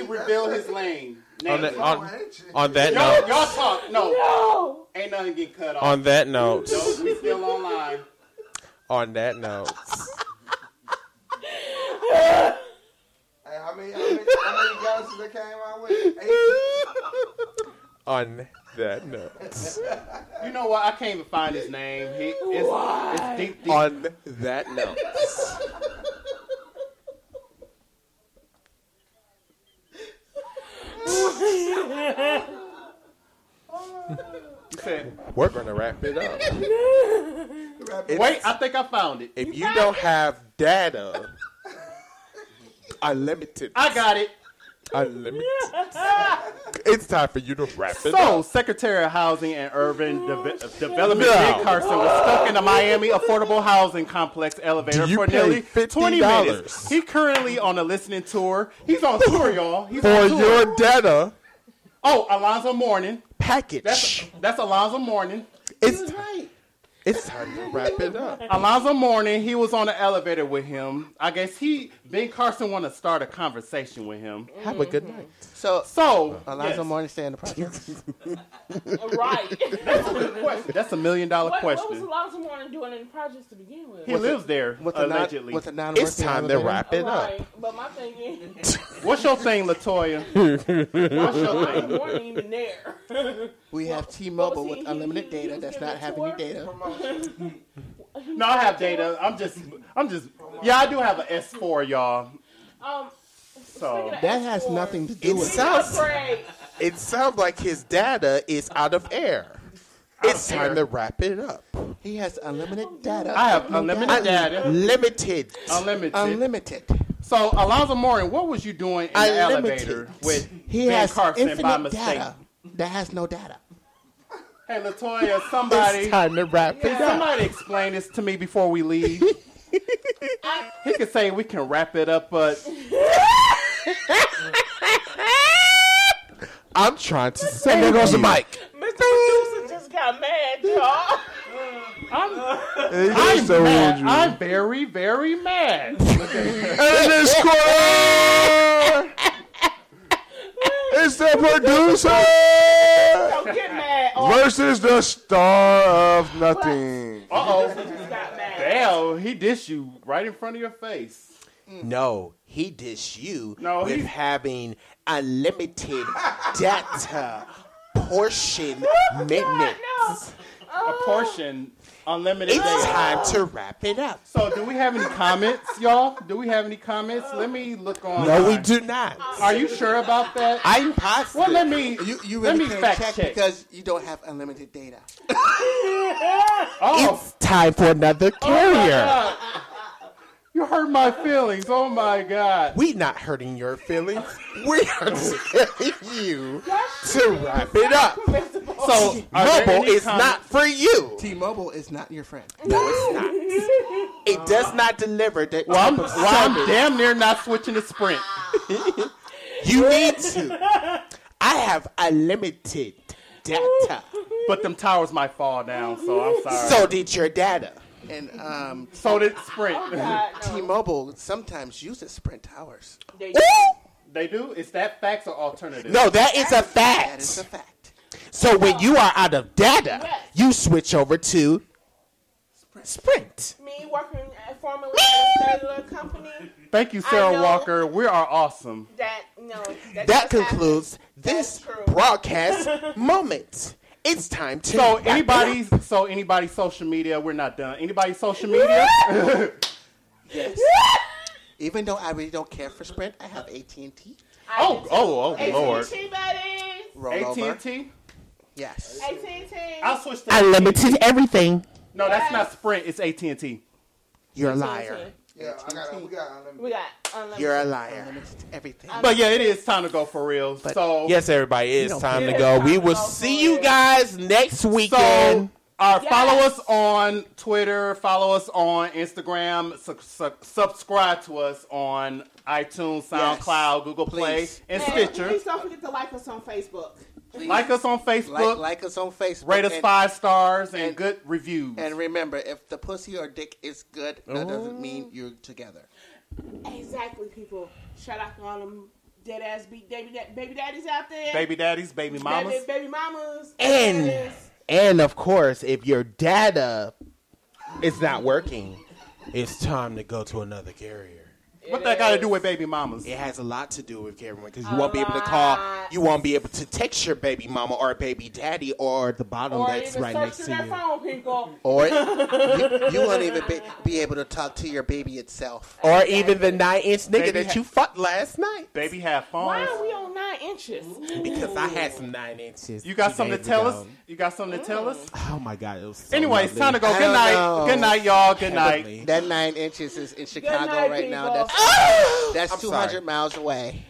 Speaker 1: (laughs) let me reveal his lane.
Speaker 2: on
Speaker 1: Name
Speaker 2: that
Speaker 1: it.
Speaker 2: on,
Speaker 3: ancient.
Speaker 2: on that
Speaker 1: y'all,
Speaker 2: note,
Speaker 1: y'all talk. No, (laughs)
Speaker 5: No.
Speaker 1: ain't nothing getting cut off.
Speaker 2: on that note,
Speaker 1: No, we still online.
Speaker 2: on that note.
Speaker 3: Hey, how many, how many, how many galaxies that came my way? Eight.
Speaker 2: On that note.
Speaker 1: You know what? I can't even find his name. He, it's, it's deep, deep.
Speaker 2: On that note. We're gonna wrap it up.
Speaker 1: Wait, I think I found it.
Speaker 2: If you don't have data, unlimited,
Speaker 1: I got it.
Speaker 2: unlimited,
Speaker 5: (laughs)
Speaker 2: it's time for you to wrap it up.
Speaker 1: So, Secretary of Housing and Urban Deve- uh, Development
Speaker 2: No.
Speaker 1: Dick Carson was stuck in the Miami affordable housing complex elevator
Speaker 2: Do you
Speaker 1: for
Speaker 2: pay
Speaker 1: nearly twenty minutes.
Speaker 2: $50?
Speaker 1: He currently on a listening tour. He's on tour, y'all. He's
Speaker 2: For
Speaker 1: on tour.
Speaker 2: your data
Speaker 1: oh, Alonzo Morning.
Speaker 2: package,
Speaker 1: That's Alonzo Morning.
Speaker 2: it's time. It's time to wrap it up.
Speaker 1: Alonzo Morning. He was on the elevator with him. I guess he Ben Carson want to start a conversation with him.
Speaker 2: Have a
Speaker 7: Mm-hmm.
Speaker 2: good night.
Speaker 7: So,
Speaker 1: So,
Speaker 7: Alonzo
Speaker 1: yes.
Speaker 7: Morning stay in the project.
Speaker 5: Right.
Speaker 1: That's a million dollar
Speaker 5: (laughs) what, what was
Speaker 1: question.
Speaker 5: Alonzo Morning doing in the projects to begin with?
Speaker 1: He lives there
Speaker 7: With the non,
Speaker 1: allegedly.
Speaker 7: with the non
Speaker 2: It's time to wrap it up.
Speaker 5: Right. But my thing
Speaker 1: (laughs)
Speaker 5: is,
Speaker 1: What's your thing, Latoya? What's your thing?
Speaker 5: Alonzo Morning even there. (laughs)
Speaker 7: We have T-Mobile
Speaker 5: what was
Speaker 7: with
Speaker 5: he- he-
Speaker 7: unlimited
Speaker 5: he
Speaker 7: data
Speaker 5: was
Speaker 7: that's
Speaker 5: giving
Speaker 7: not
Speaker 5: a
Speaker 7: having any
Speaker 5: tour?
Speaker 7: data.
Speaker 1: No, I have data. I'm just, I'm just. Yeah, I do have an S4, y'all.
Speaker 5: Um,
Speaker 1: So
Speaker 7: That has nothing to do
Speaker 2: It's
Speaker 7: with
Speaker 2: so-
Speaker 7: it.
Speaker 2: Sounds-
Speaker 5: Upgrade.
Speaker 2: It sounds like his data is out of air. It's time to wrap it up.
Speaker 7: He has unlimited data.
Speaker 1: I have unlimited data,
Speaker 2: Limited.
Speaker 1: unlimited.
Speaker 7: Unlimited.
Speaker 1: so Alonzo Morin, what was you doing in the
Speaker 7: Unlimited.
Speaker 1: elevator with
Speaker 7: He
Speaker 1: Ben
Speaker 7: has
Speaker 1: Carson by
Speaker 7: infinite
Speaker 1: mistake?
Speaker 7: data that has no data.
Speaker 1: Hey, Latoya,
Speaker 2: It's
Speaker 1: somebody,
Speaker 2: time to wrap it up.
Speaker 1: somebody explain this to me before we leave. he could say we can wrap it up, but
Speaker 2: I'm trying to say. And there goes the mic.
Speaker 5: Mr. Producer just got mad, y'all.
Speaker 1: I'm mad. I'm very, very mad.
Speaker 2: And the square is the producer
Speaker 5: Don't get mad. Oh,
Speaker 2: versus the star of nothing.
Speaker 5: Uh-oh. just got mad.
Speaker 1: Damn, he dissed you right in front of your face.
Speaker 2: No, he dissed you
Speaker 1: No,
Speaker 2: with
Speaker 1: he-
Speaker 2: having
Speaker 5: (laughs)
Speaker 2: unlimited data portion minutes.
Speaker 1: A
Speaker 5: Oh,
Speaker 1: portion, unlimited
Speaker 2: It's
Speaker 1: data.
Speaker 2: time to wrap it up.
Speaker 1: So, do we have any comments, y'all? Do we have any comments? Let me look on.
Speaker 2: No, we do not.
Speaker 1: Are you sure about that?
Speaker 2: I'm positive.
Speaker 1: Uh, well, let me.
Speaker 7: You, you
Speaker 1: Let me
Speaker 7: really can't
Speaker 1: fact
Speaker 7: check,
Speaker 1: check.
Speaker 7: because you don't have unlimited data.
Speaker 1: oh,
Speaker 2: It's time for another carrier.
Speaker 1: you hurt my feelings. Oh my god.
Speaker 2: we not hurting your feelings. We
Speaker 1: (laughs)
Speaker 2: are telling you to wrap it up.
Speaker 1: So, are there
Speaker 2: Mobile
Speaker 1: any
Speaker 2: is
Speaker 1: comments?
Speaker 2: not for you.
Speaker 7: T-Mobile is not your friend.
Speaker 2: No,
Speaker 1: (laughs)
Speaker 2: it's not. It does not deliver that.
Speaker 1: Well, I'm, well, I'm damn near not switching to Sprint.
Speaker 2: You need to. I have unlimited data.
Speaker 1: But them towers might fall down, so I'm sorry. So,
Speaker 2: So did your data.
Speaker 7: And um,
Speaker 1: did Sprint.
Speaker 5: God, no.
Speaker 7: T-Mobile sometimes uses Sprint Towers.
Speaker 5: They-
Speaker 1: they do? Is that facts or alternative?
Speaker 2: No, that is a
Speaker 7: That is a
Speaker 2: fact.
Speaker 7: fact.
Speaker 2: So when you are out of data,
Speaker 5: Yes.
Speaker 2: you switch over to Sprint.
Speaker 5: Me working at formerly at a cellular company.
Speaker 1: Thank you, Sarah
Speaker 5: know.
Speaker 1: Walker. We are awesome.
Speaker 5: That no. That,
Speaker 2: That
Speaker 5: just
Speaker 2: concludes
Speaker 5: That's
Speaker 2: this
Speaker 5: true.
Speaker 7: (laughs)
Speaker 2: broadcast moment. It's time to
Speaker 1: So
Speaker 2: wrap it up.
Speaker 1: anybody's so anybody's social media, we're not done. Anybody's social media?
Speaker 7: Yes. Even though I really don't care for Sprint, I have AT&T.
Speaker 1: oh, oh, oh,
Speaker 5: AT&T
Speaker 1: lord.
Speaker 5: buddies.
Speaker 7: Roll over.
Speaker 1: AT&T.
Speaker 7: Yes.
Speaker 5: AT&T.
Speaker 1: I'll switch to
Speaker 2: unlimited everything.
Speaker 1: No, that's not Sprint. It's AT&T.
Speaker 2: You're a liar.
Speaker 3: Yeah, I got. We got. unlimited.
Speaker 5: We got uh, unlimited.
Speaker 2: You're a liar.
Speaker 7: Unlimited everything.
Speaker 1: But yeah, it is time to go for real. so
Speaker 10: Yes, everybody, it's
Speaker 7: don't
Speaker 10: time to go.
Speaker 5: care.
Speaker 10: We will
Speaker 5: Time to go
Speaker 10: see
Speaker 5: for
Speaker 10: you
Speaker 5: it.
Speaker 10: guys next
Speaker 1: so
Speaker 10: weekend.
Speaker 1: uh,
Speaker 5: Yes.
Speaker 1: follow us on Twitter, follow us on Instagram, su- su- subscribe to us on iTunes, SoundCloud, Google
Speaker 7: Please.
Speaker 1: Play, and
Speaker 5: And
Speaker 1: Stitcher.
Speaker 5: Please don't forget to like us on Facebook.
Speaker 1: Like us on
Speaker 7: Like,
Speaker 1: Facebook,
Speaker 7: like us on Facebook.
Speaker 1: rate us
Speaker 7: and,
Speaker 1: five stars and,
Speaker 7: and-
Speaker 1: good reviews.
Speaker 7: And remember, if the pussy or dick is good, that doesn't
Speaker 1: Oh.
Speaker 7: mean you're together.
Speaker 5: Exactly, people. Shout out to all them dead ass beat baby, da- baby daddies out there.
Speaker 1: baby daddies, baby mamas.
Speaker 5: Baby, baby mamas.
Speaker 2: And-
Speaker 5: daddies.
Speaker 2: And of course, if your data is not working,
Speaker 10: It's time to go to another carrier.
Speaker 1: What that got to do with baby mamas?
Speaker 2: it has a lot to do with everyone because you won't be able to call, you won't be able to text your baby mama or baby daddy or the bottom
Speaker 5: Or
Speaker 2: that's
Speaker 5: even
Speaker 2: right
Speaker 5: search
Speaker 2: next
Speaker 5: through
Speaker 2: to
Speaker 5: their
Speaker 2: you.
Speaker 5: phone, people.
Speaker 7: Or you, (laughs) you won't even be, be able to talk to your baby itself.
Speaker 2: Or even the nine inch nigga
Speaker 1: Baby
Speaker 2: that
Speaker 1: ha-
Speaker 2: you fucked last night.
Speaker 1: Baby have
Speaker 5: Why
Speaker 1: phones.
Speaker 5: are we on nine inches?
Speaker 2: Because I had some nine inches.
Speaker 1: You got
Speaker 2: two
Speaker 1: something to
Speaker 2: days
Speaker 1: tell
Speaker 2: ago.
Speaker 1: us? You got something to tell us?
Speaker 2: Oh my god, it was so
Speaker 1: Anyway, it's time to go.
Speaker 7: I
Speaker 1: Good
Speaker 7: don't
Speaker 1: night.
Speaker 7: know.
Speaker 1: Good night, y'all. Good night.
Speaker 2: Heavenly.
Speaker 7: That nine inches is in Chicago
Speaker 5: night,
Speaker 7: right now.
Speaker 5: people.
Speaker 7: That's that's two
Speaker 2: sorry.
Speaker 7: hundred miles away.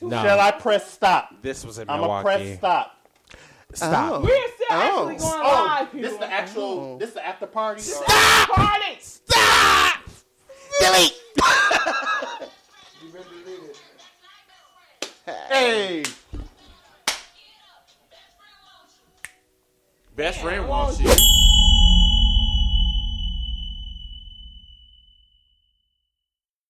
Speaker 2: No.
Speaker 1: Shall I press stop?
Speaker 10: This was in
Speaker 1: I'm gonna press
Speaker 10: Milwaukee.
Speaker 1: stop.
Speaker 2: Stop.
Speaker 7: Oh.
Speaker 5: We're still actually
Speaker 7: Oh.
Speaker 5: going live, people.
Speaker 1: this is the actual. This is the after party.
Speaker 5: Party.
Speaker 2: Stop! Delete!
Speaker 1: Hey.